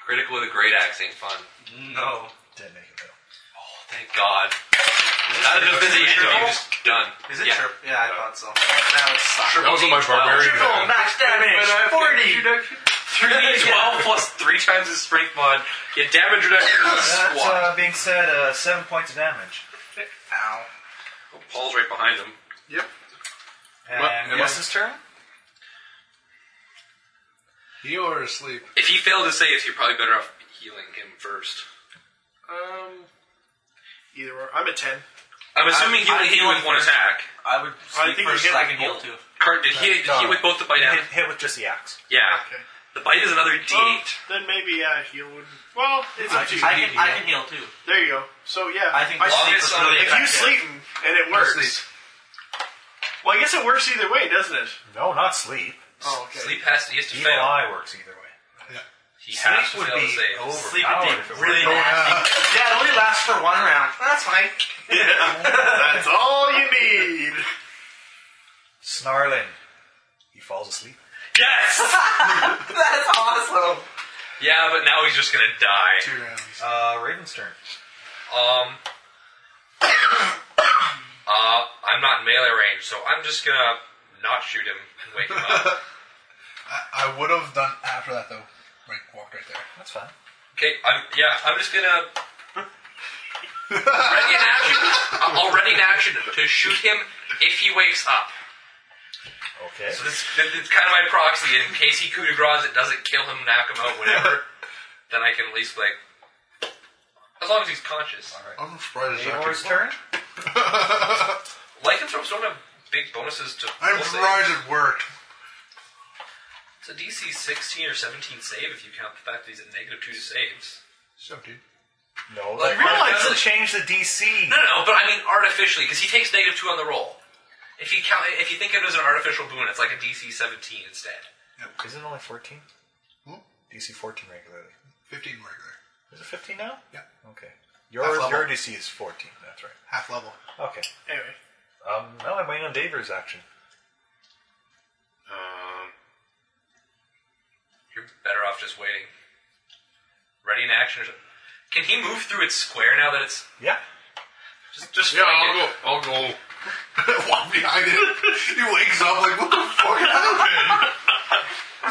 critical with a great axe ain't fun. No. Didn't make it though. Oh, thank God. That triple? just busy Is it you triple? just done. Is it yeah. trip? Yeah, I thought so. That would suck. That wasn't my barbarian. Triple then. max damage. Forty. Three D twelve plus three times his strength mod. Get damage reduction with That squat. uh, being said, uh, seven points of damage. Ow. Oh, Paul's right behind him. Yep. And What? Am I- Wes's turn? You are asleep. If he failed his saves, you're probably better off healing him first. Um. Either or. I'm at ten. I'm assuming he I- would I heal heal with him one first. attack. I would I sleep think first. you hit so I like can heal too. Card, did he, did he with both the bite Hit, and hit with just the axe. Yeah. Okay. The bite is another D8. Well, then maybe yeah, heal would. Well, it's up to you. I can, I can heal too. There you go. So yeah, I think Well, sleep it's is on really the- if you effective. sleep and it works. Well, I guess it works either way, doesn't it? No, not sleep. Oh, okay. Sleep has to, he has to Evil fail. eye works either way. He has to would fail be his save. overpowered Sleep indeed. if it Really weren't- nasty. Yeah, it only lasts for one round. That's fine. That's all you need. Snarling. He falls asleep. Yes! That's awesome. yeah, but now he's just gonna die. Two rounds. Uh, Raven's turn. Um. uh, I'm not in melee range, so I'm just gonna not shoot him and wake him up. I, I would have done after that though. Right, walked right there. That's fine. Okay, I'm yeah, I'm just gonna. ready in action. I'm already in action to shoot him if he wakes up. Okay. So this, this it's kind of my proxy in case he coup de grace it doesn't kill him, knock him out, whatever. then I can at least like, as long as he's conscious. All right. I'm surprised. it's not Evor's too- turn. Lycanthropes don't have big bonuses to. I'm will saves. surprised it worked. It's a DC 16 or 17 save if you count the fact that he's at negative two to saves. Seventeen. No, that Like, realize doesn't that- change the DC. No, no, but I mean artificially, because he takes negative two on the roll. If you count, if you think of it as an artificial boon, it's like a DC 17 instead. Isn't it only 14? DC 14 regularly. 15 Hmm? regular. Is it 15 now? Yeah. Okay. Your, Half level. your DC is 14, that's right. Half level. Okay. Anyway. Um, well, I'm waiting on Daver's action. Um, you're better off just waiting. Ready in action. Or something. Can he move through its square now that it's yeah? Just, just yeah, flank I'll it. go. I'll go. Walk behind it. He wakes up like, what the fuck happened?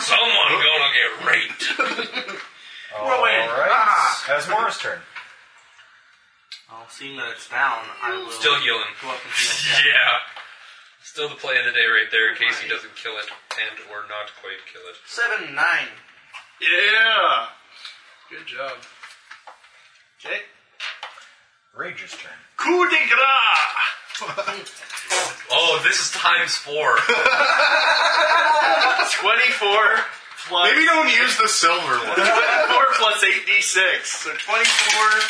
Someone gonna get raped. All right. Ah! That's Morris' turn. Well, seeing that it's down, I will Still healing. Go up and yeah. heal. Still the play of the day right there in case he doesn't kill it and or not quite kill it. Seven nine. Yeah. Good job. Okay. Rager's turn. Coup de grace. Oh, this is times four. 24 plus. Maybe don't use the silver one. 24 plus 8d6. So 24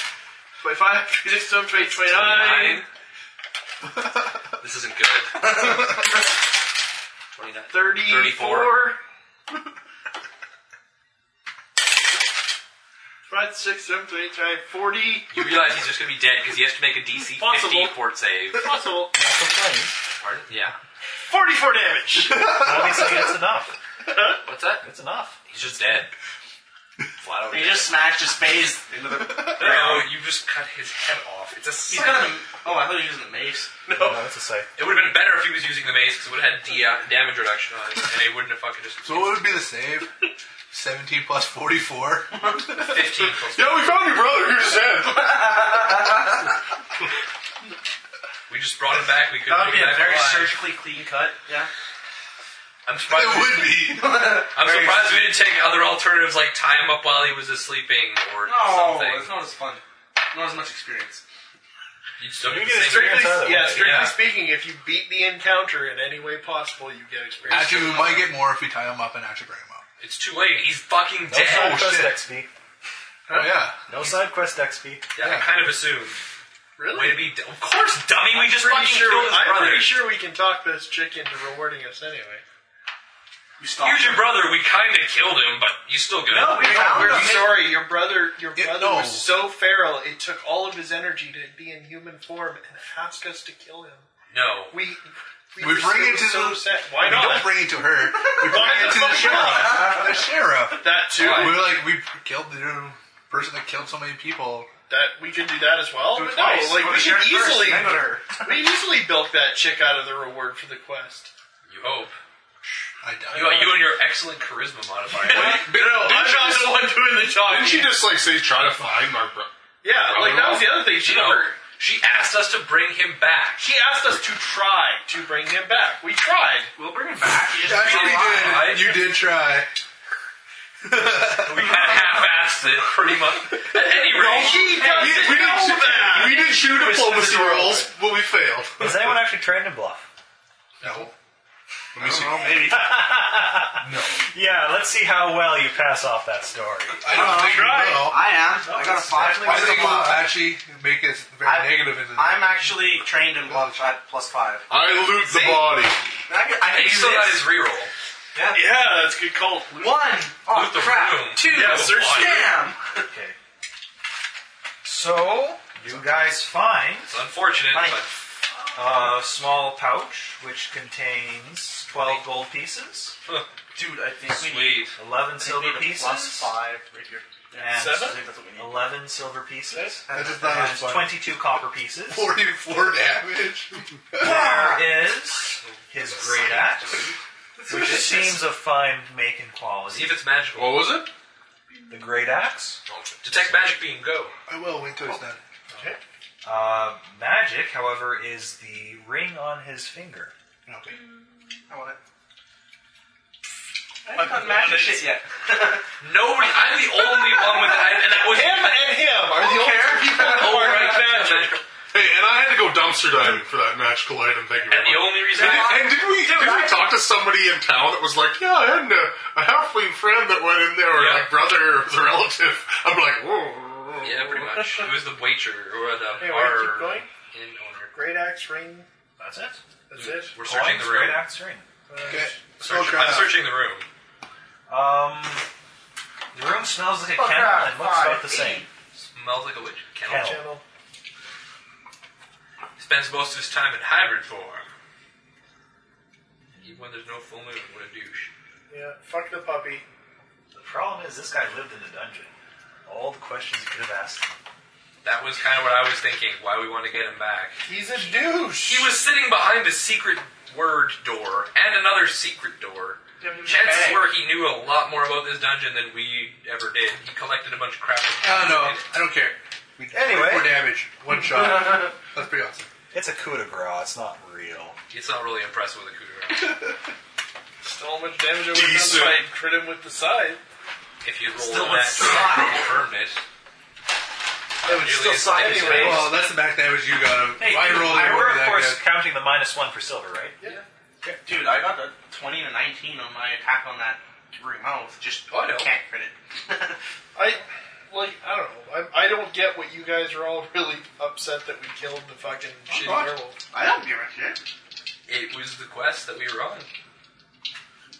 by 5, 26, 28, 29. This isn't good. 29. 34. 5, 6, 7, 8, 9, 40. You realize he's just gonna be dead because he has to make a DC 15 Possible. fort save. Possible. Pardon? Yeah. 44 damage. Obviously, that's enough. What's that? That's enough. He's just dead. Flat out. He dead. just smashed his face into the No, ground. you just cut his head off. It's a. He's scythe. got a. Oh, I thought he was using the mace. No, that's a save. It would have been better if he was using the mace because it would have had D- uh, damage reduction on it, and it wouldn't have fucking just. So what would be the save? 17 plus 44. 15 plus. Yeah, we found your brother. You're dead. We just brought him back. We could. That would be a very alive. surgically clean cut. Yeah. I'm surprised. It would be. I'm surprised we didn't take other alternatives like tie him up while he was sleeping or No, something. it's not as fun. Not as much experience. You'd still get You the need a same strictly- experience. Either yeah, way, strictly yeah. speaking, if you beat the encounter in any way possible, you get experience. Actually, we might get more if we tie him up and actually bring him up. It's too late. He's fucking Oh, No dead. side quest XP. Oh, yeah. No side quest XP. Yeah, I kind of assumed. Really? Way to be. d- Of course, dummy. We just Pretty fucking sure- killed his I'm brother. pretty sure we can talk this chick into rewarding us anyway. You stopped. Here's your brother. We kind of killed him, but you still good. No, we found are him. sorry. Your brother, your Yeah, brother no. was so feral. It took all of his energy to be in human form and ask us to kill him. No. We we, We were bring so, it to so the- upset. Why we don't not? bring it to her. We bring Why it to the the fuck not? sheriff. the sheriff. that too. We were like, we killed the person that killed so many people. That we can do that as well. Do it But twice. No, like Go we to can sheriff first, easily then go to her. we can easily bilk that chick out of the reward for the quest. You hope. I died. You, you and your excellent charisma modifier. no, I'm not the one doing the talking. Didn't she just like say try to find my brother? yeah, like that was the other thing. She No. never. She asked us to bring him back. She asked us to try to bring him back. We tried. We'll bring him back. He just Actually, made it. you did. You did try. We kind of half-assed it, pretty much. At any rate, He doesn't we did know shoot- that. We did shoot diplomacy Mr. rolls, but we failed. Is anyone actually trained in bluff? No. Let me see. Maybe. Yeah, let's see how well you pass off that story. I don't think Right. you will. I am. I got a five. I think it will actually make us very I- negative into this. I'm actually trained in glove at plus five. I loot the body. And I can, I can he do still got his this. reroll. Yeah. Yeah, that's a good call. One. Oh Loot the crap. room. Two. Yeah, search the Damn. Okay. So you guys find It's unfortunate, Money. but a small pouch which contains twelve gold pieces, Dude, I think we need. sweet. eleven I think we silver need a pieces, Plus five right here. and I think that's what we need. 11 silver pieces I just thought it and was funny. 22 copper pieces. 44 damage. There is his great axe, which seems of fine make and See quality. if it's magical. What was it? The great axe. Detect magic beam, go. I will wait till it's done. Uh, magic, however, is the ring on his finger. Okay. I want it. I haven't done magic shit yet. Nobody, I'm the only one with that, and that was Him and him are the only people that Oh, are right, magic. magic. Hey, and I had to go dumpster diving for that magical item. Thank you And very the much. only reason And, I, and did we did we talk to somebody in town that was like, yeah, I had a, a halfling friend that went in there, or Yeah. like brother, or was a relative. I'm like, whoa. whoa. Yeah, pretty much. It was the waiter or the Anyway, bar keep going. inn owner. Great axe ring. That's it. That's it. Oh, We're searching the room. Okay. Search- I'm searching the room. Um, the room smells like a Spellcraft kennel and looks five, about the same. Smells like a witch kennel. Kennel. Spends most of his time in hybrid form. Even when there's no full moon, what a douche. Yeah, fuck the puppy. The problem is this guy lived in a dungeon. All the questions he could have asked. That was kind of what I was thinking. Why we want to get him back? He's a douche. He was sitting behind a secret word door and another secret door. Chances Bang. were he knew a lot more about this dungeon than we ever did. He collected a bunch of crap. I don't know. I don't care. We Anyway. four damage, one shot. That's pretty awesome. It's a coup de grace. It's not real. It's not really impressive with a coup de grace. Still much damage I would have done if I had crit him with the side. if you Still roll would that, suck. confirmed it. It would still suck anyway. Well, that's the back damage you got. Hey, I dude, rolled I it over were of that course guy. counting the minus one for silver, right? Yeah. Dude, I got a 20 and a 19 on my attack on that room. I don't just Oh, I know. can't crit it. I like I don't know. I, I don't get what you guys are all really upset that we killed the fucking shitty God. werewolf. I don't give a shit. It was the quest that we were on.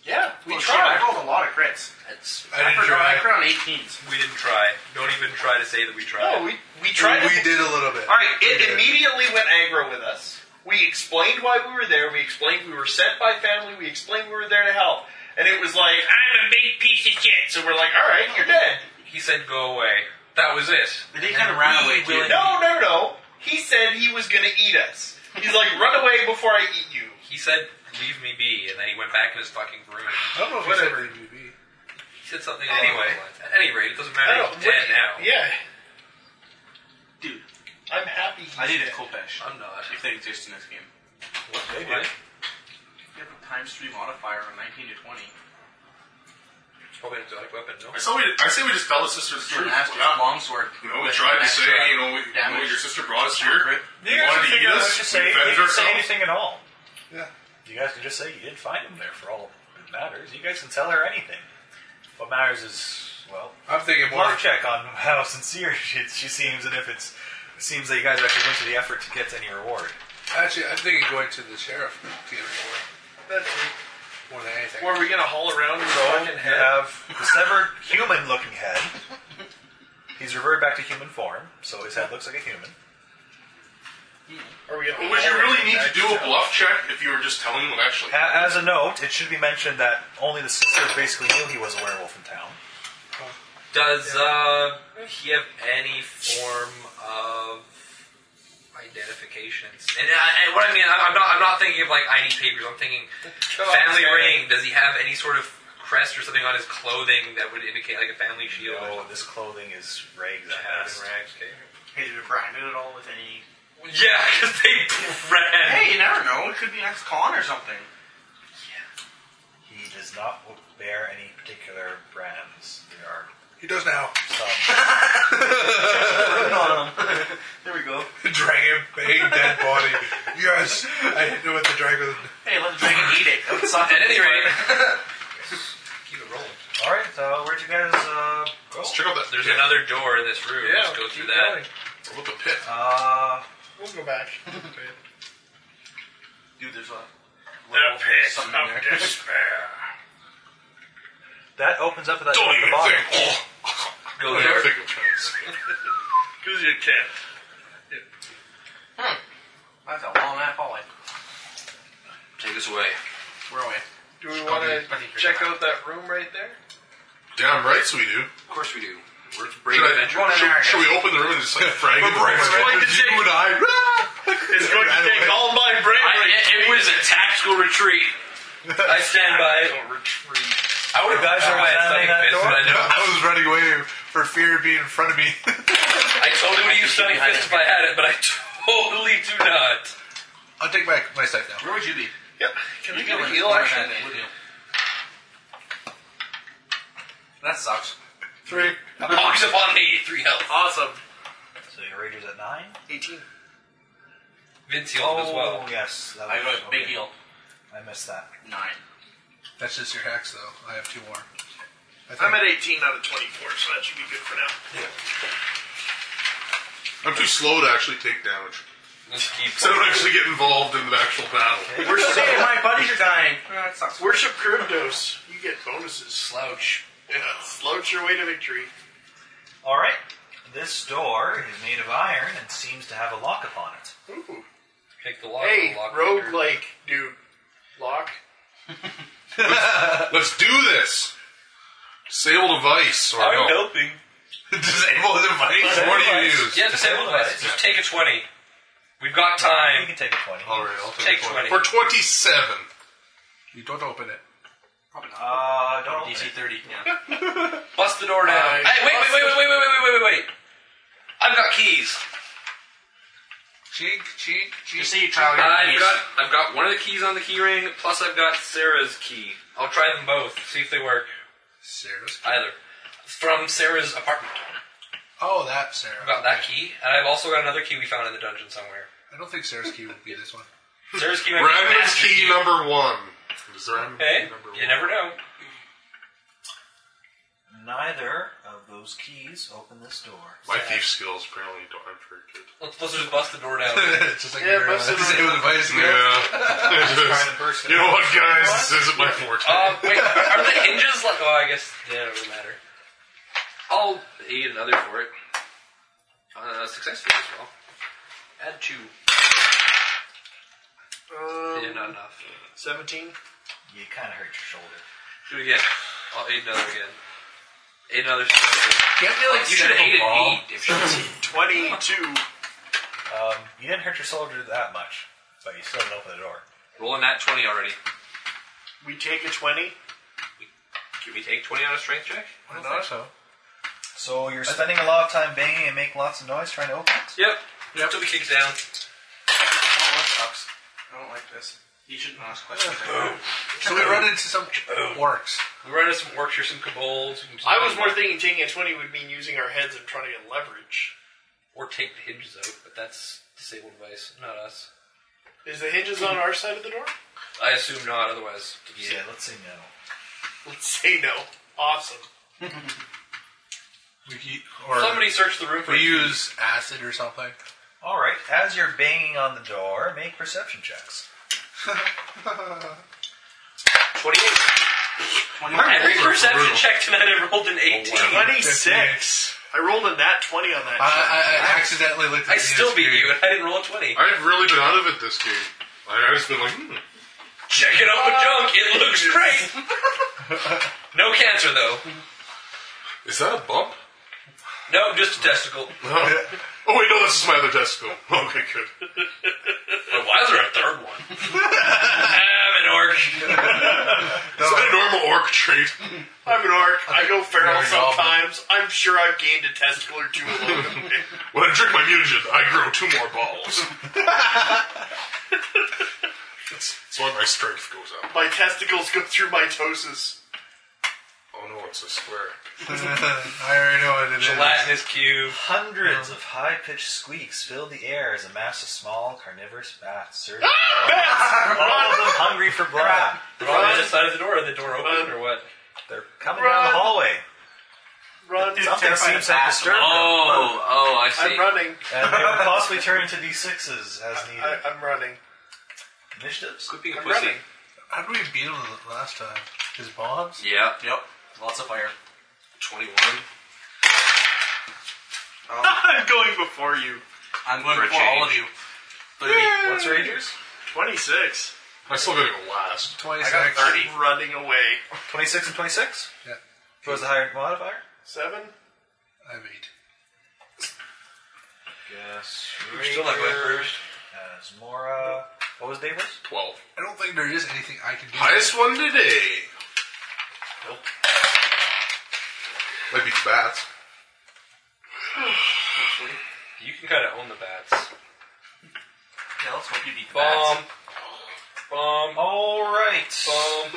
Yeah, we Well, shit, tried. I rolled a lot of crits. That's, I didn't forgot. try. I forgot on 18s. We didn't try. Don't even try to say that we tried. No, we we tried. We did a little bit. All right, We it did. immediately went aggro with us. We explained why we were there. We explained we were sent by family. We explained we were there to help. And it was like, I'm a big piece of shit. So we're like, all right, you're dead. He said go away. That was it. And they kinda ran away, too. No, no, no. He said he was going to eat us. He's like, run away before I eat you. He said, leave me be, and then he went back in his fucking room. I don't know if he Whatever. said He said something Anyway. anyway. At any rate, it doesn't I matter. don't- He's dead now. Yeah. Dude. I'm happy. he's I need a dead. Kopesh. I'm not. If they exist in this game. What? They do. You have a times 3 modifier on 19 to 20. It's probably an exotic weapon, no? I, saw we, I say we just tell the sister the You're truth. an ass Why not? longsword. You know, we with tried to extra say, you know, we, you know, damage. your sister brought us here. You You guys wanted can to eat figure out what us. to We say. You can defended say ourselves. anything at all. Yeah. You guys can just say you did find him there for all it matters. You guys can tell her anything. What matters is well. I'm thinking more. Love check on how sincere she, she seems, and if it's it seems that you guys actually went to the effort to get any reward. Actually, I'm thinking going to the sheriff to get a That's reward more than anything. Were we gonna haul around his So fucking you head? have the severed human-looking head. He's reverted back to human form, so his head looks like a human. Are we gonna Well, would you haul really him need to back do a down? bluff check if you were just telling them what actually? A- As a note, it should be mentioned that only the sisters basically knew he was a werewolf in town. Does uh, he have any form of identification? And, uh, and what I mean, I- I'm not, I'm not thinking of like ID papers. I'm thinking family ring. Does he have any sort of crest or something on his clothing that would indicate like a family shield? or No, something? this clothing is rags. Rags, okay. Hey, did it brand it at all with any. Yeah, because they ran. Hey, you never know. It could be an ex con or something. He does not bear any particular brands. There are He does now. some. There we go. Dragon, big dead body. Yes, I hit it with the dragon. Hey, let the dragon eat it. Outside. At any rate, keep it rolling. All right, uh, where'd you guys uh, go? Let's check out that. There's yeah, another door in this room. Yeah, Let's go through keep that. going. What the pit? Uh, We'll go back. Dude, there's a. The pit Something in there. despair. that opens up at that door Don't at the even bottom. think. Oh, Go don't there. even think of chance. Who's your cat? That's a long ass hallway. Take us away. We're away. Do we want to I think you're check out that room right there? Damn right, so we do. Of course we do. We're brave Should, I, adventure. Run in there, should, should we guys. open the room and just like frag it? brain's going You and I. Ah! It's going to take all my brain. I, it, it was a tactical retreat. I stand by. it. I would have guys are gone by examining that stomach fist, door? but I don't. I was running away for fear of being in front of me. I totally would have used stomach fist if I had it, but I totally do not. I'll take my my side now. Where would you be? Yep. Can we You'd get be on a heal the corner that action? day, wouldn't you? That sucks. Three. Box upon me, three health. Awesome. So your rager's at nine. 18. Vince healed as well. Oh, yes, that I was, got a big okay. heal. I missed that. Nine. That's just your hacks, though. I have two more. I I'm think at 18 out of 24, so that should be good for now. I'm too slow to actually take damage. Just keep. So I don't actually get involved in the actual battle. Worship, hey, my buddies are dying. Worship Krumdos. You get bonuses. Slouch. Yeah, slouch your way to victory. All right. This door is made of iron and seems to have a lock upon it. Ooh. Pick the Hey, rogue like dude. Lock. Let's, let's do this. Disable device Oh, or I'm no? helping. Disable device. What do you use? Yeah, disable device. Just take a 20. We've got time. You can take a 20. All right, I'll take, take, a 20. For twenty-seven. You don't open it. Probably not. Uh, don't DC 30. Yeah. Bust the door down. hey, wait, wait, wait, wait, wait, wait, wait, wait, wait, wait. I've got keys. Chink, chink, chink. I've got I've got one of the keys on the key ring, plus I've got Sarah's key. I'll try them both, see if they work. Sarah's either from Sarah's apartment. Oh, that Sarah. I've got that key, and I've also got another key we found in the dungeon somewhere. I don't think Sarah's key would be this one. Sarah's key. might be the Random's master key number one. Is there random Hey, key number you one? never know. Neither of those keys open this door. My thief skills apparently don't. I'm very good. Let's, let's just bust the door down. It's just like Yeah, your, bust uh, it down. disable device. Yeah. you know what, guys? This isn't my forte. Uh, wait, are the hinges like? Oh, I guess yeah, it doesn't matter. I'll eat another for it. Uh, successfully as well. Add two. yeah, not enough. Seventeen. You kind of hurt your shoulder. Do it again. I'll eat another again. Eat another. Can't you should have ate an eight. If you- Twenty-two. Um, you didn't hurt your shoulder that much, but you still didn't open the door. Rolling that twenty already. We take a twenty. Can we take twenty on a strength check? I don't think so. So you're spending a lot of time banging and making lots of noise trying to open it? Yep. Yep. Until we kick it down. Oh, that sucks. I don't like this. You shouldn't ask questions. So we run into some orcs. We run into some orcs or some kobolds. we can just- I was more thinking taking a twenty would mean using our heads and trying to get leverage. Or take the hinges out, but that's disabled device, not us. Is the hinges on our side of the door? I assume not, otherwise. Yeah, let's say no. Let's say no. Awesome. We, Somebody search the room for a We key. use acid or something. All right. As you're banging on the door, make perception checks. 28. Every perception check tonight I rolled an 18. Twenty-six. I rolled a nat twenty on that. I, Uh, check. I, I accidentally looked at I still beat you, and I didn't roll a 20. I've really been out of it this game. Like, I've just been like, hmm. Check it out with junk, it looks great! No cancer, though. Is that a bump? No, just a testicle. No. Oh wait, no, this is my other testicle. Okay, good. But why is there a third one? I'm an orc. Is that a normal orc trait? I'm an orc. I go feral Very novel. sometimes. I'm sure I've gained a testicle or two along the way. When I drink my mutagen, I grow two more balls. that's, that's why my strength goes up. My testicles go through mitosis. Oh no, it's a square. I already know what it is. Gelatinous cube. Hundreds of high-pitched squeaks filled the air as a mass of small carnivorous bats surged. All of them hungry for blood. They're on the other side of the door. Are the door open or what? They're coming down the hallway. Run. Something seems to have disturbed them. Oh, oh, I see. I'm running. And they will possibly turn into D6s as needed. I, I'm running. Initiatives? Quit being a I'm pussy. running. How did we beat him the last time? His bombs? Yeah. Yep. Lots of fire. 21. I'm going before you. I'm going For a for all of change. you. 30. What's Rangers? 26. I still gotta go last. 26. I got 30. running away. 26 and 26? Yeah. What was the higher modifier? Seven? I have eight. Yes. You're still not going first. As Mora. What was Davis? Twelve. I don't think there is anything I can do. Highest one today. Nope. Might be the bats. You can kind of own the bats. Yeah, let's hope you beat the bats. Bomb. Bomb. Alright. Bomb.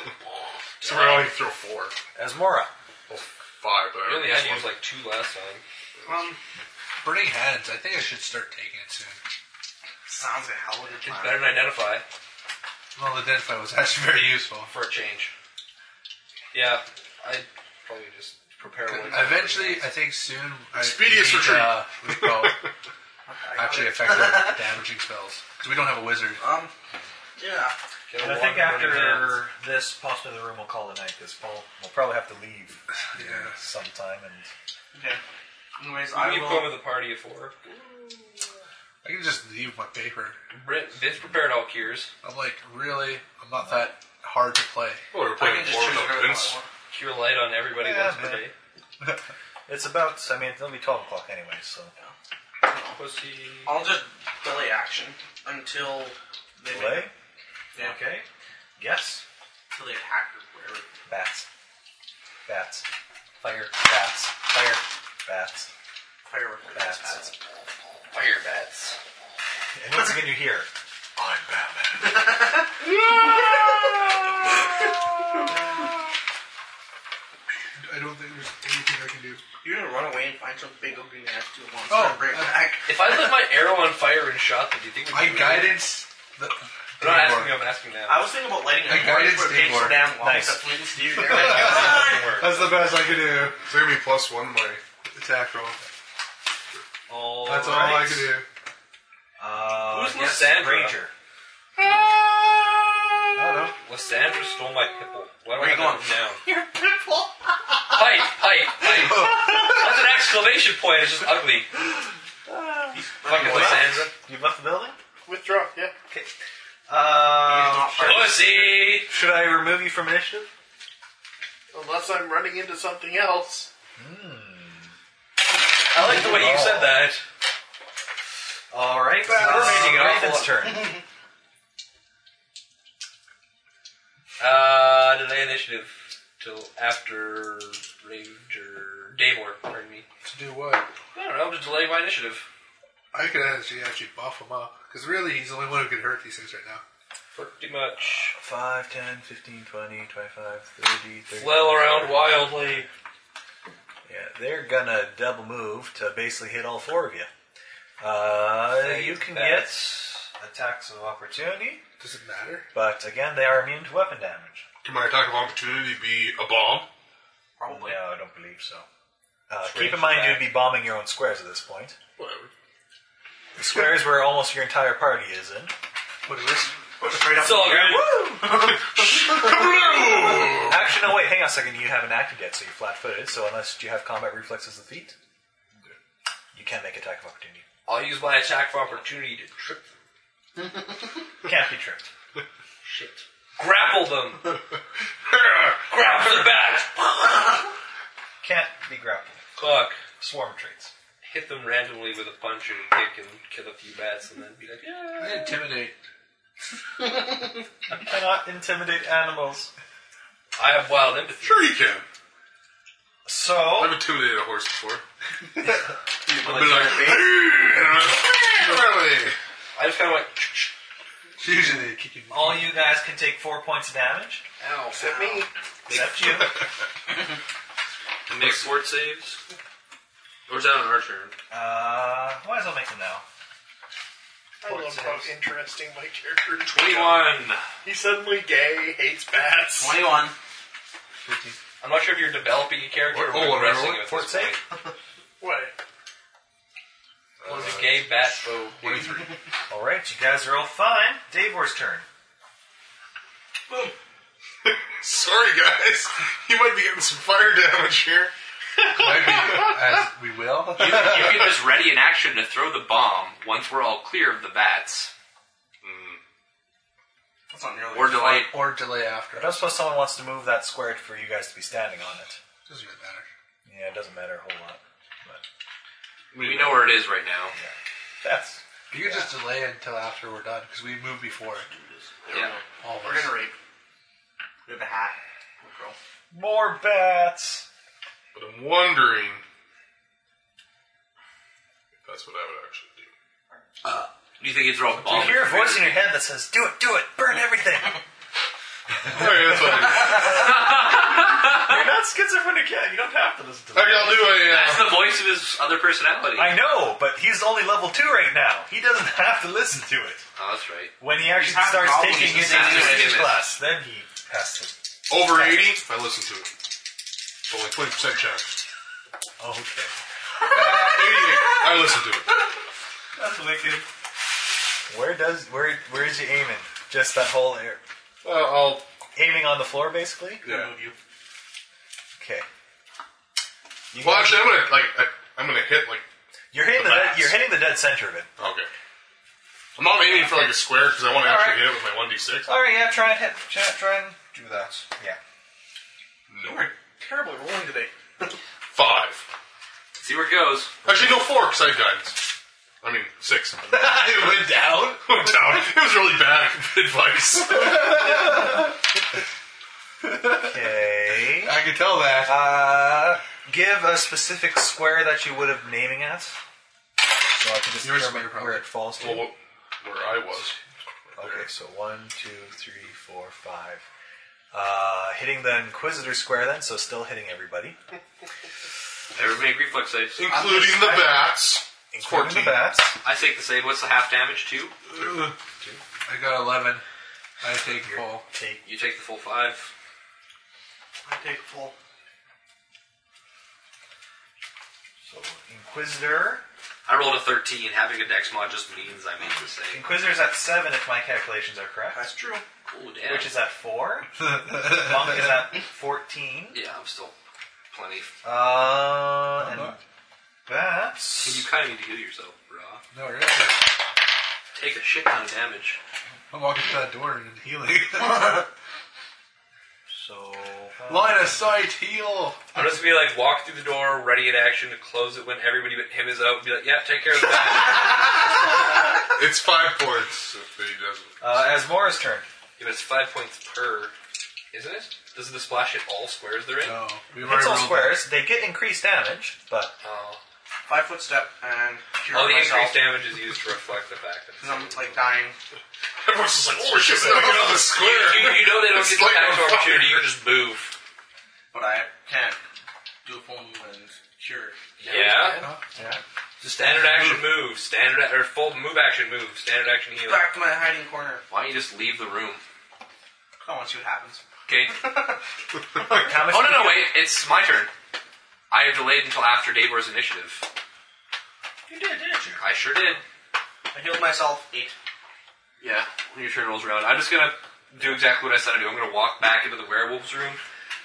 So we're only throw four. As Mora. Well, five, but Really, I I only used used like two last time. Um, Burning hands. I think I should start taking it soon. sounds a hell of a It's plan. better than identify Well, identify was actually very useful. for a change. Yeah, I probably just prepare one. Eventually, I think soon. I Expedious need, retreat. Uh, what do you call it? actually effective damaging spells. Because we don't have a wizard. Um, yeah. And I think after this, possibly the room will call it night because Paul will probably have to leave yeah. sometime. And yeah. Anyways, I I you will. going with a party of four. I can just leave my paper. Brit, Vince prepared all cures. I'm like, really? I'm not that hard to play. Well, we're playing four without Vince. Cure light on everybody Yeah, once per man. day. It's about, I mean, it'll be 12 o'clock anyway, so. I'll just delay action until they Delay? Yeah. Okay. Yes. Until they attack or whatever. Bats. Bats. Fire. Bats. Fire. Bats. Firework. Bats. Fire bats. And once again, you hear. I'm Batman. I don't think there's anything I can do. You're gonna run away and find some big ugly ass dude who wants Oh, to bring I- back. If I lit my arrow on fire and shot them, do you think we My guidance. The, I'm not asking you, I'm asking them. I was thinking about lighting a I torch guided for Steve so Moore. damn long Nice. that Flint's dude there. That's the best I can do. It's gonna be plus one my attack roll. All That's all I right. can do. Uh, Who's yes, Lysandra? Ranger. I don't know. Lysandra stole my pipple. Why do I have Where you that going? now? Your pimple. Pipe, pipe, pipe. That's an exclamation point, it's just ugly. Fucking Lysandra. You left the building? Withdraw, yeah. Uh, Pussy! should I remove you from initiative? Unless I'm running into something else. I like the way you Oh. said that. All right. You're making an awful Raven's lot- turn. Uh, delay initiative till after Ranger Daymore, pardon me. To do what? I don't know, just delay my initiative. I could actually actually buff him up because really he's the only one who can hurt these things right now. Pretty much. 5, 10, 15, 20, 25, 30, 30. Flail around wildly. Yeah, they're gonna double move to basically hit all four of you. Uh, you can get attacks of opportunity, Does it matter? but again, they are immune to weapon damage. Can my attack of opportunity be a bomb? Probably. No, I don't believe so. Uh, It's keep in ranged mind, attack. you'd be bombing your own squares at this point. Whatever. The squares where almost your entire party is in. What is this? Straight It's all good. Actually, no, wait, hang on a second. You haven't acted yet, so you're flat footed, so unless you have combat reflexes of feet, you can make attack of opportunity. I'll use my attack for opportunity to trip them. Can't be tripped. Shit. Grapple them! Grab for the bat! Can't be grappled. Fuck. Swarm traits. Hit them randomly with a punch and a kick and kill a few bats and then be like, yeah. Intimidate. You cannot intimidate animals. I have wild empathy. Sure you can. So, I've intimidated a horse before. I've like, been like, really? I just kind of went, Usually they kick you. all you guys can take four points of damage, ow. Except me. except you. And make fort saves? Or is that an archer? Uh, might as well make them now. I love how interesting my character is. 21. He's suddenly gay, hates bats. 21. I'm not sure if you're developing a character or, Oh, what, progressing what, it at Fort this save? point. What? It was a gay bat foe. 23. All right, you guys are all fine. Davor's turn. Sorry, guys. You might be getting some fire damage here. As we will. You, you can just ready an action to throw the bomb once we're all clear of the bats. That's not nearly. Or delay. Or delay after. I don't suppose someone wants to move that square for you guys to be standing on it. Doesn't really matter. Yeah, it doesn't matter a whole lot. But We know where it is right now. that's You can just delay it until after we're done, because we move before. Yeah. All of We're us. gonna rape. We have a hat. Girl. more bats. But I'm wondering if that's what I would actually do. Do you think you throw a You bomb? hear a voice in your head that says, "Do it, do it, burn everything." Okay, that's what I do. You're not schizophrenic yet. You don't have to listen to that. Okay, I'll do a. Uh, That's the voice of his other personality. I know, but he's only level two right now. He doesn't have to listen to it. oh, that's right. When he actually having starts problems taking his with his English English. class, then he has to. Over 80, I listen to it. So like 20% chance. Oh, Okay. 88, I listen to it. That's wicked. Where does where where is he aiming? Just that whole air. Uh, Well, aiming on the floor, basically. Yeah. Okay. Well, actually, I'm gonna like I, I'm gonna hit like You're hitting the, The dead, bats. you're hitting the dead center of it. okay. I'm not aiming for like a square because I want to All actually right. hit it with my one d six. All right, yeah, try and hit. Try, try and do that. Yeah. No. Terrible rolling today. Five. See where it goes. Actually, no four because I have guidance. I mean six. it went down. Went down. It was really bad advice. Okay. I can tell that. Uh, give a specific square that you would have naming at. So I can just determine where it falls to. Well, where I was. Okay, so one, two, three, four, five. Uh, hitting the Inquisitor square then, so still hitting everybody. Everybody make reflex saves. Including the bats. Including the bats. I take the save. What's the half damage? Two? I got 11. I take full. Take. You take the full five. I take full. Inquisitor. I rolled a 13. Having a dex mod just means I made the save. Inquisitor's at seven if my calculations are correct. That's true. Ooh, damn. Which is at four. Monk is at fourteen. Yeah, I'm still plenty. Uh, and bats. You kind of need to heal yourself, brah. No, really. Take a shit ton of damage. I'm walking to that door and healing. so. Line of sight, heal. I'll just be like, walk through the door, ready in action, to close it when everybody but him is out, and be like, yeah, take care of that. It's five points if he doesn't. Uh, as Mora's turn. yeah, but it's five points per, isn't it? Doesn't the splash hit all squares they're in? No. Oh, Hits all squares. They get increased damage, but Oh. Five foot step and cure All the myself. increased damage is used to reflect the fact that. 'Cause I'm like dying. Everyone's just like, holy shit, I got another square. You, you know they don't It's get like the attack a of opportunity, you fire. can just move. But I can't do a full move and cure. Yeah? Oh, Yeah. Just standard action move, standard a- or full move action move, standard action heal. Back to my hiding corner. Why don't you just leave the room? I want to see what happens. Okay. oh no no wait, it's my turn. I have delayed until after Davor's initiative. You did, didn't you? I sure did. I healed myself eight. Yeah, when your turn rolls around, I'm just gonna do exactly what I said I do. I'm gonna walk back into the werewolf's room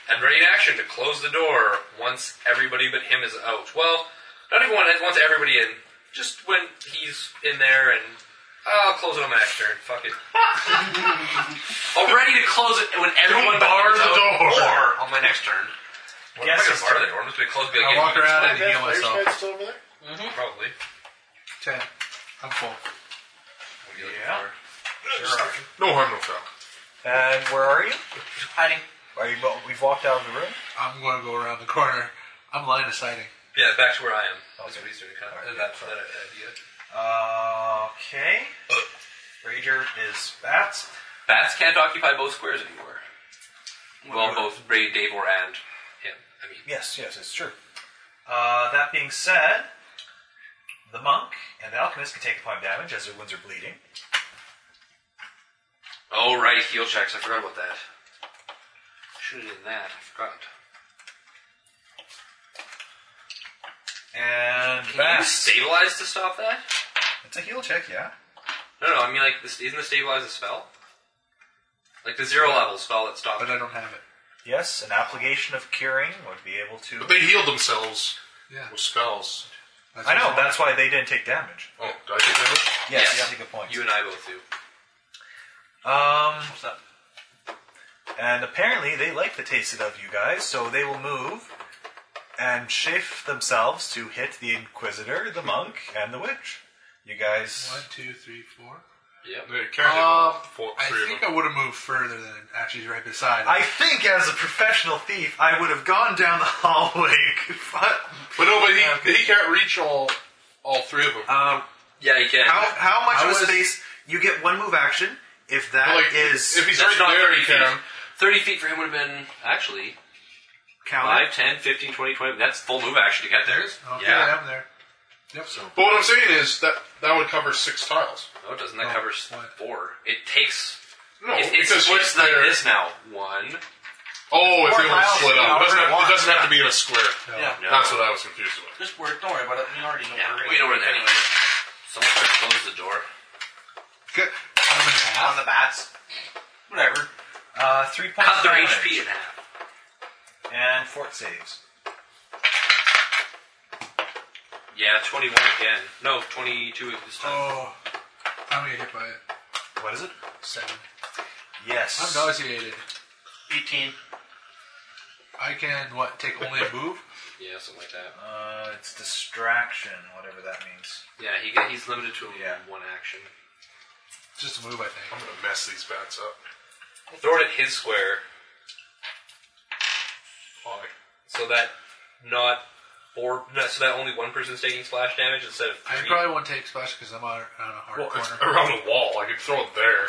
and ready in action to close the door once everybody but him is out. Well, not even when- once everybody in, just when he's in there and I'll close it on my next turn. Fuck it. I'm ready to close it when everyone bars bar the door. Or on my next turn. What Guess am I it's gonna bar turn. the door? I'm just gonna close. Be I like, yeah, walk you can around slide and that heal fire myself. spread. Still over there? Probably. 10. I'm full. Yeah. No harm, no foul. And where are you? Hiding. Are you? well, We've walked out of the room. I'm going to go around the corner. I'm line of sighting. Yeah, back to where I am. That's what Oh, he's doing. Kind of that, that idea. Uh, okay. Rager is bats. Bats can't occupy both squares anymore. Well, both Ray, Davor, and him. I mean, Yes, yes, it's true. Uh, that being said, the monk and the alchemist can take a point of damage as their wounds are bleeding. oh right, heal checks. I forgot about that. Should have done that. I forgot. And Can bats. you stabilize to stop that? It's a heal check, yeah. No, no. I mean, like, this, isn't the stabilize a spell? Like the zero level spell that stops. But Oh, uh, I don't have it. Yes, an application of curing would be able to. But they healed themselves Yeah. with spells. I know. That's why they didn't take damage. Oh, did I take damage? Yes, yes. take a point. You and I both do. Um, and apparently they like the taste of you guys, so they will move and shape themselves to hit the Inquisitor, the monk, and the witch. You guys. One, two, three, four. Yep. They carried Um, it four, I three of think them. I would have moved further than actually right beside. I think, as a professional thief, I would have gone down the hallway. But no, but he, he can't reach all all three of them. Um, Yeah, you can. how how much I of a was- space? You get one move action. If that Well, like, is, if he's That's right not there, he 30 feet. can. 30 feet for him would have been, actually, counted, 5, 10, 15, 20, 20. That's full move action to get there. Okay, yeah. I'm there. Yep. So But what I'm saying is that that would cover six tiles. No, doesn't that cover s- four? It takes. No, it, it's Oh, because split what's like there- this now. One. Oh, if Four they were tiles, split up, it however doesn't, it have, it wants. doesn't have to be in a square. Yeah. No. That's what I was confused about. Just word. Don't worry about it. We already know. Yeah, where it we is. know where that is. Someone should close the door. Good. On the bats. Whatever. Uh, three points. Cut their damage. HP in half. And fort saves. Yeah, 21 again. No, 22 this time. Oh, I'm gonna get hit by it. What is it? Seven. Yes. I'm nauseated. 18. I can what? Take only a move. Yeah, something like that. Uh, it's distraction, whatever that means. Yeah, he got, he's limited to one action. Just a move, I think. I'm gonna mess these bats up. Throw it at his square. So that not four. No, so that only one person's taking splash damage instead of I three. probably won't take splash because I'm on, on a hard Well, it's corner. around the wall. I could throw it there.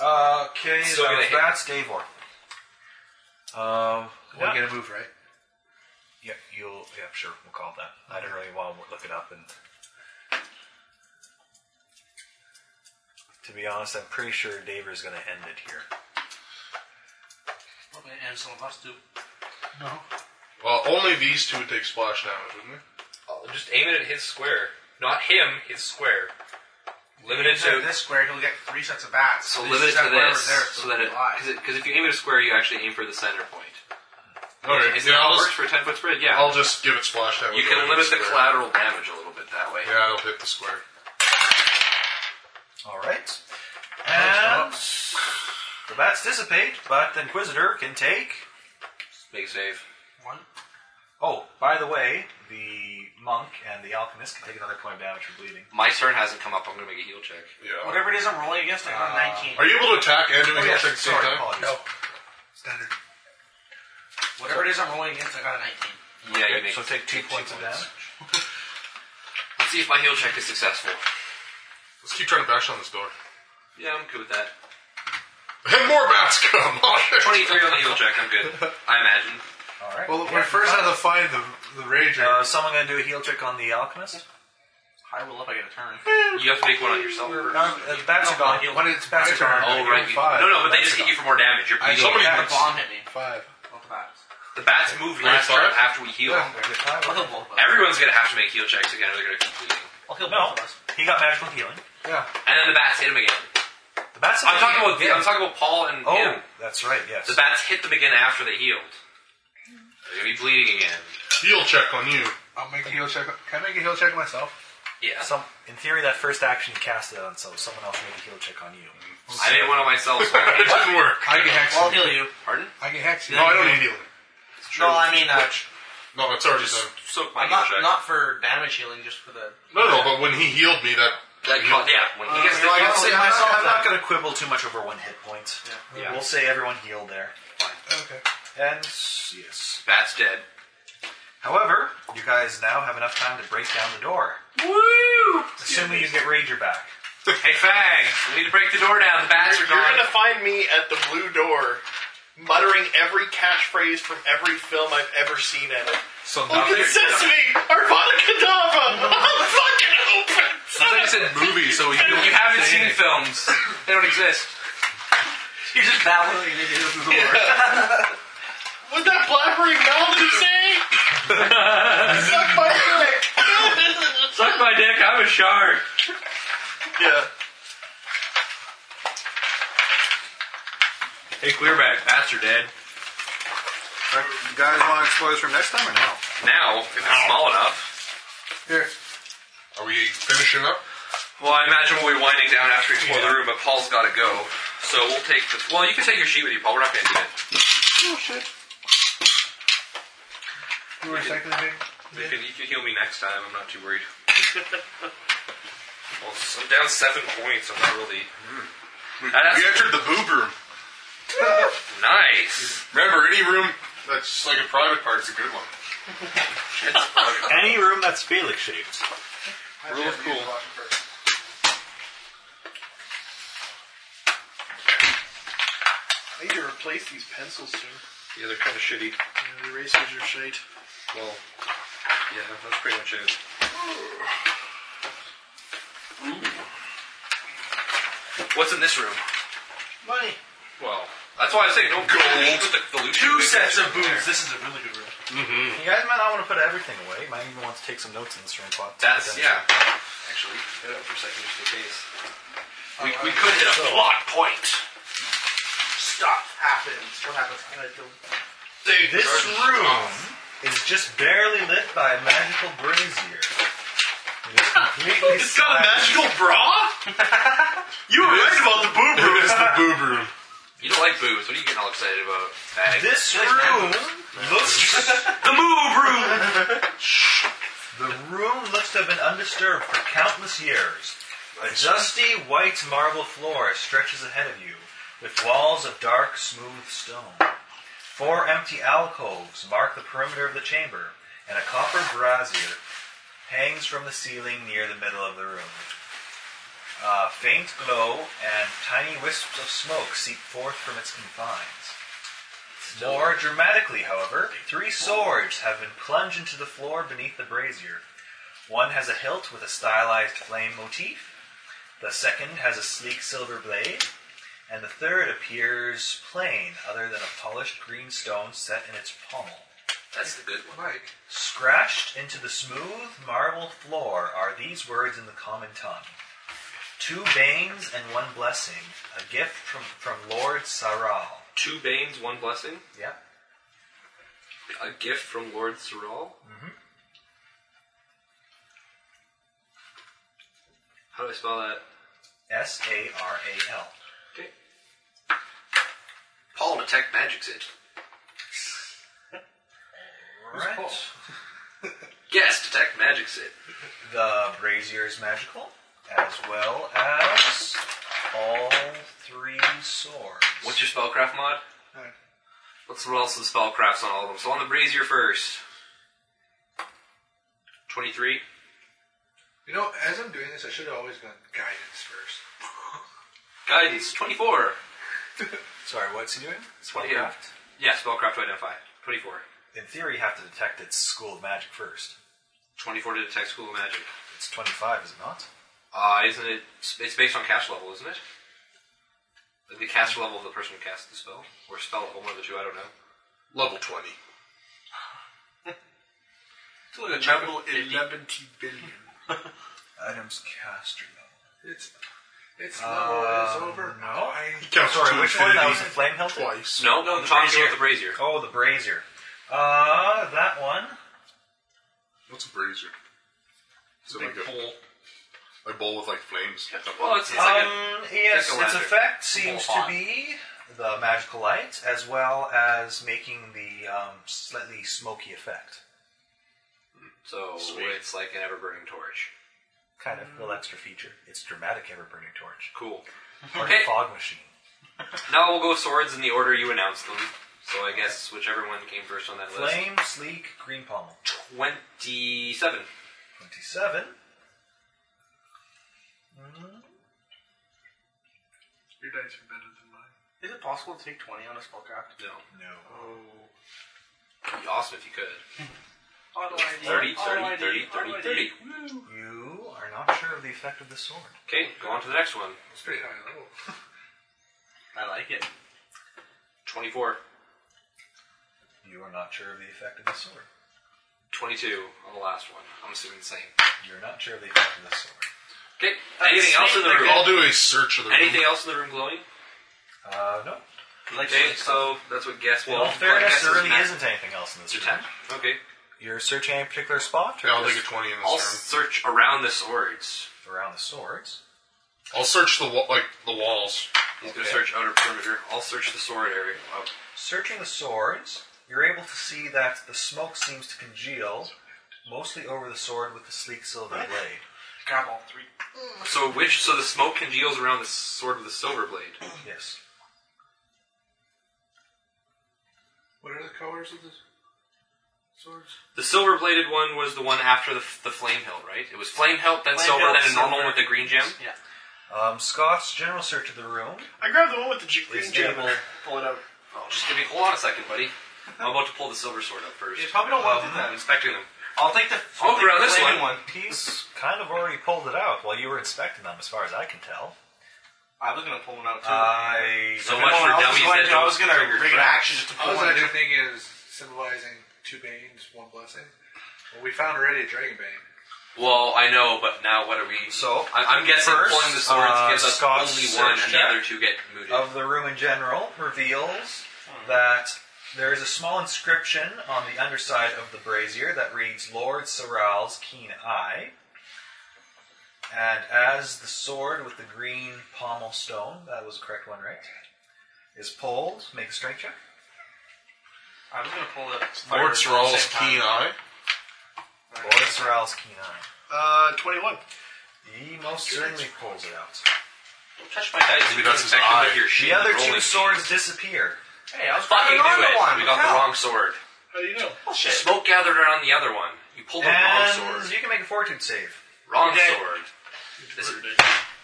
Uh, okay, Still so gonna hit. that's Davor. Um, Well, yeah. you gotta move, right? Yep, you'll. Yep, sure. We'll call it that. I don't really want to look it up, and to be honest, I'm pretty sure Davor's going to end it here. Well, and some of us do. No. Well, only these two would take splash damage, wouldn't they? Oh, Just aim it at his square. Not him, his square. Limited Instead of to. this square, he'll get three sets of bats. So At least limit it he's got to whatever this. there, so that it. lies. Because if you aim at a square, you actually aim for the center point. Alright, Is yeah, that how I'll it works for just- a 10 foot spread? Yeah. I'll just give it splash damage. You can It'll limit hit the square. collateral damage a little bit that way. Yeah, it'll hit the square. All right. And the bats dissipate, but the Inquisitor can take. Make save. One. Oh, by the way, the monk and the alchemist can take another point of damage for bleeding. My turn hasn't come up. I'm going to make a heal check. Yeah. Whatever it is I'm rolling against, I got a 19. Are you able to attack and do a Oh, heal yes, check at the same sorry, time? apologies. Standard. Whatever it is I'm rolling against, I got a Yeah, 19. Okay, you make so take two points of damage. Let's see if my heal check is successful. Let's keep trying to bash on this door. Yeah, I'm good with that. And more bats come! Oh, shit. 23 on the heal check, I'm good. I imagine. Alright. Well, we first have to find the the ranger. Uh, someone gonna do a heal check on the alchemist? I will up, I get a turn. You have to make one on yourself. No, uh, the bats are gone. When it's Bats are gone. Oh, right. you- No, no, but they just hit you for more damage. You're I bleeding. somebody The hits. bomb hit me. Five. Both the bats. The bats move last Right, turn five. after we heal. Yeah. I'll heal both of us. Everyone's going to have to make heal checks again, or they're going to keep bleeding. I'll heal No, both of us. he got magical healing. Yeah. And then the bats hit him again. The bats. I'm talking about I'm talking about Paul and Oh, him. that's right. Yes. The bats hit them again after they healed. They're going to be bleeding again. Heal check on you. I'll make a heal check. Can I make a heal check myself? Yeah. Some, in theory, that first action you cast it on, so someone else made a heal check on you. I made one on myself. So it I didn't work. I can hex I'll you. heal you. Pardon? I can hex you. No, I don't need healing. No, I mean, uh, No, that's already done. Soak my I'm heal not, check. not for damage healing, just for the. No, no, but when he healed me, that. That caught- yeah, when he gets Well, I hit- can say I'm I'm not- not, I'm not going to quibble too much over one hit point. Yeah. We'll say everyone healed there. Okay. And yes. Bat's dead. However, you guys now have enough time to break down the door. Woo! Assuming you get Ranger back. Hey, Fang, we need to break the door down. The bats are You're gonna gone. find me at the blue door, muttering every catchphrase from every film I've ever seen in it. So Open sesame, Arvada Kedavra, I'm fucking open. I thought you said movie, so you don't You haven't say seen anything. films. They don't exist. You're just babbling and it is the door. What that blabbering melody say? Suck my dick. Suck my dick, I'm a shark. yeah. Hey, Queerbag, bats are dead. Alright, you guys want to explore this room next time or no? Now, if it's small enough. Here. Are we finishing up? Well, I imagine we'll be winding down after we explore the room, but Paul's got to go. So we'll take the. Well, you can take your sheet with you, Paul. We're not going to do it. Oh shit. You were second thing. You can, you can heal me next time. I'm not too worried. well, I'm down seven points. I'm not really. hmm. We, That's- we entered the boob room. Nice. Remember, any room that's just like a private part's a good one. Any room that's Felix shaped. Rule of cool. I need to replace these pencils soon. Yeah, they're kind of shitty. Yeah, the erasers are shite. Well, yeah, that's pretty much it. What's in this room? Money. Well, that's why I say don't go with the, the loot. Two sets of There. boots. This is a really good room. Mm-hmm. You guys might not want to put everything away. You might even want to take some notes in this room. Pot, That's yeah. Actually, hit it up for a second just in case. We, we could hit a plot point. Stuff happens. What happens? I don't. This room is just barely lit by a magical brazier. It is completely It's got a magical bra? You were right about the boob room. It's the boob room. You don't like booze. What are you getting all excited about? This room looks the move room. the room looks to have been undisturbed for countless years. A dusty white marble floor stretches ahead of you, with walls of dark, smooth stone. Four empty alcoves mark the perimeter of the chamber, and a copper brazier hangs from the ceiling near the middle of the room. A Uh, faint glow and tiny wisps of smoke seep forth from its confines. More dramatically, however, three swords have been plunged into the floor beneath the brazier. One has a hilt with a stylized flame motif, the second has a sleek silver blade, and the third appears plain other than a polished green stone set in its pommel. That's the good one. Right. Scratched into the smooth marble floor are these words in the common tongue. Two banes and one blessing, a gift from, from Lord Saral. Two banes, one blessing. Yeah. A gift from Lord Sorrel. Mm-hmm. How do I spell that? S A R A L. Okay. Paul detect magic's it. Right. Yes, detect magic's it. The brazier is magical, as well as all three swords. What's your spellcraft mod? Nine. Let's roll some spellcrafts on all of them. So on the brazier first. Twenty-three. You know, as I'm doing this, I should have always gone guidance first. Guidance. Twenty-four. Sorry, what's he doing? Yeah. Yeah, spellcraft to identify. Twenty-four. In theory, you have to detect its school of magic first. Twenty-four to detect school of magic. It's 25, is it not? Uh, isn't it? It's based on cast level, isn't it? Like the cast level of the person who casts the spell, or spell level, one of the two. I don't know. Level twenty. Level 11 billion. Items caster level. It's it's Uh, level Uh, is over. No. Yeah, Sorry, to which one? That was the infinity. flame hilt? Twice. No, no, I'm talking about the brazier. Oh, the brazier. Uh, that one. What's a brazier? Is it like a bowl? A bowl with like flames? Well, it's, it's um, like a, yes, like a its lantern. effect It's a little seems to hot. be the magical light, as well as making the um, slightly smoky effect. So it's like an ever burning torch. Kind of Mm. little extra feature. It's dramatic ever burning torch. Cool. Or Okay. fog machine. Now we'll go swords in the order you announced them. So I guess whichever one came first on that Flame, sleek, green pommel. list. Twenty-seven. Twenty-seven. Your dice are better than mine. Is it possible to take twenty on a spellcraft? No. No. Oh. It'd be awesome if you could. Auto ID. 30, auto 30, ID, 30, auto 30, ID. 30. Woo. You are not sure of the effect of the sword. Okay, go on to the next one. That's pretty high level. I like it. Twenty-four. You are not sure of the effect of the sword. Twenty-two on the last one. I'm assuming the same. You're not sure of the effect of the sword. Okay. Anything else in the room? I'll do a search of the room. Anything else in the room glowing? Uh, no. Okay, so that's what guess. In Well, all fairness, guess there really not- isn't anything else in this room. Detect. Okay. You're searching any particular spot? or Yeah, I'll just take a 20 in this I'll room. search around the swords. around the swords? I'll search the wa- like the walls. He's gonna search outer perimeter. I'll search the sword area. Oh, Searching the swords, you're able to see that the smoke seems to congeal, mostly over the sword with the sleek silver blade. Got all three. So which? So the smoke congeals around the sword with the silver blade. Yes. What are the colors of the swords? The silver bladed one was the one after the, the flame hilt, right? It was flame hilt, then Flame silver, hilt, then a normal silver. with the green gem. Yeah. Um, Scott's general search of the room. I grabbed the one with the j- Is green gem. able- Pull it out. Oh, just give me hold on a second, buddy. I'm about to pull the silver sword up first. You probably don't want to do that. I'm inspecting them. I'll take the. I'll take grab the this flaming one. He's kind of already pulled it out while you were inspecting them, as far as I can tell. I was gonna pull one out too. Uh, I- So much for I was dummies going that to- I don't was gonna trigger rig an threats. action just to I pull was one. actually dude. thinking it was symbolizing two banes, one blessing. Well, we found already a dragon bane. Well, I know, but now what are we? So I, I'm guessing first, pulling the swords uh, gives us Scott's only one, search and the check. other two get mooted. of the room in general reveals that there is a small inscription on the underside of the brazier that reads Lord Soral's Keen Eye. And as the sword with the green pommel stone, that was the correct one, right? Is pulled, make a strength check. I was gonna pull the Lord Sorrel's keen eye. Lord Soral's Keen Eye. Uh, 21. He most certainly pulls it out. Touch my dice. Maybe that's his eye. The other two swords disappear. Hey, I was fucking grabbing knew the it. other one. We got the Hell. wrong sword. How do you know? Oh, Smoke gathered around the other one. You pulled the wrong and sword. you can make a fortitude save. Wrong Okay. sword. This is,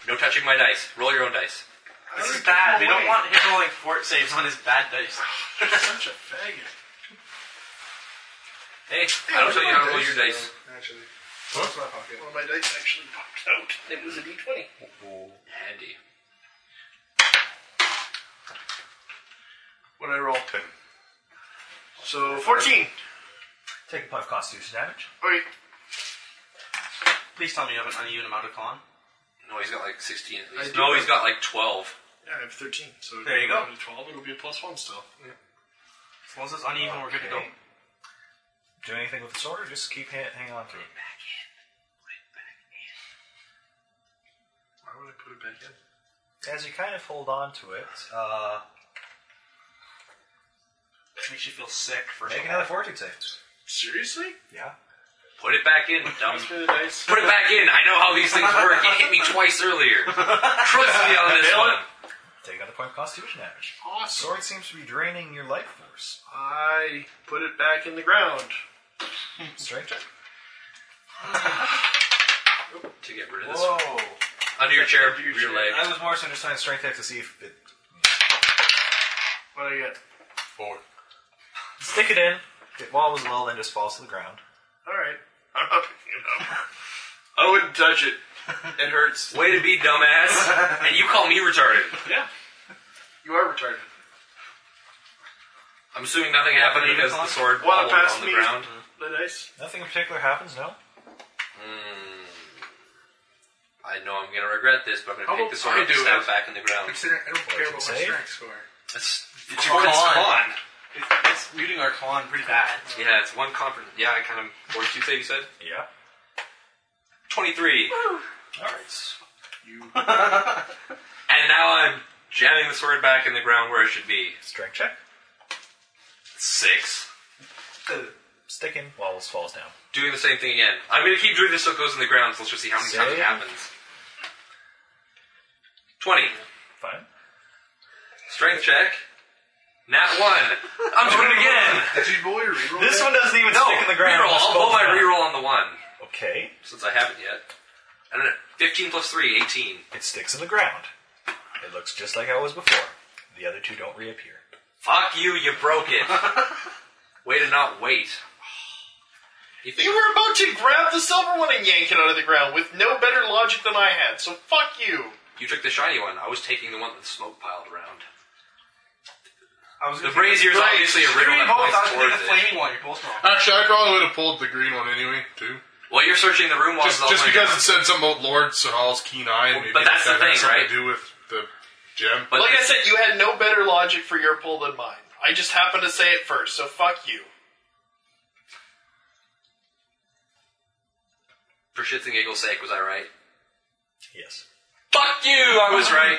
no touching my dice. Roll your own dice. This is bad. They don't want him rolling fort saves on his bad dice. Such a faggot. Hey, I don't tell you how to roll your dice. Actually. One of my dice actually popped out. It was a d20. Handy. What did I roll? 10. So, uh, 14. Take a point of constitution damage. Okay. Please tell me you have an uneven amount of con. No, he's got like 16 at I least. do No, have- he's got like 12. Yeah, I have 13. So There you go. if I roll a 12, it'll be a plus 1 still. Yeah. As long as it's uneven, we're good to go. Okay. Do anything with the sword, or just keep ha- hanging on to it? Why would I put it back in? As you kind of hold on to it, uh, Makes you feel sick for make another fortitude save. Seriously? Yeah. Put it back in, dumb. Through the dice. Put it back in. I know how these things work. It hit me twice earlier. Trust me on this Nailed one. it. Take another point of constitution damage. Awesome. Sword seems to be draining your life force. I put it back in the ground. Strength check. To get rid of this. Under your chair, rear leg. I was more so just trying to strength check to see if it. What did I get? Four. Stick it in. If it wobbles a little, then just falls to the ground. Alright. I'm not picking it up. I wouldn't touch it. It hurts. Way to be dumbass. And you call me retarded. Yeah. You are retarded. I'm assuming nothing happened because the sword Well, wobbled pass on the me. ground. The dice. Nothing in particular happens, no? Mm. I know I'm gonna regret this, but I'm gonna How take the about sword I and do stab it? back in the ground. Considering I don't care about my save? strength score. That's It's your con. It's, it's muting our con pretty bad. Yeah, it's one conference. Yeah, I kind of. Fortitude save, you said? Yeah. 23. Alright. And now I'm jamming the sword back in the ground where it should be. Strength check. Six. Stick in, wobbles, falls down. Doing the same thing again. I'm gonna keep doing this till it goes in the ground, so let's just see how many times Save. it happens. 20. Fine. Strength check. Nat 1. I'm doing it again! Did you roll your reroll? This one doesn't even No, stick in the ground. reroll. it just I'll pull falls my down. reroll on the 1. Okay. Since I haven't yet. I don't know. 15 plus 3, 18. It sticks in the ground. It looks just like how it was before. The other two don't reappear. Fuck you, you broke it. Way to not wait. You think You were about to grab the silver one and yank it out of the ground with no better logic than I had, so fuck you. you took the shiny one. I was taking the one that the smoke piled around. I was The gonna brazier's Right. obviously a riddle You that both, I points was gonna towards pick the it. flaming one. You both wrong. Actually, I probably would have pulled the green one anyway, too. Well, you're searching the room while Just, I was just on my because job. it said something about Lord Sorrel's keen eye, and maybe but that's the it had thing, something right? to do with the gem. But Like I the- said, you had no better logic for your pull than mine. I just happened to say it first, so fuck you. for shits and giggles' sake, was I right? Yes. Fuck you! I was right.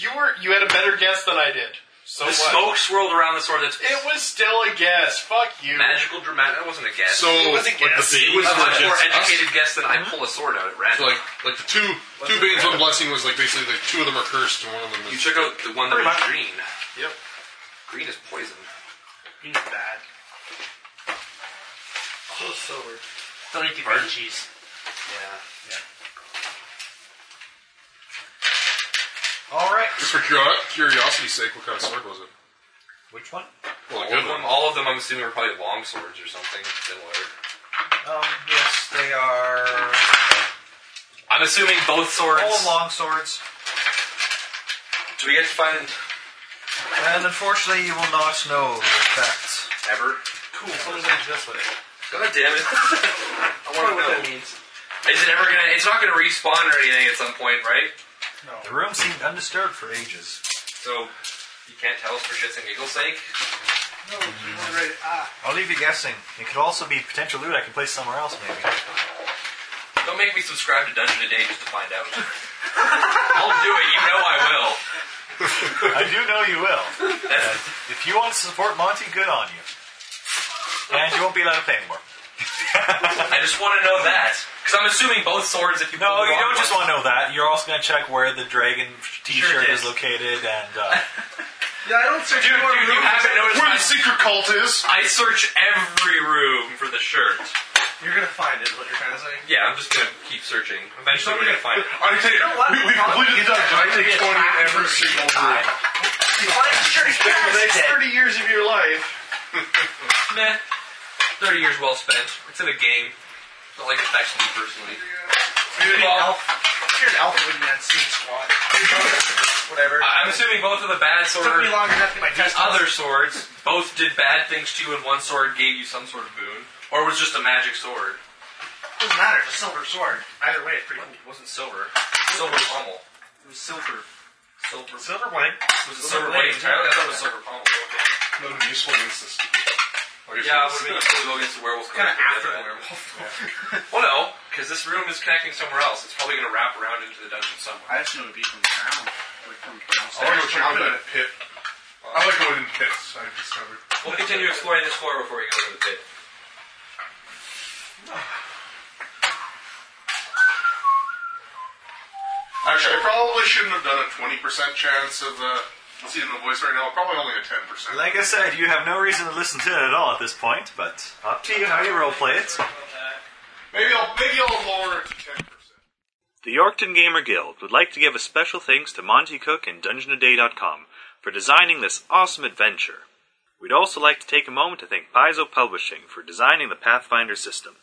You were you had a better guess than I did. So the what? smoke swirled around the sword. That's It was still a guess. Fuck you. magical, dramatic. That wasn't a guess. So, was like, a the guess. Banes it was a were much more against us? educated guess than I pull a sword out at So, random. like, like the two two Banes, one blessing was like basically like two of them are cursed, and one of them you is. took out the one that Pretty was much. green. Yep. Green is poison. He's bad. Oh, silver. Don't eat the green cheese. Yeah. All right. Just for curio- curiosity's sake, what kind of sword was it? Which one? All Well, a of good them, one. all of them, I'm assuming, are probably long swords or something similar. Um, yes, they are I'm assuming both swords. all long swords. Do we get to find. And unfortunately, you will not know the effects. Ever? Cool, someone's gonna just with it. God damn it. I wanna want to know. know what that means. Is it ever gonna? It's not gonna respawn or anything at some point, right? The room seemed undisturbed for ages. So you can't tell us for shits and giggles' sake. No, I'll leave you guessing. It could also be potential loot I can place somewhere else, maybe. Don't make me subscribe to Dungeon Today just to find out. I'll do it. You know I will. I do know you will. And if you want to support Monty, good on you. And you won't be allowed to pay anymore. I just want to know that because I'm assuming both swords. If you No, pull the you wrong don't just one- want to know that. You're also going to check where the dragon T-shirt did. is located, and uh, Yeah, I don't search dude, more dude, You haven't noticed Where my- the secret cult is? I search every room for the shirt. You're gonna find it, is what you're trying to say. Yeah, I'm just gonna keep searching. Eventually, we're gonna find it. I take. You know what? we, we completed the dungeon. I take Get 20 back every single time. the next 30 years of your life. Meh. 30 years well spent. It's in a game. It's not like it affects me personally. You're an Well, elf. If you're an elf, it wouldn't be on scene squad. Whatever. I- I'm assuming both of the bad sword Took me long enough to get my the testicles. other swords both did bad things to you, and one sword gave you some sort of boon, or it was just a magic sword. Doesn't matter. It's a silver sword. Either way, it's pretty cool. It wasn't silver. Silver pommel. It was silver. Silver. Silver bling. Was it silver blade entirely? I thought it was silver pommel. Not an useful instance. Yeah, it would have been useful to go against the werewolf. Kind of after the werewolf. well, no, because this room is connecting somewhere else. It's probably going to wrap around into the dungeon somewhere. I just know it'd be from down. Like from I like downstairs. going in a pit. I like going in pits. I've discovered. We'll continue exploring this floor before we go to the pit. Actually, I probably shouldn't have done a 20% chance of uh, seeing the voice right now. Probably only a 10%. like I said, you have no reason to listen to it at all at this point. But up to you how you role play it. Maybe I'll maybe I'll lower it to 10%. The Yorkton Gamer Guild would like to give a special thanks to Monty Cook and DungeonAday.com for designing this awesome adventure. We'd also like to take a moment to thank Paizo Publishing for designing the Pathfinder system.